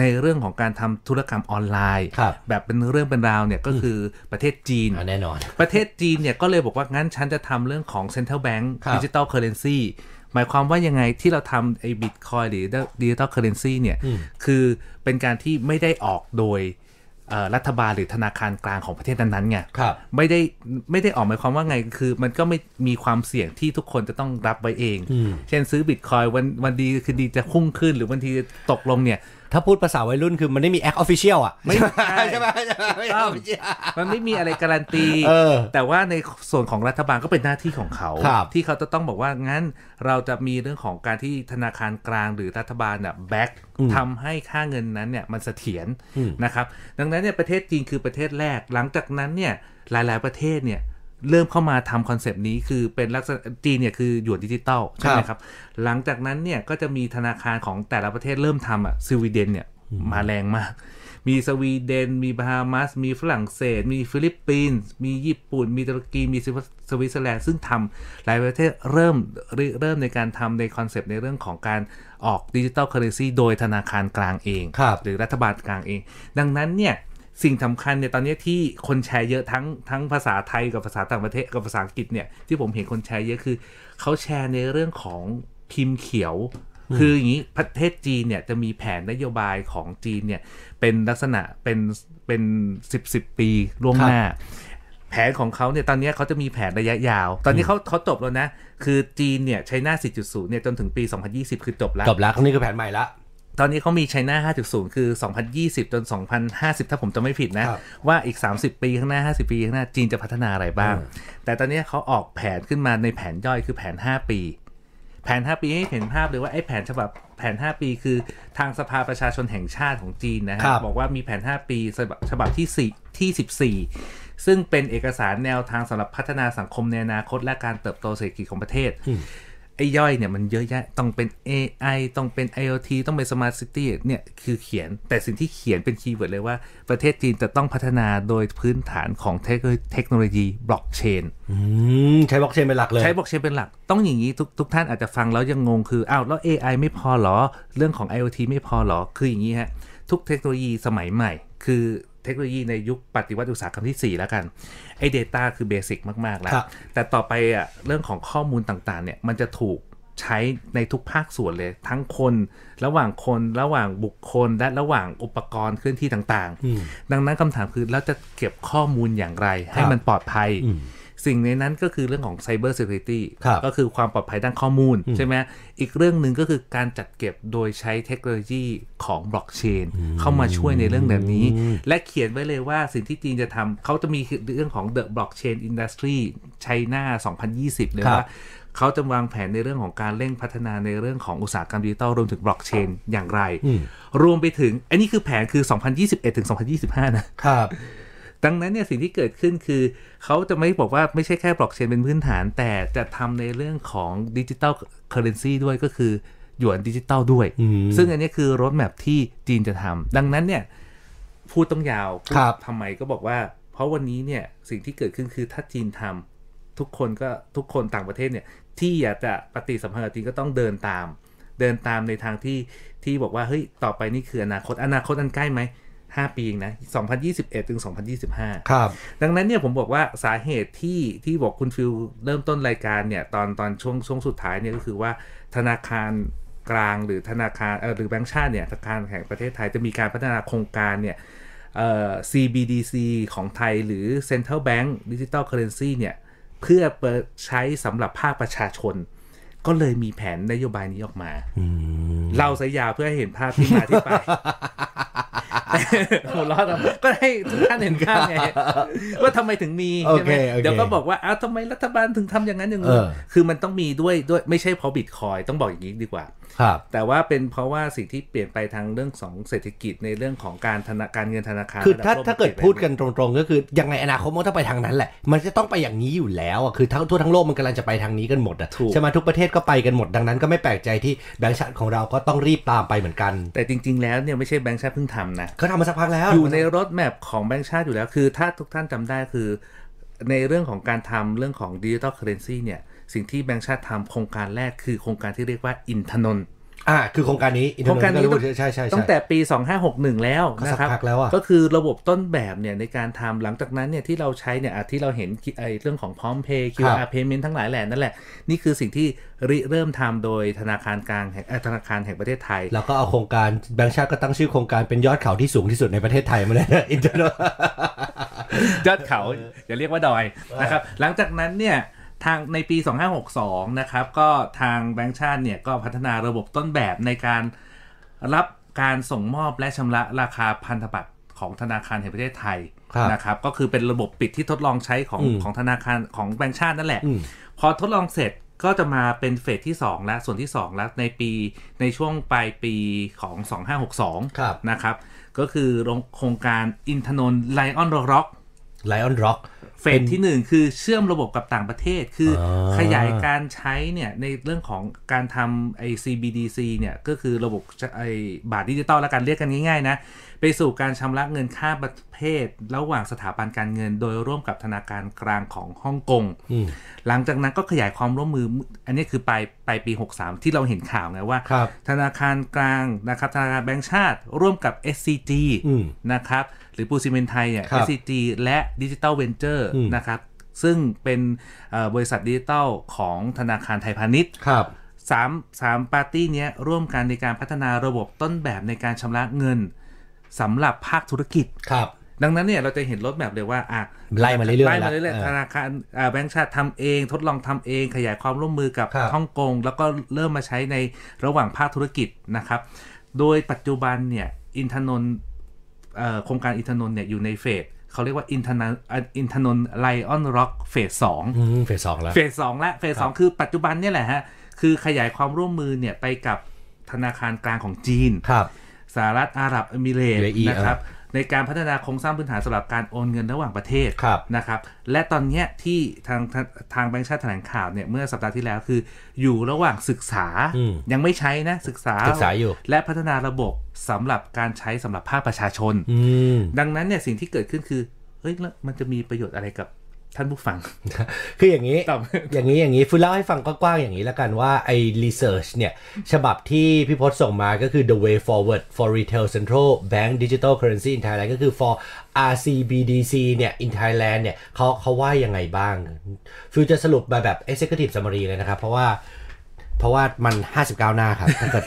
Speaker 3: ในเรื่องของการทำธุรกรรมออนไลน์
Speaker 2: ครับ
Speaker 3: แบบเป็นเรื่องเป็นราวเนี่ยก็คือประเทศจีน
Speaker 2: อ่ะแน่นอน
Speaker 3: ประเทศจีนเนี่ยก็เลยบอกว่า งั้นฉันจะทำเรื่องของ Central Bank
Speaker 2: ครับ
Speaker 3: Digital Currency หมายความว่ายังไงที่เราทำไอ้บิตคอยหรือดิจิตอลเคอเรนซีเนี่ย คือเป็นการที่ไม่ได้ออกโดย เอ่อรัฐบาลหรือธนาคารกลางของประเทศนั้นๆไง
Speaker 2: ครับ
Speaker 3: ไม่ได้ไม่ได้ออกหมายความว่าไงคือ มันก็ไม่มีความเสี่ยงที่ทุกคนจะต้องรับไว้เอง
Speaker 2: อืม
Speaker 3: เช่นซื้อบิตคอยน์วันวันดีคือดีจะพุ่งขึ้นหรือวันทีตกลงเนี่ย
Speaker 2: ถ้าพูดภาษาวัยรุ่นคือมันไม่มีแอคออฟฟิเชียลอ่ะ
Speaker 3: ไม่ใช่
Speaker 2: ใช่ไหมใช่ไหมไม่ใช่ official
Speaker 3: มันไม่มีอะไรการันตี
Speaker 2: เออ
Speaker 3: แต่ว่าในส่วนของรัฐบาลก็เป็นหน้าที่ของเขา
Speaker 2: ครับ
Speaker 3: ที่เขาจะต้องบอกว่างั้นเราจะมีเรื่องของการที่ธนาคารกลางหรือรัฐบาลเนี่ยแบ็ก
Speaker 2: อืม
Speaker 3: ทำให้ค่าเงินนั้นเนี่ยมันเสถียร
Speaker 2: อืม
Speaker 3: นะครับดังนั้นเนี่ยประเทศจีนคือประเทศแรก หลังจากนั้นเนี่ยหลายๆประเทศเนี่ยเริ่มเข้ามาทำคอนเซปต์นี้คือเป็นลักษณะจีนเนี่ยคือหยวนดิจิตอลใช่ไหมครับหลังจากนั้นเนี่ยก็จะมีธนาคารของแต่ละประเทศเริ่มทำอ่ะสวีเดนเนี่ยมาแรงมาก มีสวีเดน มีบาฮามาส มีฝรั่งเศส มีฟิลิปปินส์ มีญี่ปุ่น มีตุรกี มีสวิตเซอร์แลนด์ ซึ่งทำหลายประเทศเริ่มเริ่มเริ่มในการทำในคอนเซปต์ในเรื่องของการออกดิจิตอลเคอร์เรซีโดยธนาคารกลางเอง
Speaker 2: ครับ
Speaker 3: หรือรัฐบาลกลางเอง ดังนั้นเนี่ย สิ่งสำคัญเนี่ยตอนนี้ที่คนแชร์เยอะทั้งทั้งภาษาไทยกับภาษาต่างประเทศกับภาษาอังกฤษเนี่ยที่ผมเห็นคนแชร์เยอะคือ เขาแชร์ในเรื่องของพิมพ์เขียว คืออย่างนี้ประเทศจีนเนี่ยจะมีแผนนโยบายของจีนเนี่ยเป็นลักษณะเป็นเป็นสิบสิบปีล่วงหน้า แผนของเขาเนี่ยตอนนี้เขาจะมีแผนระยะยาว ตอนนี้เขาเขาจบแล้วนะ คือจีนเนี่ยใช้หน้า 4.0 เนี่ยจนถึงปี 2020 คือจบแล้ว
Speaker 2: จบแล้วครั้งนี้คือแผนใหม่ละ
Speaker 3: ตอนนี้เขามีไชน่า5.0 คือ 2020 จน 2050 ถ้าผมจะไม่ผิดนะ
Speaker 2: ครับ
Speaker 3: ว่าอีก 30 ปีข้างหน้า 50 ปีข้างหน้า จีนจะพัฒนาอะไรบ้าง แต่ตอนนี้เขาออกแผนขึ้นมาในแผนย่อยคือแผน 5 ปี แผน 5 ปีให้เห็นภาพเลยว่าไอ้แผนฉบับแผน 5 ปีคือทางสภาประชาชนแห่งชาติของจีนนะฮะ
Speaker 2: ครับ
Speaker 3: บอกว่ามีแผน 5 ปีฉบับฉบับที่ 4 ที่ 14 ซึ่งเป็นเอกสารแนวทางสำหรับพัฒนาสังคมในอนาคตและการเติบโตเศรษฐกิจของประเทศ ไอ้ย่อยเนี่ยมันเยอะแยะ ต้องเป็น AI ต้องเป็น IoT ต้องเป็น Smart City เนี่ยคือเขียน แต่สิ่งที่เขียนเป็นคีย์เวิร์ดเลยว่า ประเทศจีนจะต้องพัฒนาโดยพื้นฐานของเทคเทคโนโลยีบล็อกเชน
Speaker 2: อืมใช้บล็อกเชนเป็นหลักเลย
Speaker 3: ใช้บล็อกเชนเป็นหลัก ต้องอย่างนี้ทุกทุกท่านอาจจะฟังแล้วยังงงคือ อ้าว แล้ว AI ไม่พอเหรอ เรื่องของ IoT ไม่พอเหรอ คืออย่างนี้ฮะ ทุกเทคโนโลยีสมัยใหม่ คือเทคโนโลยีในยุคปฏิวัติอุตสาหกรรมที่ 4 แล้วกัน ไอ้ Data คือเบสิกมาก ๆ แล้ว
Speaker 2: ครับ
Speaker 3: แต่ต่อไปอ่ะเรื่องของข้อมูลต่าง ๆ เนี่ย มันจะถูกใช้ในทุกภาคส่วนเลย ทั้งคน ระหว่างคน ระหว่างบุคคล และระหว่างอุปกรณ์เคลื่อนที่ต่าง ๆ ดังนั้นคำถามคือแล้วจะเก็บข้อมูลอย่างไร ให้มันปลอดภัย สิ่งในนั้นก็คือเรื่องของ Cyber Security
Speaker 2: ครับ
Speaker 3: ก็คือความปลอดภัยด้านข้อมูล ใช่ไหมอีกเรื่องหนึ่งก็คือการจัดเก็บโดยใช้เทคโนโลยีของบล็อกเชนเข้ามาช่วยในเรื่องแบบนี้ และเขียนไว้เลยว่าสิ่งที่จีนจะทำเขาจะมีเรื่องของ The Blockchain Industry China 2020 เลย
Speaker 2: ครับ
Speaker 3: ว่าเขาจะวางแผนในเรื่องของการเร่งพัฒนาในเรื่องของอุตสาหกรรมดิจิทัลรวมถึงบล็อกเชนอย่างไร รวมไปถึงอันนี้คือแผนคือ 2021 ถึง 2025 นะ
Speaker 2: ครับ
Speaker 3: ดังนั้นเนี่ยสิ่งที่เกิดขึ้นคือ เขาจะไม่บอกว่าไม่ใช่แค่บล็อกเชนเป็นพื้นฐาน แต่จะทำในเรื่องของดิจิตอลเคอร์เรนซีด้วยก็คือ หยวนดิจิตอลด้วย
Speaker 2: อืม
Speaker 3: ซึ่งอันนี้คือรถแมพที่จีนจะทำดังนั้นเนี่ยพูดต้องยาวพูด
Speaker 2: ครับ
Speaker 3: ทำไมก็บอกว่า เพราะวันนี้เนี่ยสิ่งที่เกิดขึ้นคือถ้าจีนทำทุกคนก็ทุกคนต่างประเทศเนี่ยที่อยากจะปฏิสัมพันธ์กับจีนก็ต้องเดินตาม เดินตามในทางที่ที่บอกว่าเฮ้ยต่อไปนี่คืออนาคตอนาคตอันใกล้ไหมห้าปีเองนะ2021ถึง2025
Speaker 2: ครับ
Speaker 3: ดังนั้นเนี่ยผมบอกว่าสาเหตุที่ที่บอกคุณฟิลเริ่มต้นรายการเนี่ยตอนตอนช่วงช่วงสุดท้ายเนี่ยก็คือว่าธนาคารกลางหรือธนาคารเอ่อหรือแบงก์ชาติเนี่ยธนาคารแห่งประเทศไทยจะมีการพัฒนาโครงการเนี่ยเอ่อ CBDC ของไทยหรือ Central Bank Digital Currency เนี่ยเพื่อเปิดใช้สำหรับภาคประชาชน ก็เลยมีแผนนโยบายนี้ออกมาเล่าสยาวเพื่อให้เห็นภาพที่มาที่ไป หัวเราะทำไมก็ให้ทุกท่านเห็นภาพไง ว่าทำไมถึงมี
Speaker 2: โอ
Speaker 3: ใช่
Speaker 2: เค
Speaker 3: ไหม
Speaker 2: โอเค
Speaker 3: เดี๋ยวก็บอกว่าอ้าวทำไมรัฐบาลถึงทำอย่างนั้นอย่าง
Speaker 2: เอ
Speaker 3: นี้
Speaker 2: อ
Speaker 3: คือมันต้องมีด้วยด้วยไม่ใช่เพราะบิตคอยต้องบอกอย่างนี้ดีกว่า
Speaker 2: ครับ
Speaker 3: แต่ว่าเป็นเพราะว่าสิ่งที่เปลี่ยนไปทางเรื่องของเศรษฐกิจในเรื่องของการธนาการเงินธนาคาร
Speaker 2: คือถ้า
Speaker 3: ระบโล
Speaker 2: ถ้าเกิดพูดกันตรงๆ ก็คือยังไงอนาคตมันก็ต้องไปทางนั้นแหละ มันจะต้องไปอย่างนี้อยู่แล้วอะคือทั้งทั่วทั้งโลกมันกำลังจะไปทางนี้กันหมดอะใช่ไหมทุกประเทศก็ไปกันหมดดังนั้นก็ไม่แปลกใจที่แบงก์ชาติของเราก็ต้องรีบตามไปเหมือนกัน
Speaker 3: แต่จริง ๆ แล้วเนี่ยไม่ใช่แบงค์ชาติเพิ่งทำนะ
Speaker 2: เขาทำมาสักพักแล้ว
Speaker 3: อยู่ในรถแมพของแบงค์ชาติอยู่แล้ว คือถ้าทุกท่านจำได้คือในเรื่องของการทำเรื่องของดิจิ t a ลเคอเรนซีเนี่ย สิ่งที่แบงค์ชาติทำโครงการแรกคือโครงการที่เรียกว่าอินทนนท์
Speaker 2: อ่าคือโครงการนี้
Speaker 3: โครงการนี้
Speaker 2: International ใช่ใช่ใช่
Speaker 3: ตั้งแต่ปี 2561 แล้ว
Speaker 2: ก็สัก
Speaker 3: นะครับ
Speaker 2: พักแล้วอะ
Speaker 3: ก็คือระบบต้นแบบเนี่ยในการทำหลังจากนั้นเนี่ยที่เราใช้เนี่ยอ่ะที่เราเห็นไอ้เรื่องของพร้อมเพย์
Speaker 2: ครั
Speaker 3: QR
Speaker 2: บ
Speaker 3: payment ทั้งหลายแหล่นั่นแหละ นี่คือสิ่งที่ริเริ่มทำโดยธนาคารกลางแห่งเอ่อธนาคารแห่งประเทศไทย
Speaker 2: แล้วก็เอาโครงการแบงค์ชาติก็ตั้งชื่อโครงการเป็นยอดเขาที่สูงที่สุดในประเท ศไทยมาเลยอินเตอร์
Speaker 3: ยอดเขาอย่าเรียกว่าดอยนะครับ หลังจากนั้นเนี่ยทางในปี 2562 นะครับก็ทางแบงก์ชาติเนี่ยก็พัฒนาระบบต้นแบบในการรับการส่งมอบและชำระราคาพันธบัตรของธนาคารแห่งประเทศไทย
Speaker 2: ครับ
Speaker 3: นะครับก็คือเป็นระบบปิดที่ทดลองใช้ของ
Speaker 2: อืม
Speaker 3: ของธนาคารของแบงก์ชาตินั่นแหละ
Speaker 2: อืม
Speaker 3: พอทดลองเสร็จก็จะมาเป็นเฟสที่ 2 และส่วนที่ 2 แล้วในปีในช่วงปลายปีของ 2562
Speaker 2: ครับ
Speaker 3: นะครับก็คือโรงโครงการอินทนนท์ไลออนร็อก
Speaker 2: ไลออนร็อก
Speaker 3: เฟสที่หนึ่งคือเชื่อมระบบกับต่างประเทศ คืออ
Speaker 2: อ
Speaker 3: ขยายการใช้เนี่ยในเรื่องของการทำไอ CBDC เนี่ยก็คือระบบจะไอบาทดิจิตอลและการเรียกกันง่ายๆนะไปสู่การชำระเงินค่ามประเภท ระหว่างสถาบันการเงิน โดยร่วมกับธนาคารกลางของฮ่องกง
Speaker 2: อืม
Speaker 3: หลังจากนั้นก็ขยายความร่วมมือ อันนี้คือปลายปลายปี 63 ที่เราเห็นข่าวไงว่า
Speaker 2: ครับ
Speaker 3: ธนาคารกลางนะครับธนาคารแบงก์ชาติร่วมกับ SCG
Speaker 2: อืม
Speaker 3: นะครับหรือปูซิเมนไทยเนี่ย
Speaker 2: ครับ
Speaker 3: SCG และ Digital Venture
Speaker 2: อืม
Speaker 3: นะครับซึ่งเป็นเอ่อบริษัทดิจิทัลของธนาคารไทยพาณิชย์
Speaker 2: ครับ
Speaker 3: สามสามปาร์ตี้เนี้ยร่วมกันในการพัฒนาระบบต้นแบบในการชำระเงินสำหรับภาคธุรกิจ
Speaker 2: ครับ
Speaker 3: ดังนั้นเนี่ยเราจะเห็นรถแบบเลยว่าอ่ะ
Speaker 2: ไล่มาเรื่อยๆ
Speaker 3: ไล่มาเรื่
Speaker 2: ละ
Speaker 3: อย
Speaker 2: เออ
Speaker 3: ๆธนาคารอ่าแบงก์ชาติทำเองทดลองทำเองขยายความร่วมมือกับ
Speaker 2: ครับ
Speaker 3: ฮ่องกง แล้วก็เริ่มมาใช้ในระหว่างภาคธุรกิจนะครับ โดยปัจจุบันเนี่ยอินทนนท์เอ่อโครงการอินทนนท์เนี่ยอยู่ในเฟสเขาเรียกว่าอินทนนท์อ่ะอินทนนท์ไลออนร็อกเฟสสอง
Speaker 2: ืมเฟสสองแล้ว
Speaker 3: เฟสสองละเฟสสองคือปัจจุบันเนี่ยแหละฮะคือขยายความร่วมมือเนี่ยไปกับธนาคารกลางของจีน
Speaker 2: ครับ
Speaker 3: สหรัฐอาหรับเอมิเรตส์
Speaker 2: UAE
Speaker 3: นะครับในการพัฒนาโครงสร้างพื้นฐานสำหรับการโอนเงินระหว่างประเทศ
Speaker 2: ครับ
Speaker 3: นะครับและตอนเนี้ยที่ทางทางทางแบงค์ชาติแถลงข่าวเนี่ยเมื่อสัปดาห์ที่แล้วคือ อยู่ระหว่างศึกษา
Speaker 2: อืม
Speaker 3: ยังไม่ใช้นะศึกษา
Speaker 2: ศึกษาอยู่
Speaker 3: และพัฒนาระบบสำหรับการใช้สำหรับภาคประชาชน
Speaker 2: อืม
Speaker 3: ดังนั้นเนี่ยสิ่งที่เกิดขึ้นคือเฮ้ยแล้วมันจะมีประโยชน์อะไรกับท่านผู้ฟัง
Speaker 2: คืออย่างนี้
Speaker 3: ครับ
Speaker 2: อย่างนี้ อย่างนี้ฟูเล่าให้ฟังกว้างๆ อย่างนี้แล้วกันว่าไอ้รีเสิร์ชเนี่ย ฉบับที่พี่พศส่งมาก็คือ the way forward for retail central bank digital currency in Thailand ก็คือ for RCBDC เนี่ย in Thailand เนี่ยเขาเขาว่ายังไงบ้าง ฟิวจะสรุปมาแบบ executive summary เลยนะครับ เพราะว่า เพราะว่ามัน 59 หน้าครับ ถ้าเกิด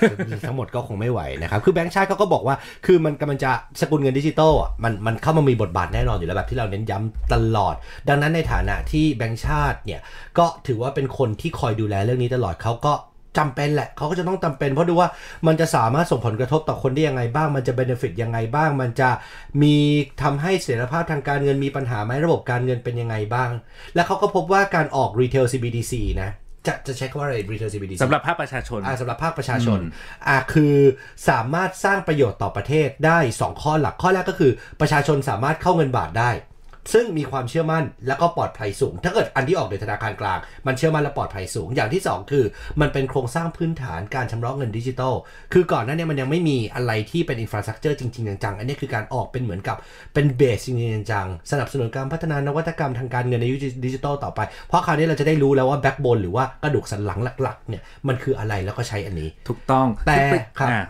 Speaker 2: ทั้งหมดก็คงไม่ไหวนะครับ คือแบงก์ชาติเขาก็บอกว่า คือมันกำลังจะสกุลเงินดิจิตอลอ่ะมันมันเข้ามามีบทบาทแน่นอนอยู่แล้วแบบที่เราเน้นย้ำตลอด ดังนั้นในฐานะที่แบงก์ชาติเนี่ย ก็ถือว่าเป็นคนที่คอยดูแลเรื่องนี้ตลอดเขาก็จำเป็นแหละเขาก็จะต้องจำเป็นเพราะดูว่ามันจะสามารถส่งผลกระทบต่อคนได้ยังไงบ้าง มันจะเบนฟิตยังไงบ้าง มันจะมีทำให้เสถียรภาพทางการเงินมีปัญหาไหมระบบการเงินเป็นยังไงบ้าง แล้วเขาก็พบว่าการออก retail CBDC นะจะจะใช้คำว่าอะไร retail CBDC
Speaker 3: สำหรับภาคประชาชน
Speaker 2: อ่าสำหรับภาคประชาชน
Speaker 3: อืม
Speaker 2: อ่าคือสามารถสร้างประโยชน์ต่อประเทศได้ 2 ข้อหลักข้อแรกก็คือประชาชนสามารถเข้าเงินบาทได้ ซึ่งมีความเชื่อมั่นแล้วก็ปลอดภัยสูง ถ้าเกิดอันที่ออกโดยธนาคารกลาง มันเชื่อมั่นและปลอดภัยสูง อย่างที่ 2 คือ มันเป็นโครงสร้างพื้นฐานการชำระเงินดิจิทัลคือก่อนหน้าเนี้มันยังไม่มีอะไรที่เป็นอินฟราสตรักเจอร์จริงๆจังๆอันนี้คือการออกเป็นเหมือนกับเป็นเบสจริงๆจังๆสนับสนุนการพัฒนานวัตกรรมทางการเงินในยุคดิจิทัลต่อไป เพราะคราวนี้เราจะได้รู้แล้วว่าแบ็กโบนหรือว่ากระดูกสันหลังหลักๆเนี่ยมันคืออะไรแล้วก็ใช้อันนี้
Speaker 3: ถูกต้อง
Speaker 2: แต่ครับ
Speaker 3: อ่ะ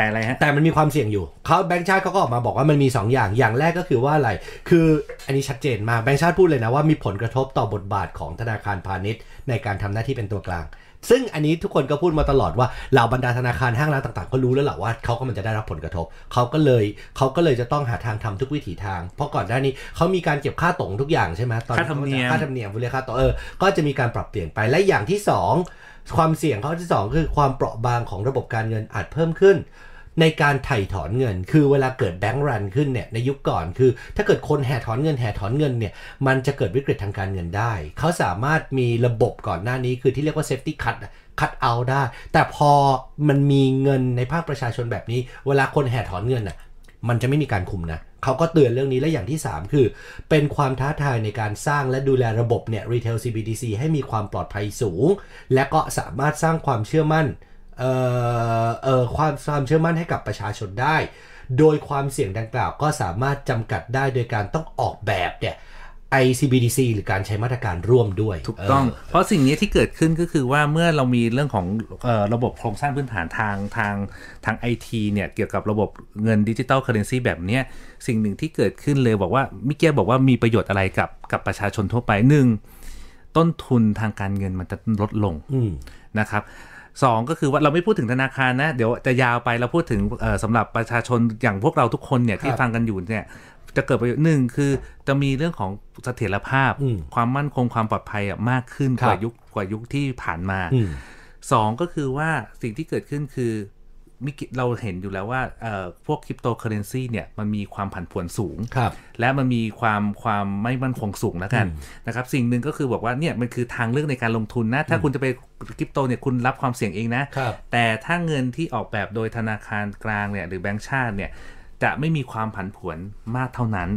Speaker 3: แต่อะไรฮะ
Speaker 2: แต่มันมีความเสี่ยงอยู่ เขาแบงค์ชาติเขาก็ออกมาบอกว่ามันมี 2 อย่าง อย่างแรกก็คือว่าอะไร คืออันนี้ชัดเจนมากแบงค์ชาติพูดเลยนะว่ามีผลกระทบต่อบทบาทของธนาคารพาณิชย์ ในการทำหน้าที่เป็นตัวกลาง ซึ่งอันนี้ทุกคนก็พูดมาตลอดว่าเหล่าบรรดาธนาคารห้างร้านต่างๆ ก็รู้แล้วแหละว่าเขาก็มันจะได้รับผลกระทบ เขาก็เลยเขาก็เลยจะต้องหาทางทำทุกวิถีทาง เพราะก่อนหน้านี้เขามีการเก็บค่าตรงทุกอย่างใช่ไหมตอน
Speaker 3: ค่าธรรมเนียม
Speaker 2: ค่าธรรมเนียมเรียกค่าตรงเออ ก็จะมีการปรับเปลี่ยนไป และอย่างที่สองความเสี่ยงข้อที่สองคือความเปราะบางของระบบการเงินอาจเพิ่มขึ้น ในการไถ่ถอนเงิน คือเวลาเกิดแบงก์รันขึ้นเนี่ยในยุคก่อนคือ ถ้าเกิดคนแห่ถอนเงินแห่ถอนเงินเนี่ยมันจะเกิดวิกฤตทางการเงินได้ เขาสามารถมีระบบก่อนหน้านี้คือที่เรียกว่า safety cut คัดเอาได้ แต่พอมันมีเงินในภาคประชาชนแบบนี้ เวลาคนแห่ถอนเงินน่ะ มันจะไม่มีการคุมนะ เขาก็เตือนเรื่องนี้และอย่างที่ 3 คือ เป็นความท้าทายในการสร้างและดูแลระบบเนี่ย retail CBDC ให้มีความปลอดภัยสูง และก็สามารถสร้างความเชื่อมั่น เอ่อเอ่อความความเชื่อมั่นให้กับประชาชนได้ โดยความเสี่ยงดังกล่าวก็สามารถจำกัดได้โดยการต้องออกแบบเนี่ย ICBDC หรือการใช้มาตรการร่วมด้วย
Speaker 3: ถูกต้อง
Speaker 2: เ
Speaker 3: เพราะสิ่งนี้ที่เกิดขึ้นก็คือว่าเมื่อเรามีเรื่องของเอ่อระบบโครงสร้างพื้นฐานทางทางทางไอทีเนี่ยเกี่ยวกับระบบเงินดิจิตอลเคอร์เรนซีแบบเนี้ยสิ่งหนึ่งที่เกิดขึ้นเลยบอกว่ามิเกียบอกว่ามีประโยชน์อะไรกับกับประชาชนทั่วไปหนึ่งต้นทุนทางการเงินมันจะลดลง
Speaker 2: อืม
Speaker 3: นะครับสองก็คือว่าเราไม่พูดถึงธนาคารนะ เดี๋ยวจะยาวไปเราพูดถึงเอ่อสำหรับประชาชนอย่างพวกเราทุกคนเนี่ยที่ฟังกันอยู่เนี่ยจะเกิดประโยชน์หนึ่งคือจะมีเรื่องของเสถียรภาพ
Speaker 2: อืม
Speaker 3: ความมั่นคงความปลอดภัยอะมากขึ้น
Speaker 2: ครับ
Speaker 3: กว่ายุคกว่ายุคที่ผ่านมา
Speaker 2: อืม
Speaker 3: สองก็คือว่าสิ่งที่เกิดขึ้นคือมิกิเราเห็นอยู่แล้วว่าเอ่อพวกคริปโตเคอเรนซีเนี่ยมันมีความผันผวนสูง
Speaker 2: ครับ
Speaker 3: และมันมีความความไม่มั่นคงสูงแล้วกันนะครับสิ่งหนึ่งก็คือบอกว่าเนี่ยมันคือทางเลือกในการลงทุนนะ ถ้าคุณจะไปคริปโตเนี่ยคุณรับความเสี่ยงเองนะ
Speaker 2: ครับ
Speaker 3: แต่ถ้าเงินที่ออกแบบโดยธนาคารกลางเนี่ยหรือแบงก์ชาติเนี่ยจะไม่มีความผันผวนมากเท่านั้น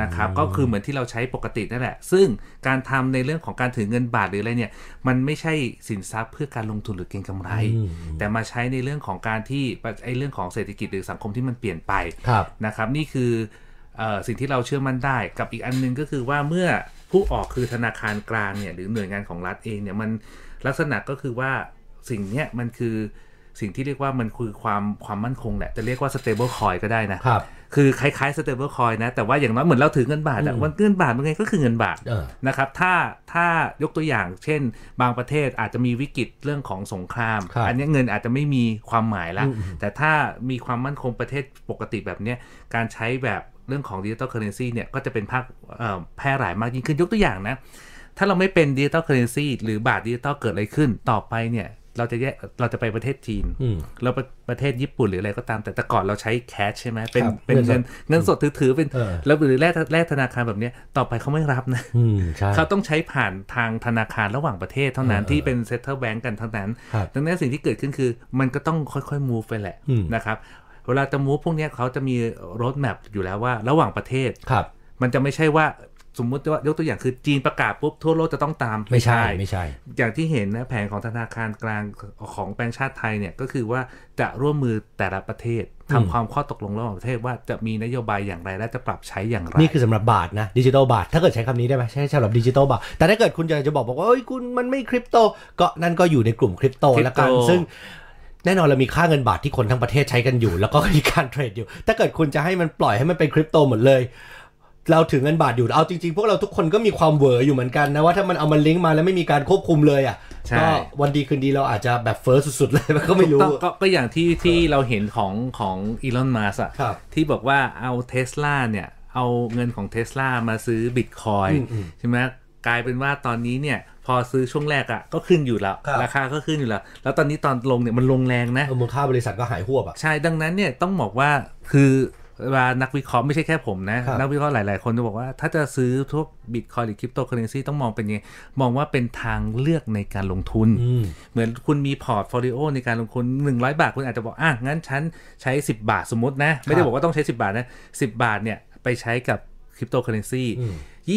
Speaker 3: นะครับก็คือเหมือนที่เราใช้ปกตินั่นแหละ ซึ่งการทำในเรื่องของการถือเงินบาทหรืออะไรเนี่ยมันไม่ใช่สินทรัพย์เพื่อการลงทุนหรือเก็งกำไร
Speaker 2: อืม
Speaker 3: แต่มาใช้ในเรื่องของการที่ไอ้เรื่องของเศรษฐกิจหรือสังคมที่มันเปลี่ยนไป
Speaker 2: ครับ
Speaker 3: นะครับนี่คือเออสิ่งที่เราเชื่อมั่นได้กับอีกอันหนึงก็คือว่าเมื่อผู้ออกคือธนาคารกลางเนี่ยหรือหน่วยงานของรัฐเองเนี่ยมันลักษณะก็คือว่าสิ่งเนี้ยมันคือสิ่งที่เรียกว่ามันคือความความมั่นคงแหละจะเรียกว่า stable coin ก็ได้นะครับ คือคล้ายๆ stable coin นะแต่ว่าอย่างน้อยเหมือนเราถือเงินบาทอะวันเงินบาทมันไงก็คือเงินบาท
Speaker 2: เออ
Speaker 3: นะครับถ้าถ้ายกตัวอย่างเช่น บางประเทศอาจจะมีวิกฤตเรื่องของสงคราม
Speaker 2: ครับ
Speaker 3: อันเนี้ยเงินอาจจะไม่มีความหมายละ
Speaker 2: อืม
Speaker 3: แต่ถ้ามีความมั่นคงประเทศปกติแบบเนี้ยการใช้แบบเรื่องของดิจิ t a ลเคอร์เรนซีเนี่ยก็จะเป็นภาคเอ่อแพร่หลายมากยิ่งขึ้นยกตัวอย่างนะ ถ้าเราไม่เป็นดิจิ t a ลเคอร์เรนซีหรือบาทดิจิตอลเกิดอะไรขึ้นต่อไปเนี่ยเราจะแยกเราจะไปประเทศจีน
Speaker 2: อืม
Speaker 3: เราไปประเทศญี่ปุ่นหรืออะไรก็ตามแต่แต่ก่อนเราใช้แคชใช่ไหมเป็น
Speaker 2: ครับ
Speaker 3: เป็น
Speaker 2: เงิ
Speaker 3: เงิ
Speaker 2: น
Speaker 3: น
Speaker 2: สด
Speaker 3: เงินสดถือๆเป็น
Speaker 2: เออ
Speaker 3: แล้วหรือแลกแลกธนาคารแบบเนี้ยต่อไปเขาไม่รับนะ
Speaker 2: อืมใช่
Speaker 3: เขาต้องใช้ผ่านทางธนาคารระหว่างประเทศเท่านั้น
Speaker 2: เออ
Speaker 3: ที่เป็นเซ็ตเตอร์แบงก์กันทั้งนั้น
Speaker 2: ครับ
Speaker 3: ดังนั้นสิ่งที่เกิดขึ้นคือมันก็ต้องค่อยๆ move ไปแหละ
Speaker 2: อืม
Speaker 3: นะครับ เวลาจะ move พวกเนี้ยเขาจะมีรถแมพอยู่แล้วว่าระหว่างประเทศ
Speaker 2: ครับ
Speaker 3: มันจะไม่ใช่ว่าสมมุติว่ายกตัวอย่างคือจีนประกาศปุ๊บทั่วโลกจะต้องตาม
Speaker 2: ไม่ใช่ ไม่ใช่
Speaker 3: อย่างที่เห็นนะแผนของธนาคารกลางของแบงก์ชาติไทยเนี่ยก็คือว่าจะร่วมมือแต่ละประเทศทำความข้อตกลงระหว่างประเทศว่าจะมีนโยบายอย่างไรและจะปรับใช้อย่างไร
Speaker 2: นี่คือสำหรับบาทนะดิจิตอลบาท ถ้าเกิดใช้คำนี้ได้ไหมใช่สำหรับดิจิตอลบาท แต่ถ้าเกิดคุณอยากจะบอกบอกว่าเอ้ยคุณมันไม่คริปโต ก็นั่นก็อยู่ในกลุ่มคริปโต
Speaker 3: คริปโต
Speaker 2: แล้วกัน ซึ่งแน่นอนเรามีค่าเงินบาทที่คนทั้งประเทศใช้กันอยู่ แล้วก็มีการเทรดอยู่ ถ้าเกิดคุณจะให้มันปล่อยให้มันเป็นคริปโตหมดเลย เราถือเงินบาทอยู่เอาจริงๆ พวกเราทุกคนก็มีความเหวออยู่เหมือนกันนะว่าถ้ามันเอามันลิงก์มาแล้วไม่มีการควบคุมเลยอ่ะ
Speaker 3: ใช่
Speaker 2: ก็วันดีคืนดีเราอาจจะแบบเฟิร์สสุดๆเลยก็ไม่รู้
Speaker 3: ถูกต้องก็ก็อย่างที่ที่เราเห็นของของอีลอนมัสอะ
Speaker 2: ครับ
Speaker 3: ที่บอกว่าเอาเทสลาเนี่ย เอาเงินของเทสลามาซื้อบิตคอย
Speaker 2: อืมอืม
Speaker 3: ใช่ไหมกลายเป็นว่าตอนนี้เนี่ยพอซื้อช่วงแรกอะก็ขึ้นอยู่แล้ว
Speaker 2: ครับ
Speaker 3: ราคาก็ขึ้นอยู่แล้ว แล้วตอนนี้ตอนลงเนี่ยมันลงแรงนะ
Speaker 2: เออมูลค่าบริษัทก็หายหัวบอ่ะ
Speaker 3: ใช่ ดังนั้นเนี่ยต้องบอกว่าคือเวลานักวิเคราะห์ไม่ใช่แค่ผมนะ
Speaker 2: ครับ
Speaker 3: นักวิเคราะห์หลาย ๆ คนจะบอกว่าถ้าจะซื้อพวกบิตคอยหรือคริปโตเคอเรนซีต้องมองเป็นไง มองว่าเป็นทางเลือกในการลงทุน
Speaker 2: อืม
Speaker 3: เหมือนคุณมีพอร์ตโฟลิโอในการลงทุน 100 บาท คุณอาจจะบอก อ่ะ งั้นฉันใช้ 10 บาทสมมตินะ ไม่ได้บอกว่าต้องใช้ 10 บาทนะ 10 บาทเนี่ยไปใช้กับคริปโตเคอเรนซี
Speaker 2: อืม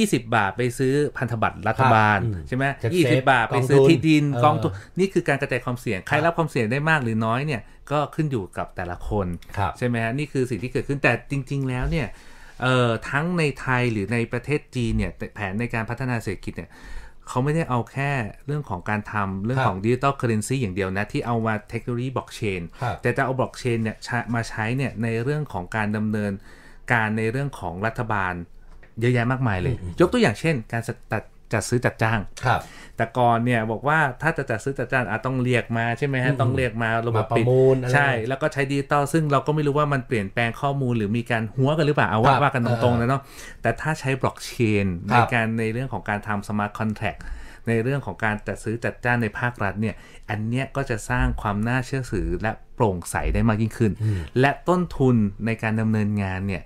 Speaker 3: 20 บาทไปซื้อพันธบัตรรัฐบาล
Speaker 2: ครับอืม
Speaker 3: ใช่ไหม
Speaker 2: จะ
Speaker 3: ยี่สิ
Speaker 2: safe
Speaker 3: บาทไปซื้อ
Speaker 2: อ
Speaker 3: ก
Speaker 2: งทุน
Speaker 3: ที่ดิน
Speaker 2: เออ
Speaker 3: กองทุน นี่คือการกระจายความเสี่ยง ใครรับความเสี่ยงได้มากหรือน้อยเนี่ยก็ขึ้นอยู่กับแต่ละคน
Speaker 2: ครับ
Speaker 3: ใช่ไหมฮะนี่คือสิ่งที่เกิดขึ้นแต่จริง ๆ แล้วเนี่ยเอ่อทั้งในไทยหรือในประเทศจีนเนี่ยแต่แผนในการพัฒนาเศรษฐกิจเนี่ยเขาไม่ได้เอาแค่เรื่องของการทำเรื่อง
Speaker 2: ครับ
Speaker 3: ของดิจิ t a ลเคอเรนซีอย่างเดียวนะ ที่เอามาเทคโนโลยีบล็อกเชน
Speaker 2: ครับ
Speaker 3: แต่จะเอาบล็อกเชนเนี่ยใช้มาใช้เนี่ยในเรื่องของการดำเนินการในเรื่องของรัฐบาลเยอะแยะมากมายเลย ยกตัวอย่างเช่น การจัดจัดซื้อจัดจ้าง
Speaker 2: ครับ
Speaker 3: แต่ก่อนเนี่ยบอกว่าถ้าจะจัดซื้อจัดจ้างอาจต้องเรียกมาใช่ไหมฮะ ต้องเรียกมาระบบ
Speaker 2: มาประ
Speaker 3: ปิด
Speaker 2: มูลอะไร
Speaker 3: ใช่ แล้วก็ใช้ดิจิตอลซึ่งเราก็ไม่รู้ว่ามันเปลี่ยนแปลงข้อมูลหรือมีการหัวกันหรือเปล่าเอาว่า
Speaker 2: ครับ
Speaker 3: ว่ากันตรงๆนะเนาะแต่ถ้าใช้บล็อกเชน
Speaker 2: ค
Speaker 3: ใน
Speaker 2: รับ
Speaker 3: การในเรื่องของการทำสมาร์ทคอนแท็กในเรื่องของการจัดซื้อจัดจ้างในภาครัฐเนี่ยอันเนี้ยก็จะสร้างความน่าเชื่อถือและโปร่งใสได้มากยิ่งขึ้น และต้นทุนในการดำเนินงานเนี่ย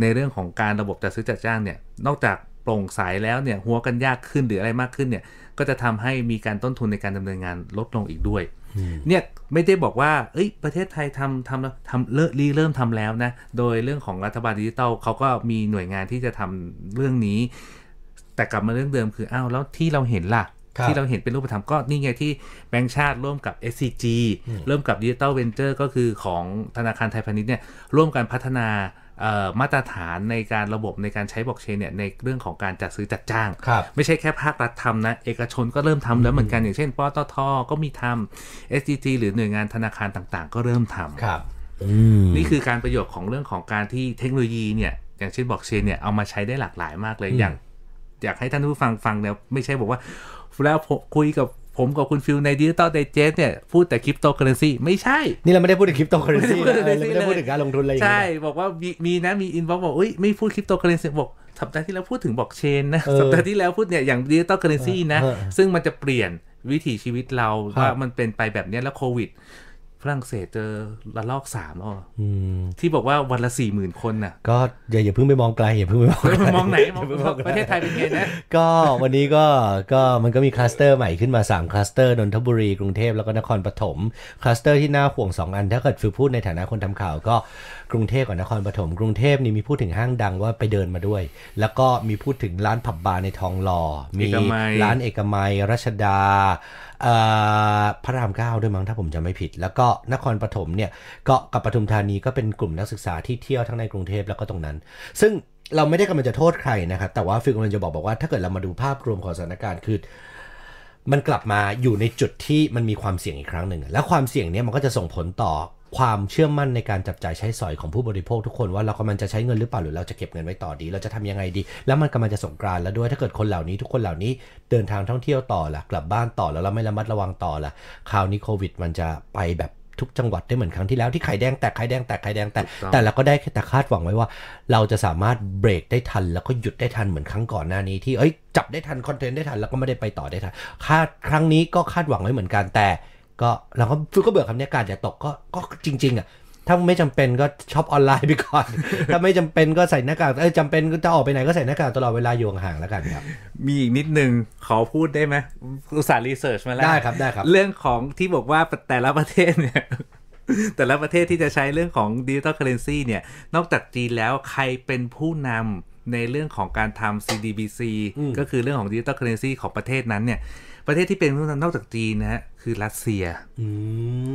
Speaker 3: ในเรื่องของการระบบจัดซื้อจัดจ้างเนี่ยนอกจาก โปร่งใสแล้วเนี่ยหัวกันยากขึ้นหรืออะไรมากขึ้นเนี่ยก็จะทำให้มีการต้นทุนในการดำเนินงานลดลงอีกด้วย เนี่ยไม่ได้บอกว่าเอ้ยประเทศไทยทำทำแล้วทำเลิกรีเริ่มทำแล้วนะ โดยเรื่องของรัฐบาลดิจิทัลเขาก็มีหน่วยงานที่จะทำเรื่องนี้ แต่กลับมาเรื่องเดิมคืออ้าวแล้วที่เราเห็นล่ะ
Speaker 2: ครับ
Speaker 3: ที่เราเห็นเป็นรูปธรรมก็นี่ไงที่แบงก์ชาติร่วมกับ SCG ร่วมกับ Digital Venture ก็คือของธนาคารไทยพาณิชย์เนี่ยร่วมกันพัฒนา เอ่อมาตรฐานในการระบบในการใช้บล็อกเชนเนี่ยในเรื่องของการจัดซื้อจัดจ้าง
Speaker 2: ครับ
Speaker 3: ไม่ใช่แค่ภาครัฐทำนะ เอกชนก็เริ่มทำแล้วเหมือนกันอย่างเช่นปตทก็มีทำ SDT หรือหน่วยงานธนาคารต่างๆ ก็เริ่มทำ
Speaker 2: ครับ
Speaker 3: นี่คือการประโยชน์ของเรื่องของการที่เทคโนโลยีเนี่ย อย่างเช่นบล็อกเชนเนี่ยเอามาใช้ได้หลากหลายมากเลยอย่าง อยากให้ท่านผู้ฟังฟังเนี่ยไม่ใช่บอกว่า แล้วผมคุยกับผมกับคุณฟิลในดิจิตอลไดเจสเนี่ย พูดแต่คริปโตเคอเรนซีไม่ใช่
Speaker 2: นี่เราไม่ได้พูดถึงคริปโตเคอเรนซี
Speaker 3: ไม่ได้พูดถึง currency
Speaker 2: ไม่ได้พูดถึงการลงทุนอะไรอย่าง
Speaker 3: ใช่
Speaker 2: เงี้ย
Speaker 3: บอกว่ามีมีนะมีอินบ็อกบอกอุ้ยไม่พูดคริปโตเคอเรนซีบอกสัปดาห์ที่แล้วพูดถึงบล็อกเชนนะ
Speaker 2: เออ
Speaker 3: สัปดาห์ที่แล้วพูดเนี่ยอย่างดิจิตอลเคอเรนซีนะ
Speaker 2: เออ
Speaker 3: ซึ่งมันจะเปลี่ยนวิถีชีวิตเรา
Speaker 2: ครับ
Speaker 3: ว่ามันเป็นไปแบบเนี้ยแล้วโควิดฝรั่งเศสเจอระลอกสามแล้วอ่ะ
Speaker 2: อืม
Speaker 3: ที่บอกว่าวันละสี่หมื่นคนน่ะ
Speaker 2: ก็อย่าอย่าเพิ่งไปมองไกลอย่าเพิ่งไปมองไกล
Speaker 3: มองไหนมองประเทศไทยเป็นไงนะ
Speaker 2: ก็วันนี้ก็ก็มันก็มีคลัสเตอร์ใหม่ขึ้นมา 3 คลัสเตอร์ นนทบุรี กรุงเทพแล้วก็นครปฐมคลัสเตอร์ที่น่าห่วง 2 อัน ถ้าเกิดฟิวพูดในฐานะคนทำข่าวก็กรุงเทพกับนครปฐมกรุงเทพนี่มีพูดถึงห้างดังว่าไปเดินมาด้วย แล้วก็มีพูดถึงร้านผับบาร์ในทองหล่อมี
Speaker 3: เอกมัย
Speaker 2: ร้านเอกมัยรัชดาเอ่อพระรามเก้าด้วยมั้งถ้าผมจำไม่ผิด แล้วก็นครปฐมเนี่ยก็กับปทุมธานีก็เป็นกลุ่มนักศึกษาที่เที่ยวทั้งในกรุงเทพแล้วก็ตรงนั้น ซึ่งเราไม่ได้กำลังจะโทษใครนะครับ แต่ว่าฟิลกำลังจะบอกบอกว่าถ้าเกิดเรามาดูภาพรวมของสถานการณ์คือ มันกลับมาอยู่ในจุดที่มันมีความเสี่ยงอีกครั้งหนึ่ง และความเสี่ยงเนี้มันก็จะส่งผลต่อความเชื่อมั่นในการจับจ่ายใช้สอยของผู้บริโภคทุกคนว่าเรากำลังจะใช้เงินหรือเปล่าหรือเราจะเก็บเงินไว้ต่อดี เราจะทำยังไงดี แล้วมันกำลังจะสงกรานต์แล้วด้วยถ้าเกิดคนเหล่านี้ทุกคนเหล่านี้เดินทางท่องเที่ยวต่อละกลับบ้านต่อแล้วเราไม่ระมัดระวังต่อละคราวนี้โควิด มันจะไปแบบทุกจังหวัดได้เหมือนครั้งที่แล้วที่ไข่แดงแตกไข่แดงแตกไข่แดงแตก
Speaker 3: ถูกต้อง
Speaker 2: แต่ แต่เราก็ได้แต่คาดหวังไว้ว่า เราจะสามารถเบรกได้ทัน แล้วก็หยุดได้ทันเหมือนครั้งก่อนหน้านี้ที่เอ้ยจับได้ทันคอนเทนต์ได้ทันแล้วก็ไม่ได้ไปต่อได้ทันคาดครั้งนี้ก็คาดหวังไว้เหมือนกันแต่ ก็เราก็ฟิวก็เบื่อคำนี้การอย่าตกก็ก็จริงๆอ่ะถ้าไม่จำเป็นก็ช็อปออนไลน์ไปก่อน ถ้าไม่จำเป็นก็ใส่หน้ากากเอ้ยจำเป็นก็จะออกไปไหนก็ใส่หน้ากากตลอดเวลาอยู่ห่างๆแล้วกันครับ
Speaker 3: มีอีกนิดนึงขอพูดได้ไหมอุตส่าห์รีเสิร์ชมาแล้ว
Speaker 2: ได้ครับได้ครับ
Speaker 3: เรื่องของที่บอกว่าแต่ละประเทศเนี่ย แต่ละประเทศที่จะใช้เรื่องของดิจิ t a ลเค r เรนซีเนี่ย นอกจากจีนแล้วใครเป็นผู้นำในเรื่องของการทำ CDBC ก็คือเรื่องของดิจิ t a ลเค r เรนซีของประเทศนั้นเนี่ย ประเทศที่เป็นผู้นำนอกจากจีนนะฮะคือรัสเซีย
Speaker 2: อื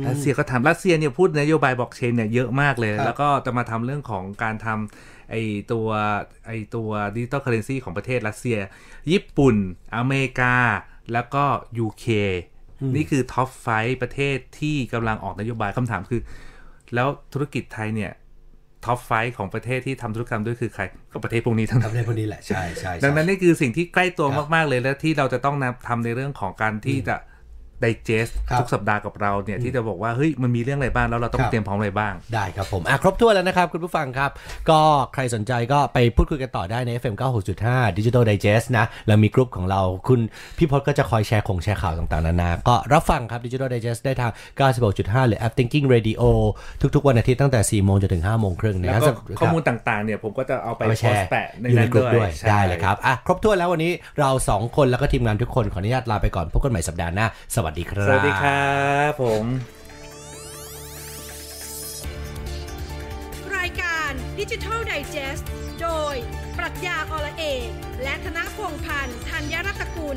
Speaker 2: ม
Speaker 3: รัสเซียก็ทำรัสเซียเนี่ยพูดนโยบายบล็อกเชนเนี่ยเยอะมากเลย
Speaker 2: ครับ
Speaker 3: แล้วก็จะมาทำเรื่องของการทำไอตัวไอตัวดิจิตอลเคอเรนซีของประเทศรัสเซีย ญี่ปุ่น อเมริกา แล้วก็ยูเคนี่คือท็อปไฟประเทศที่กำลังออกนโยบายคำถามคือ แล้วธุรกิจไทยเนี่ยท็อปไฟของประเทศที่ทำธุรกรรมด้วยคือใคร ก็ประเทศพวกนี้ทั้งนั้น
Speaker 2: ำได้พอดีแหละใช่ใช่ใช่
Speaker 3: ดังนั้นนี่คือสิ่งที่ใกล้ตัว
Speaker 2: ครับ
Speaker 3: มาก ๆ เลยและที่เราจะต้องนำทำในเรื่องของการที่จะไดเจส
Speaker 2: ครับ
Speaker 3: ทุกสัปดาห์กับเราเนี่ย ที่จะบอกว่า เฮ้ย มันมีเรื่องอะไรบ้าง แล้วเราต้อ
Speaker 2: ค
Speaker 3: ง
Speaker 2: รับ
Speaker 3: เตรียมพร้อมอะไรบ้าง
Speaker 2: ได้ครับผมอ่ะครบถ้วนแล้วนะครับ คุณผู้ฟังครับ ก็ใครสนใจก็ไปพูดคุยกันต่อได้ใน FM 96.5 Digital Digest นะ เรามีกลุ่มของเราคุณพี่พจน์ก็จะคอยแชร์ของแชร์ข่าวต่างๆ นานา ก็รับฟังครับ Digital Digest ได้ทาง 96.5 หรือ App Thinking Radio ทุกๆ วันอาทิตย์ตั้งแต่ 4 โมงจนถึง 5 โมงครึ่งนะ
Speaker 3: แล้ว
Speaker 2: ครับสำ
Speaker 3: ก็
Speaker 2: หรับ
Speaker 3: ข้อมูลต่างๆเนี่ย ผมก็จะเอาไป
Speaker 2: เอาไป
Speaker 3: โพ
Speaker 2: แช
Speaker 3: ส
Speaker 2: ร์
Speaker 3: ต์แปะใน
Speaker 2: อยู่ใน
Speaker 3: นั้น
Speaker 2: กลุ่ม
Speaker 3: ด้
Speaker 2: ด้
Speaker 3: ว
Speaker 2: วย ย
Speaker 3: ใช่
Speaker 2: ได้เลยครับอ่ะครบถ้วนแล้ววันนี้เราสองคนแล้วก็ทีมงานทุกคนขออนุญาตลาไปก่อนพบกันใหม่สัปดาห์หน้าสวัสดีครับ
Speaker 3: สวัสดีครับผม
Speaker 1: รายการดิจิทัลไดจ e s t โดย ปรัชญาอละเอกและธนพงษ์พันธ์ธัญรัตนกุล